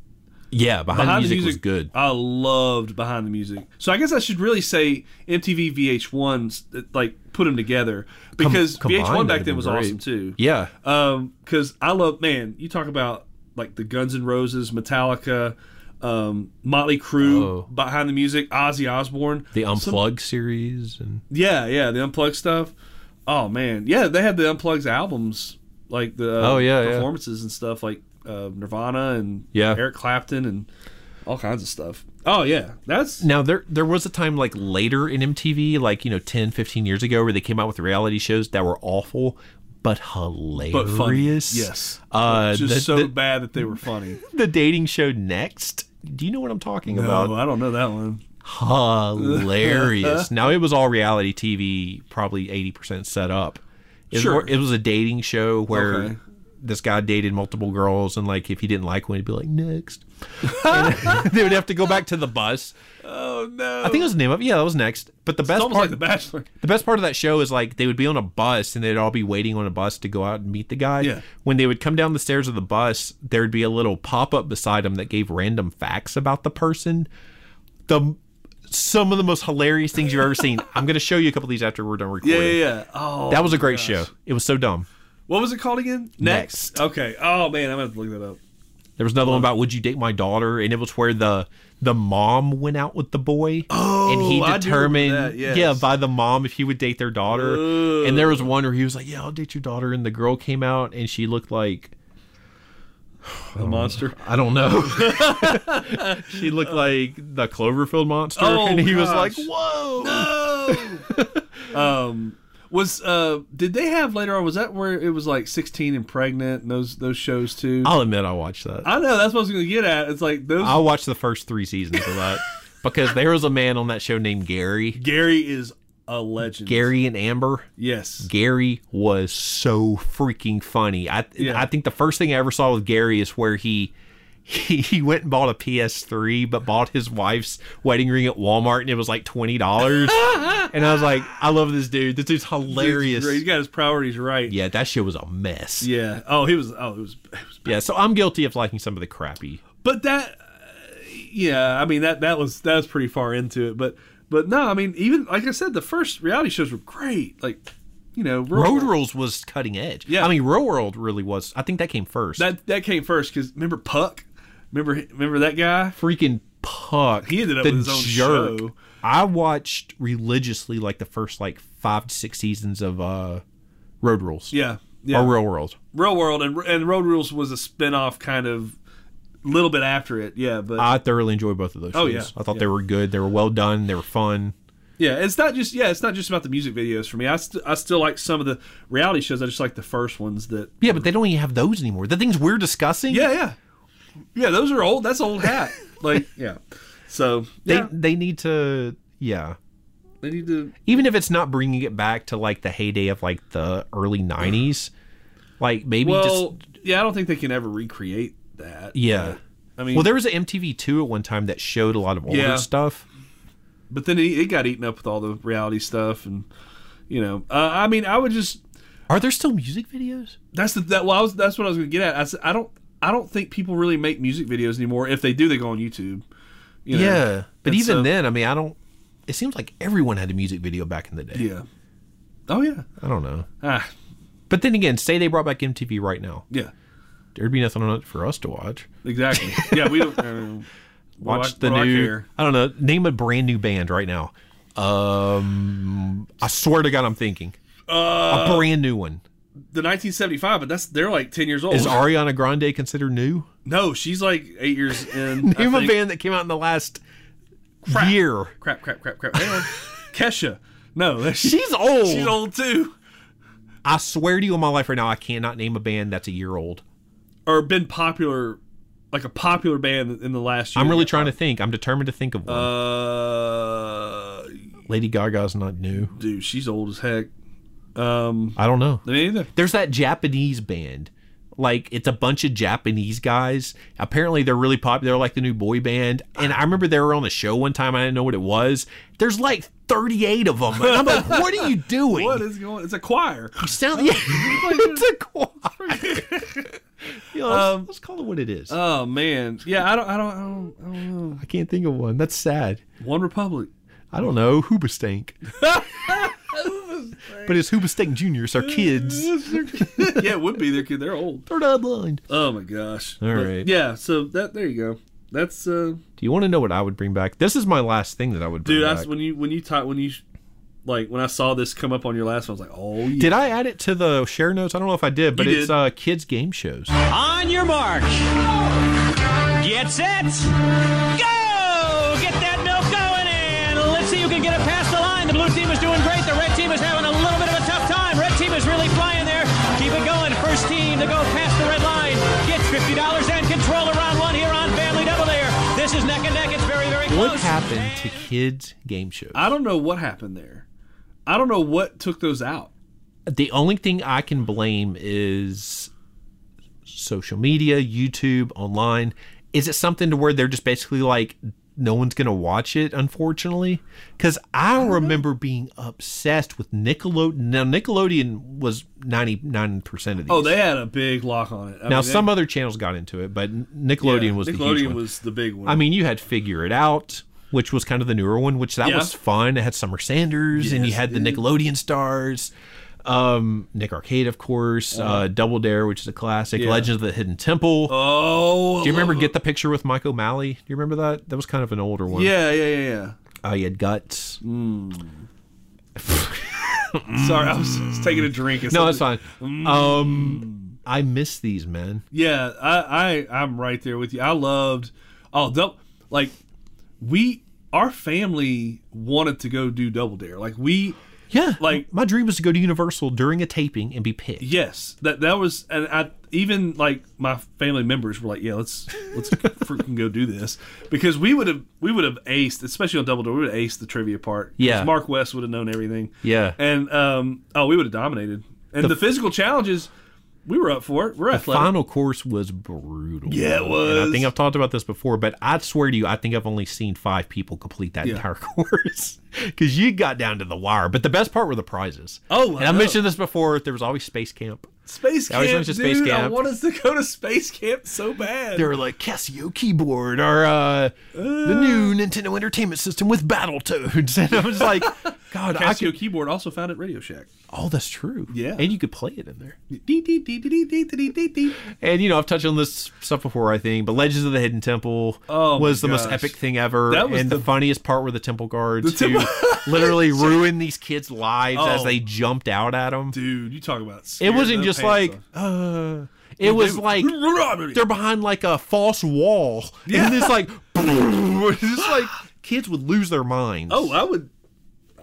S3: yeah, behind,
S2: Behind
S3: the, music was good.
S2: I loved Behind the Music. So I guess I should really say MTV VH1 like put them together because
S3: combined,
S2: VH1
S3: that'd
S2: back then
S3: have been
S2: was
S3: great.
S2: awesome too.
S3: Yeah.
S2: Um, because I love man, you talk about like the Guns N' Roses, Metallica, um, Motley Crue,
S3: Oh.
S2: Behind the Music, Ozzy Osbourne,
S3: the unplugged series and
S2: yeah, yeah, the unplugged stuff. Oh man, yeah, they had the unplugs albums, like the uh,
S3: Oh, yeah, yeah.
S2: performances and stuff, like uh, Nirvana and
S3: Yeah.
S2: Eric Clapton and all kinds of stuff. Oh yeah, that's
S3: Now there there was a time like later in MTV like you know 10 15 years ago where they came out with reality shows that were awful
S2: but
S3: but hilarious.
S2: funny. Yes,
S3: Uh
S2: just
S3: the,
S2: so
S3: the,
S2: bad that they were funny.
S3: the dating show next. Do you know what I'm talking
S2: no,
S3: about?
S2: Oh, I don't know that one. [LAUGHS]
S3: Hilarious. now it was all reality TV probably 80% set up. It was
S2: Sure.
S3: more- it was a dating show where
S2: Okay.
S3: this guy dated multiple girls and like if he didn't like one he'd be
S2: [LAUGHS]
S3: like next. And [LAUGHS] they would have to go back to the bus.
S2: Oh no,
S3: I think it was the name of it. Yeah, that was next. But the best
S2: it's
S3: part Oh,
S2: almost like The Bachelor.
S3: The best part of that show is like they would be on a bus and they'd all be waiting on a bus to go out and meet the guy.
S2: Yeah.
S3: When they would come down the stairs of the bus, there'd be a little pop up beside them that gave random facts about the person. The some of the most hilarious things you've ever seen. I'm going to show you a couple of these after we're done
S2: Yeah,
S3: recording.
S2: yeah, yeah. Oh,
S3: That was a great show. It was so dumb.
S2: what was it called again?
S3: Next.
S2: Okay. Oh man, I'm gonna have to look that up.
S3: There was another one
S2: Uh-huh.
S3: about would you date my daughter, and it was where the the mom went out with the boy, oh, and he
S2: I do remember
S3: determined
S2: that, yes.
S3: yeah by the mom if he would date their daughter. And there was one where he was like, yeah, I'll date your daughter, and the girl came out and she looked like Oh.
S2: The [LAUGHS] monster.
S3: I don't know, she looked like the Cloverfield monster,
S2: Oh,
S3: and he was like,
S2: gosh.
S3: whoa,
S2: um, was uh, did they have later on? Was that where it was like sixteen and pregnant and those those shows too?
S3: I'll admit I watched that.
S2: I know that's what I was gonna get at. It's like those.
S3: I watched the first three seasons
S2: [LAUGHS]
S3: of that because there was a man on that show named Gary,
S2: Gary is a legend.
S3: Gary and Amber.
S2: yes.
S3: Gary was so freaking funny. I
S2: Yeah.
S3: I think the first thing I ever saw with Gary is where he [LAUGHS] he, he went and bought a PS3, but bought his wife's wedding ring at Walmart, and it was like
S2: [LAUGHS]
S3: twenty dollars. and I was like, I love this dude. This dude's hilarious.
S2: He's got his priorities right.
S3: Yeah, that shit was a mess. Yeah.
S2: Yeah. Oh, he was. Oh, it was. It was
S3: so I'm guilty of liking some of the crappy.
S2: but that. uh, yeah, I mean that that was that was pretty far into it, but but no, I mean even like I said, the first reality shows were great. Like, you know, Real-
S3: Road Rules was cutting edge.
S2: Yeah.
S3: I mean, Real World really was. I think that came first.
S2: that that came first because remember Puck, remember remember that guy.
S3: freaking puck.
S2: He ended up
S3: the
S2: with his own
S3: jerk.
S2: show.
S3: I watched religiously like the first like five to six seasons of uh Road Rules.
S2: Yeah, yeah.
S3: Or Real World.
S2: Real World and and Road Rules was a spin-off kind of little bit after it. Yeah, but
S3: I thoroughly enjoyed both of those
S2: Oh,
S3: shows.
S2: yeah.
S3: I thought they were good. They were well done. They were fun.
S2: yeah, it's not just yeah, it's not just about the music videos for me. I st- I still like some of the reality shows. I just like the first ones that
S3: Yeah, but they don't even have those anymore. The things we're discussing.
S2: Yeah, yeah. Yeah, those are old. That's old hat.
S3: [LAUGHS]
S2: like yeah. So
S3: They
S2: yeah,
S3: they need to yeah.
S2: they need to
S3: Even if it's not bringing it back to like the heyday of like the early 90s, like maybe
S2: Well,
S3: just
S2: yeah, I don't think they can ever recreate that.
S3: yeah.
S2: I mean,
S3: Well, there was an MTV2 at one time that showed a lot of older
S2: Yeah.
S3: stuff.
S2: but then it, it got eaten up with all the reality stuff and you know, uh, I mean, I would just
S3: Are there still music videos?
S2: That's the that well, I was, that's what I was going to get at. I, s- I don't I don't think people really make music videos anymore. If they do, they go on YouTube. You know?
S3: Yeah, but
S2: And
S3: even
S2: so-
S3: then, I mean, I don't. It seems like everyone had a music video back in the day.
S2: yeah. Oh yeah,
S3: I don't know.
S2: ah,
S3: But then again, say they brought back MTV right now,
S2: yeah,
S3: there'd be nothing on it for us to watch.
S2: exactly. yeah, we don't um,
S3: [LAUGHS] Watch
S2: what do I-
S3: the
S2: what do I
S3: new.
S2: care?
S3: I, don't know. Name a brand new band right now. Um, I swear to God, I'm thinking
S2: Uh,
S3: a brand new one.
S2: the 1975, but that's they're like 10 years old.
S3: Is Ariana Grande considered new?
S2: no, she's like eight years
S3: [LAUGHS]
S2: in. I
S3: Name a
S2: think.
S3: band that came out in the last year.
S2: Crap, crap, crap, crap. Hang on. Kesha. No, [LAUGHS] that's-
S3: She's old.
S2: she's old too.
S3: I swear to you, on my life right now, I cannot name a band that's a year old.
S2: Or been popular, like a popular band in the last year.
S3: I'm really trying to think. I'm determined to think of one.
S2: Uh,
S3: Lady Gaga's not new.
S2: dude, she's old as heck. Um,
S3: I don't know.
S2: me either.
S3: There's that Japanese band. Like it's a bunch of Japanese guys. Apparently they're really popular. They're like the new boy band. And I remember they were on a show one time. I didn't know what it was. There's like 38 of them. And I'm like, what are you doing?
S2: What is going? It's a choir.
S3: You sound yeah, [LAUGHS] it's a choir. [LAUGHS] You know, let's-
S2: Um,
S3: let's call it what it is.
S2: Oh man, yeah. I don't. I don't. I don't, I don't know.
S3: I can't think of one. That's sad.
S2: One Republic.
S3: I don't know. Hoobastank. but it's Hoobastank Jr. It's our kids.
S2: [LAUGHS] yeah, it would be their kid. They're old.
S3: Third eye blind.
S2: Oh my gosh.
S3: All
S2: All right.
S3: right.
S2: Yeah. So that there you go. That's uh,
S3: Do you want to know what I would bring back? This is my last thing that I would bring
S2: dude.
S3: back.
S2: That's when you when you talk when you like when I saw this come up on your last one, I was like, oh, yeah.
S3: Did I add it to the share notes? I don't know if I did, but
S2: You
S3: it's
S2: did.
S3: uh, kids game shows.
S10: On your mark. Get set. Go! Get that milk going and let's see who can get it past the line. The blue team is doing great. The red team is having a little bit of a tough time. Red team is really flying there. Keep it going. First team to go past the red line gets $50 and controller on one here on Family Double Dare. This is neck and neck. It's very, very close.
S3: What happened to kids game shows?
S2: I don't know what happened there. I don't know what took those out.
S3: the only thing I can blame is social media, YouTube, online. Is it something to where they're just basically like no one's gonna watch it, unfortunately? Because I remember being obsessed with Nickelodeon. Now Nickelodeon was ninety nine percent of these.
S2: Oh, they had a big lock on it. I
S3: now
S2: mean,
S3: some
S2: they,
S3: other channels got into it, but Nickelodeon was the
S2: Nickelodeon
S3: huge one.
S2: was the big one.
S3: I mean, you had Figure It Out, which was kind of the newer one, which that
S2: Yeah.
S3: was fun. It had Summer Sanders, and you
S2: Yes,
S3: had the Nickelodeon stars, um, Nick Arcade, of course, uh, Double Dare, which is a classic, Legends of the Hidden Temple.
S2: Uh-huh. oh,
S3: Do you remember Get the Picture with Mike O'Malley? Do you remember that? That was kind of an older one.
S2: Yeah, Mm. yeah, yeah,
S3: Uh, you had Guts.
S2: yeah. Sorry, I was just taking a drink.
S3: No, that's fine.
S2: Mm.
S3: Um, I miss these, man.
S2: Yeah, I, I I'm right there with you. I loved oh double like we our family wanted to go do double dare. Like we
S3: Yeah.
S2: Like-
S3: my dream was to go to Universal during a taping and be picked.
S2: yes, that that was and I even like my family members were like, Yeah, let's let's
S3: [LAUGHS]
S2: freaking go do this. Because we would have we would have aced, especially on double dare, we would have aced the trivia part. 'Cause
S3: Yeah.
S2: Mark West would have known everything.
S3: Yeah.
S2: And um oh we would have dominated. And the, physical challenges we were up for it. We're
S3: The
S2: athletic.
S3: final course was brutal.
S2: Yeah, it
S3: And I
S2: was.
S3: think I've talked about this before, but I swear to you, I think I've only seen five people complete that
S2: Yeah.
S3: entire [LAUGHS] course because you got down to the wire. But the best part were the prizes.
S2: Oh, I
S3: and I
S2: know.
S3: mentioned this before. There was always space camp.
S2: Space
S3: I always
S2: camp,
S3: went to
S2: dude.
S3: space
S2: I
S3: camp.
S2: want us to go to space camp so bad.
S3: They were like Casio keyboard or uh, the new Nintendo Entertainment System with Battletoads, [LAUGHS] and I was like, God, I
S2: Casio
S3: could.
S2: keyboard also found at Radio Shack.
S3: Oh, that's true.
S2: Yeah.
S3: and you could play it in there.
S2: Dee, dee, dee, dee, dee, dee, dee, dee, dee.
S3: And you know, I've touched on this stuff before, I think, but Legends of the Hidden Temple
S2: Oh, my
S3: was the most
S2: gosh.
S3: epic thing ever.
S2: That was
S3: and the,
S2: the-
S3: funniest part were the temple guards
S2: The temple- [LAUGHS]
S3: who literally ruined these kids' lives as
S2: Oh.
S3: they jumped out at them.
S2: Dude, you talk about
S3: it
S2: scaring
S3: wasn't
S2: the
S3: just
S2: pants
S3: like,
S2: off.
S3: uh, it was
S2: They- [LAUGHS]
S3: like they're behind like a false wall, and it's
S2: [LAUGHS]
S3: like, it's just like [GASPS] kids would lose their minds.
S2: oh, I would,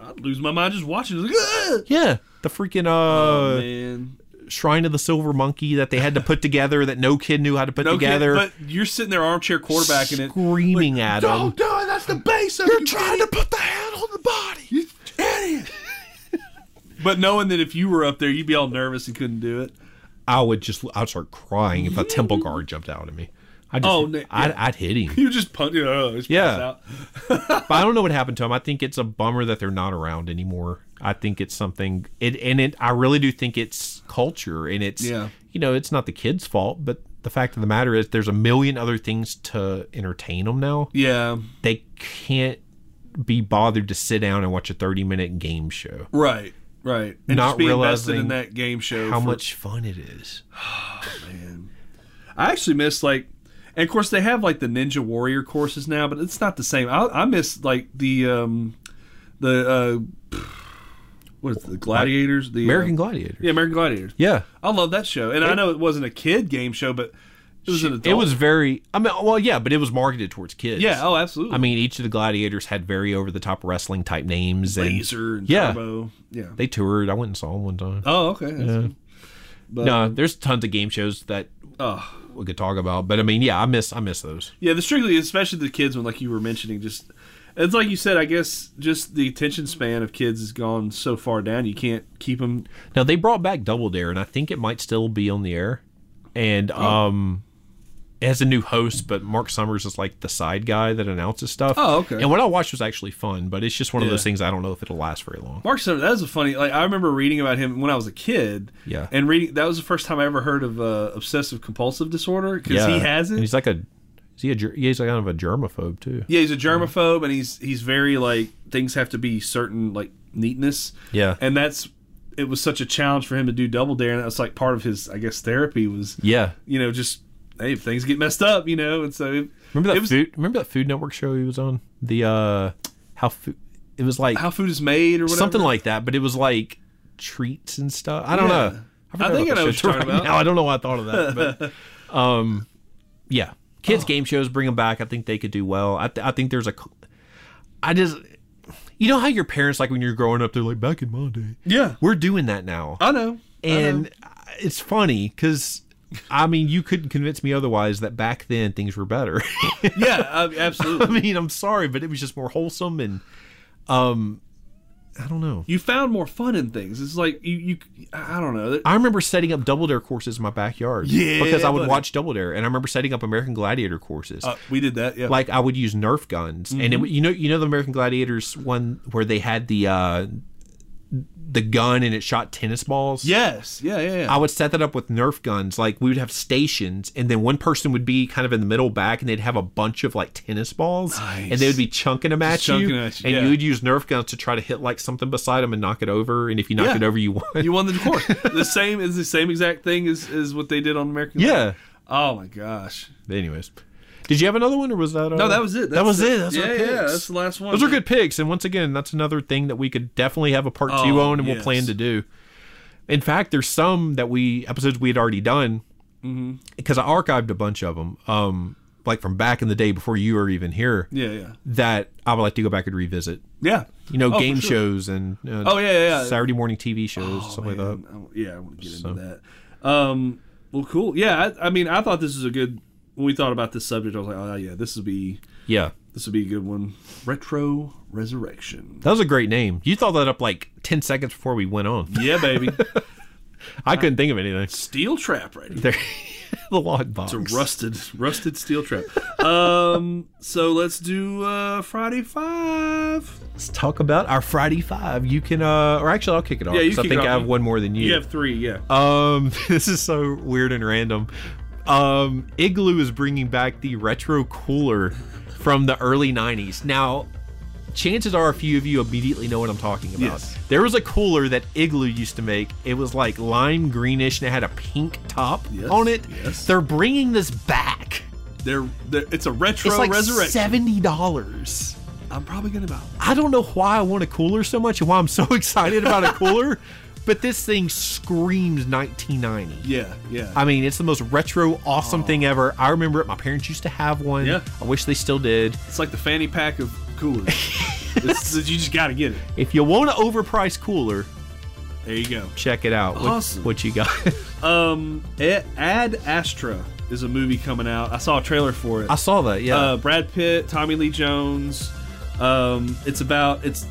S2: I'd lose my mind just watching. Like, "Ugh."
S3: yeah, the freaking uh,
S2: Oh, Man,
S3: shrine of the silver monkey that they had to put together that no kid knew how to put
S2: no
S3: together.
S2: Kid, but you're sitting there armchair quarterbacking it.
S3: screaming at them.
S2: do it. That's the base of You're trying to put the hand on the body. You idiot. but knowing that if you were up there, you'd be all nervous and couldn't do it.
S3: I would just I'd start crying if a temple guard jumped out at me. I just
S2: Mm-hmm. Oh, Nick,
S3: I'd, I'd hit him.
S2: [LAUGHS] You just punch it. Oh, it's
S3: Yeah.
S2: passed out.
S3: but I don't know what happened to him. I think it's a bummer that they're not around anymore. I think it's something it and it I really do think it's culture and it's
S2: Yeah.
S3: you know, it's not the kids' fault, but the fact of the matter is there's a million other things to entertain them now.
S2: Yeah.
S3: They can't be bothered to sit down and watch a 30 minute game show.
S2: Right, right. And
S3: Not
S2: just be invested
S3: realizing
S2: in that game show.
S3: How
S2: for-
S3: much fun it is.
S2: I actually miss like, and of course they have like the Ninja Warrior courses now, but it's not the same. I, I miss like the um, the uh, what is it, the Gladiators, the uh,
S3: American Gladiator.
S2: yeah, American Gladiators.
S3: yeah.
S2: I love that show, and I know it wasn't a kid game show, but it was an adult.
S3: It was very I mean well yeah, but it was marketed towards kids.
S2: yeah, oh absolutely.
S3: I mean, each of the gladiators had very over the top wrestling type names. And
S2: Laser and
S3: yeah.
S2: Turbo, yeah.
S3: They toured. I went and saw them one time.
S2: oh okay. That's- but-
S3: no, there's tons of game shows that
S2: Oh.
S3: we could talk about. But I mean, yeah, I miss I miss those.
S2: Yeah, the strictly, especially the kids one, like you were mentioning, just it's like you said. I guess just the attention span of kids has gone so far down. You can't keep them.
S3: Now they brought back Double Dare, and I think it might still be on the air. And
S2: Oh.
S3: um, it has a new host, but Mark Summers is like the side guy that announces stuff.
S2: Oh, okay.
S3: And what I watched was actually fun, but it's just one of
S2: Yeah.
S3: those things I don't know if it'll last very long.
S2: Mark Summers, that was a funny. Like I remember reading about him when I was a kid.
S3: Yeah.
S2: and reading that was the first time I ever heard of uh, obsessive compulsive disorder because
S3: yeah,
S2: he has
S3: And
S2: it.
S3: he's like a is he a ger- yeah, he's like kind of a germaphobe too.
S2: yeah, he's a germaphobe, and he's he's very like things have to be certain like neatness.
S3: Yeah.
S2: and that's it was such a challenge for him to do double dare, and that's like part of his I guess therapy was
S3: Yeah.
S2: you know just hey if things get messed up you know and so it,
S3: Remember
S2: it
S3: that
S2: was
S3: food? Remember that Food Network show he was on? The uh, how food? It was like
S2: how food is made or whatever?
S3: something like that, but it was like treats and stuff. I don't
S2: Yeah.
S3: know. forgot
S2: I think
S3: about
S2: I know
S3: the
S2: what
S3: show
S2: you're talking
S3: right
S2: about.
S3: now. I don't know why I thought of
S2: [LAUGHS]
S3: that, but um, yeah,
S2: Oh.
S3: kids game shows bring them back. I think they could do well. I th- I think there's a, c- I just, you know how your parents like when you're growing up, they're like back in my day.
S2: Yeah.
S3: we're doing that now,
S2: I know.
S3: and it's funny because. I mean, you couldn't convince me otherwise that back then things were better. [LAUGHS]
S2: Yeah, I, absolutely. [LAUGHS]
S3: I mean, I'm sorry, but it was just more wholesome and um I don't know.
S2: you found more fun in things. It's like you, you I I don't know.
S3: I remember setting up Double Dare courses in my backyard.
S2: Yeah,
S3: Because I would
S2: buddy.
S3: watch Double Dare and I remember setting up American Gladiator courses.
S2: Uh, Mm-hmm. we did that. Yeah.
S3: like I would use Nerf guns, and it, would- you know, you know the American Gladiators one where they had the uh, the gun and it shot tennis balls.
S2: yes. Yeah. Yeah. yeah.
S3: I would set that up with Nerf guns. Like we would have stations, and then one person would be kind of in the middle back, and they'd have a bunch of like tennis balls,
S2: Nice.
S3: and they would be chunking them at
S2: Just
S3: you,
S2: chunking at you,
S3: and
S2: yeah.
S3: you would use Nerf guns to try to hit like something beside them and knock it over. And if you knock
S2: Yeah.
S3: it over, you won.
S2: you won the course. the same is the same exact thing as, as what they did on American.
S3: [LAUGHS] yeah.
S2: Oh my gosh.
S3: Anyways, did you have another one, or was that? Uh,
S2: No, that was it.
S3: that
S2: That's
S3: was
S2: the-
S3: it. That's
S2: yeah,
S3: our
S2: yeah,
S3: picks.
S2: that's the last one.
S3: Those are good picks, and once again, that's another thing that we could definitely have a part two
S2: Oh,
S3: on, and
S2: yes.
S3: we'll plan to do. In fact, there's some that we episodes we had already done
S2: Mm-hmm.
S3: because I archived a bunch of them, um, like from back in the day before you were even here.
S2: Yeah. Yeah.
S3: That I would like to go back and revisit.
S2: Yeah.
S3: You know,
S2: Oh, for
S3: game
S2: sure.
S3: shows and uh,
S2: Oh, yeah, yeah, yeah.
S3: Saturday morning TV shows,
S2: Oh,
S3: something like
S2: man.
S3: that.
S2: I w- yeah, I want to get into that. Um, well, cool. Yeah, I, I mean, I thought this was a good. When we thought about this subject, I was like, oh yeah, this would be
S3: Yeah,
S2: this would be a good one. Retro
S3: [LAUGHS]
S2: resurrection.
S3: that was a great name. You thought that up like ten seconds before we went on.
S2: Yeah, baby.
S3: I couldn't think of anything. [LAUGHS]
S2: steel trap right here.
S3: There, [LAUGHS] the log box.
S2: It's a rusted, rusted steel trap. Um, so let's do uh, Friday Five.
S3: Let's talk about our Friday Five. You can, uh, or actually, I'll kick it off.
S2: Yeah, you
S3: 'cause I
S2: kick it
S3: think
S2: off.
S3: I have one more than you.
S2: You have three, yeah.
S3: Um, [LAUGHS] this is so weird and random. Um, Igloo is bringing back the retro cooler from the early 90s. Now, chances are a few of you immediately know what I'm talking about.
S2: Yes.
S3: There was a cooler that Igloo used to make. It was like lime greenish and it had a pink top
S2: Yes,
S3: on it.
S2: yes.
S3: They're bringing this back.
S2: They're, they're it's a retro
S3: It's like
S2: resurrection.
S3: $70.
S2: I'm probably gonna buy. One.
S3: I don't know why I want a cooler so much and why I'm so [LAUGHS] excited about a cooler,
S2: [LAUGHS]
S3: but this thing screams 1990.
S2: Yeah, yeah.
S3: I mean, it's the most retro, awesome thing ever. I remember it. My parents used to have one.
S2: Yeah.
S3: I wish they still did.
S2: it's like the fanny pack of
S3: [LAUGHS]
S2: coolers. It's- you just gotta get it.
S3: If you want an overpriced cooler,
S2: There you go.
S3: check it out. What-
S2: Awesome.
S3: What, you got? [LAUGHS]
S2: Um, A- Ad Astra is a movie coming out. I saw a trailer for it.
S3: I saw that. Yeah.
S2: Uh, Brad Pitt, Tommy Lee Jones. Um, it's about it's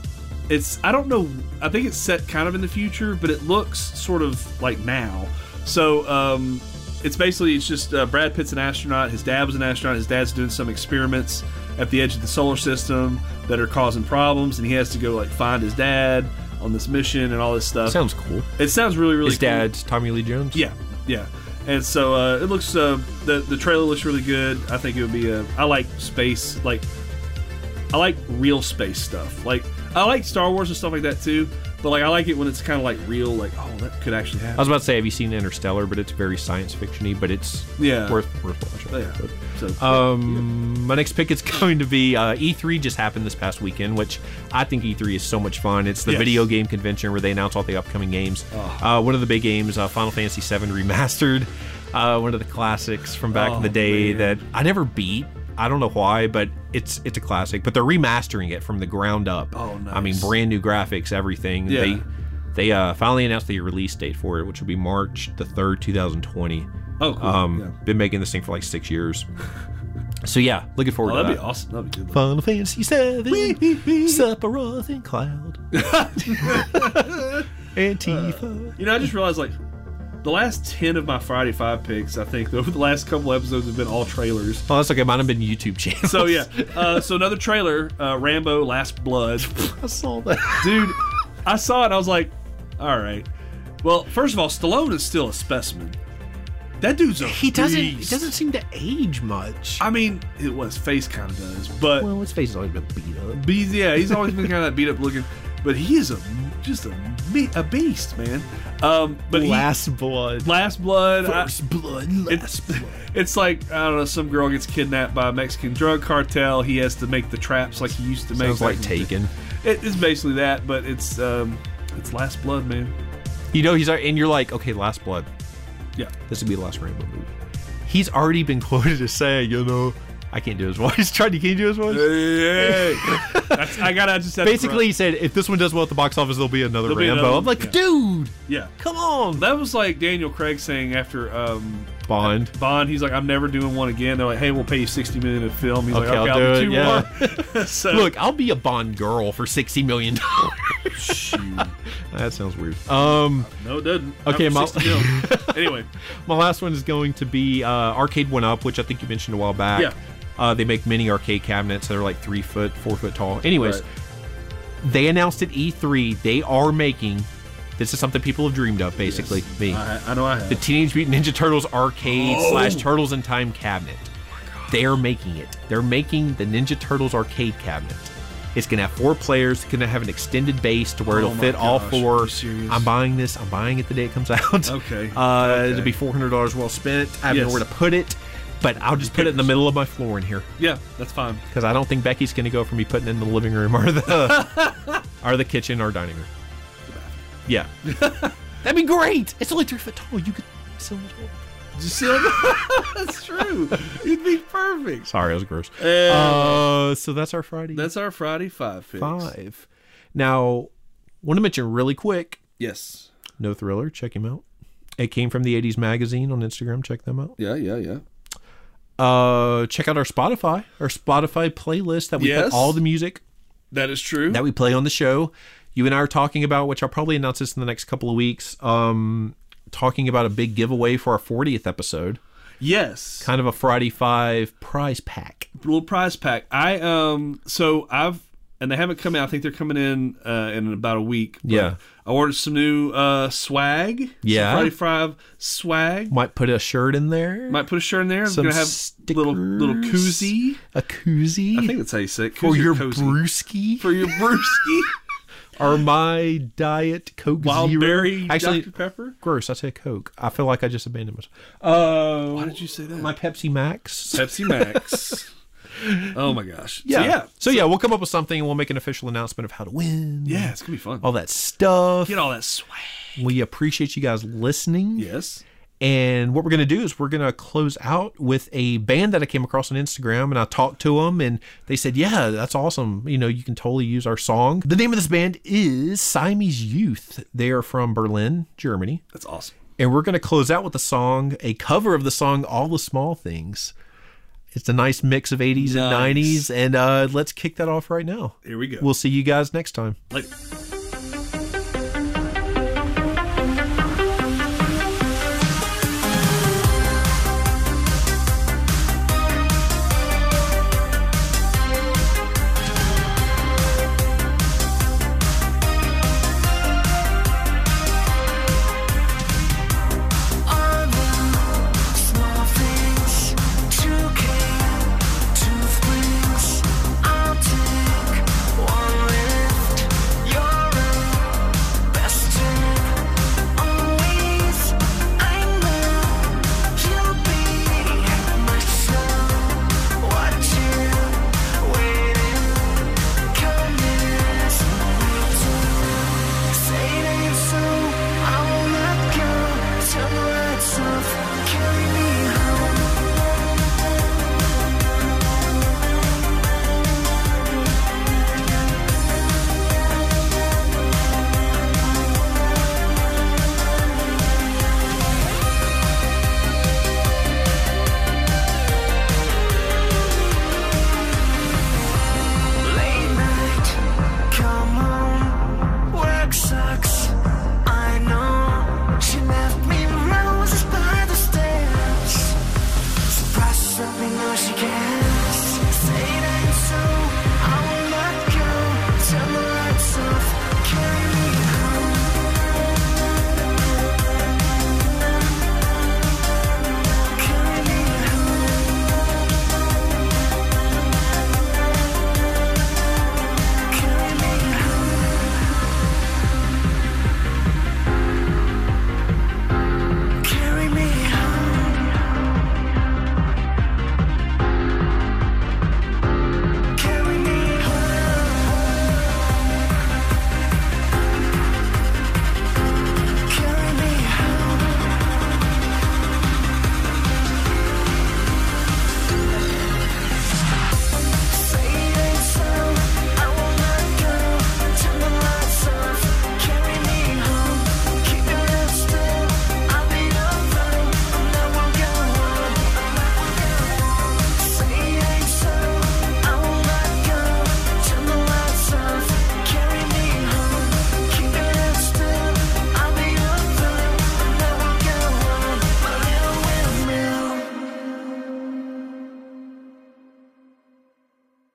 S2: it's I don't know. I think it's set kind of in the future, but it looks sort of like now. So um, it's basically it's just uh, Brad Pitt's an astronaut. His dad was an astronaut. His dad's doing some experiments at the edge of the solar system that are causing problems, and he has to go like find his dad on this mission and all this stuff.
S3: Sounds cool.
S2: it sounds really really
S3: His
S2: cool.
S3: dad's Tommy Lee Jones.
S2: Yeah, yeah. And so uh, it looks uh, the the trailer looks really good. I think it would be a. I like space, like I like real space stuff. Like I like Star Wars and stuff like that too. But like I like it when it's kind of like real. Like oh, that could actually
S3: I was
S2: happen.
S3: about to say, have you seen Interstellar? But it's very science fictiony. But it's
S2: Yeah.
S3: worth worth watching.
S2: yeah. So
S3: Um, my next pick is [LAUGHS] going to be uh, E3. Just happened this past weekend, which I think E3 is so much fun. It's the
S2: Yes. Oh.
S3: video game convention where they announce all the upcoming games. Uh, one of the big games, uh, Final Fantasy VII Remastered, [LAUGHS] uh, one of the classics from back in the
S2: Oh,
S3: day
S2: man.
S3: that I never beat. I don't know why, but it's it's a classic. But they're remastering it from the ground up.
S2: Oh,
S3: I mean,
S2: nice.
S3: brand new graphics, everything.
S2: Yeah.
S3: They they uh, finally announced the release date for it, which will be March the third, two thousand twenty.
S2: oh, cool.
S3: Um,
S2: yeah.
S3: been making this thing for like six years. [LAUGHS] So yeah, looking forward
S2: Oh,
S3: to
S2: that'd be
S3: that.
S2: awesome. That'd be good.
S3: Final Fantasy Seven, Sephiroth and Cloud, [LAUGHS] Antifa.
S2: You know, I just realized like the last ten of my Friday Five picks, I think [LAUGHS] over the last couple episodes have been all trailers.
S3: Oh, that's okay. Mine have been YouTube channels.
S2: [LAUGHS] So yeah, uh, so another trailer, uh, Rambo: Last Blood.
S3: [LAUGHS] I saw that.
S2: dude i saw it and i was like all right well first of all stallone is still a specimen that dude's a
S3: He [LAUGHS] doesn't. He
S2: beast.
S3: doesn't seem to age much.
S2: i mean it was face kind of does but
S3: well, his face has always been beat up.
S2: be- yeah he's always been kind of that beat up looking but he is a just a, me- a beast man um but he-
S3: blood.
S2: last blood I-
S3: First blood.
S2: it's,
S3: Last blood.
S2: it's like I don't know. Some girl gets kidnapped by a Mexican drug cartel. He has to make the traps like he used to make.
S3: Sounds like
S2: back in the day.
S3: Taken.
S2: it, it's basically that, but it's um, it's Last Blood, man.
S3: You know, he's and you're like, okay, Last Blood.
S2: Yeah.
S3: This would be the last Rambo movie. He's already been [LAUGHS] quoted as saying, you know, I can't do his voice. [LAUGHS] Charlie, can you do his voice?
S2: Hey, [LAUGHS] That's, I gotta just have to
S3: Basically, he said, if this one does well at the box office, there'll be another
S2: There'll be
S3: Rambo.
S2: another-
S3: I'm like,
S2: yeah.
S3: dude,
S2: run. yeah.
S3: come on.
S2: That was like Daniel Craig saying after um,
S3: Bond.
S2: Bond, he's like, "I'm never doing one again." They're like, "Hey, we'll pay you sixty million to film." He's
S3: Okay,
S2: like, "Okay,
S3: I'll
S2: I'll,
S3: do
S2: do,
S3: it,
S2: two
S3: yeah. [LAUGHS]
S2: more." so,
S3: Uh, Look, I'll be a Bond girl for $60 million. [LAUGHS] that sounds weird. Um,
S2: no, it doesn't.
S3: Okay,
S2: After
S3: my-
S2: 60 million.
S3: [LAUGHS]
S2: anyway,
S3: My last one is going to be uh, Arcade One Up, which I think you mentioned a while back.
S2: Yeah.
S3: Uh, they make mini arcade cabinets. They're like three foot, four foot tall. Anyways,
S2: Right.
S3: they announced at E3 they are making. This is something people have dreamed of, basically. Me,
S2: I, I know I have.
S3: the Teenage Mutant Ninja Turtles arcade
S2: Oh.
S3: slash Turtles in Time cabinet. They're making it. They're making the Ninja Turtles arcade cabinet. It's gonna have four players. It's gonna have an extended base to where
S2: Oh
S3: it'll
S2: my
S3: fit all
S2: gosh, are
S3: four.
S2: you serious?
S3: I'm buying this. I'm buying it the day it comes out.
S2: [LAUGHS] Okay,
S3: Uh, It'll
S2: okay.
S3: be four hundred dollars well spent. I have
S2: Yes.
S3: nowhere to put it, but I'll just put it in the middle of my floor in here
S2: yeah, that's fine. [LAUGHS]
S3: because I don't think Becky's gonna go for me putting it in the living room or the [LAUGHS] or the kitchen or dining room. Yeah, [LAUGHS] that'd be great. It's only three foot tall. You could sell it. all.
S2: Just so- that's true. It'd be perfect.
S3: Sorry, that was gross.
S2: Eh.
S3: Uh, so that's our Friday
S2: That's our Friday five picks.
S3: five. Now, want to mention really quick.
S2: Yes.
S3: No thriller. Check him out. It came from the '80s magazine on Instagram. Check them out.
S2: Yeah, yeah, yeah.
S3: uh check out our spotify our spotify playlist that we
S2: Yes.
S3: put all the music
S2: That is true.
S3: that we play on the show you and i are talking about which i'll probably announce this in the next couple of weeks um talking about a big giveaway for our 40th episode
S2: yes.
S3: kind of a friday five prize pack
S2: little prize pack. I um so I've and they haven't come in. I think they're coming in uh, in about a week. but
S3: Yeah.
S2: I ordered some new uh, swag. some
S3: Yeah.
S2: Friday Five swag.
S3: might put a shirt in there
S2: Might put a shirt in there.
S3: Some
S2: I'm gonna have little little
S3: stickers.
S2: koozie.
S3: a koozie
S2: I think that's how you say it.
S3: for
S2: koozie or
S3: your
S2: cozy.
S3: brewski
S2: for your
S3: [LAUGHS]
S2: brewski.
S3: or my diet coke
S2: Wild
S3: zero
S2: berry
S3: actually
S2: Dr Pepper.
S3: gross i say coke i feel like i just abandoned myself uh
S2: Why did you say that?
S3: my pepsi max
S2: Pepsi Max. [LAUGHS] oh my gosh. So,
S3: Yeah.
S2: yeah.
S3: So yeah, we'll come up with something and we'll make an official announcement of how to win.
S2: Yeah, It's gonna be fun.
S3: All that stuff.
S2: Get all that swag.
S3: we appreciate you guys listening.
S2: Yes.
S3: And what we're going to do is we're going to close out with a band that I came across on Instagram and I talked to them and they said, "Yeah, that's awesome. You know, you can totally use our song." The name of this band is Siamese Youth. They are from Berlin, Germany.
S2: That's awesome.
S3: And we're going to close out with a song, a cover of the song All the Small Things. It's a nice mix of
S2: Nice.
S3: 80s and 90s. And uh, let's kick that off right now.
S2: Here we go.
S3: We'll see you guys next time.
S2: Later.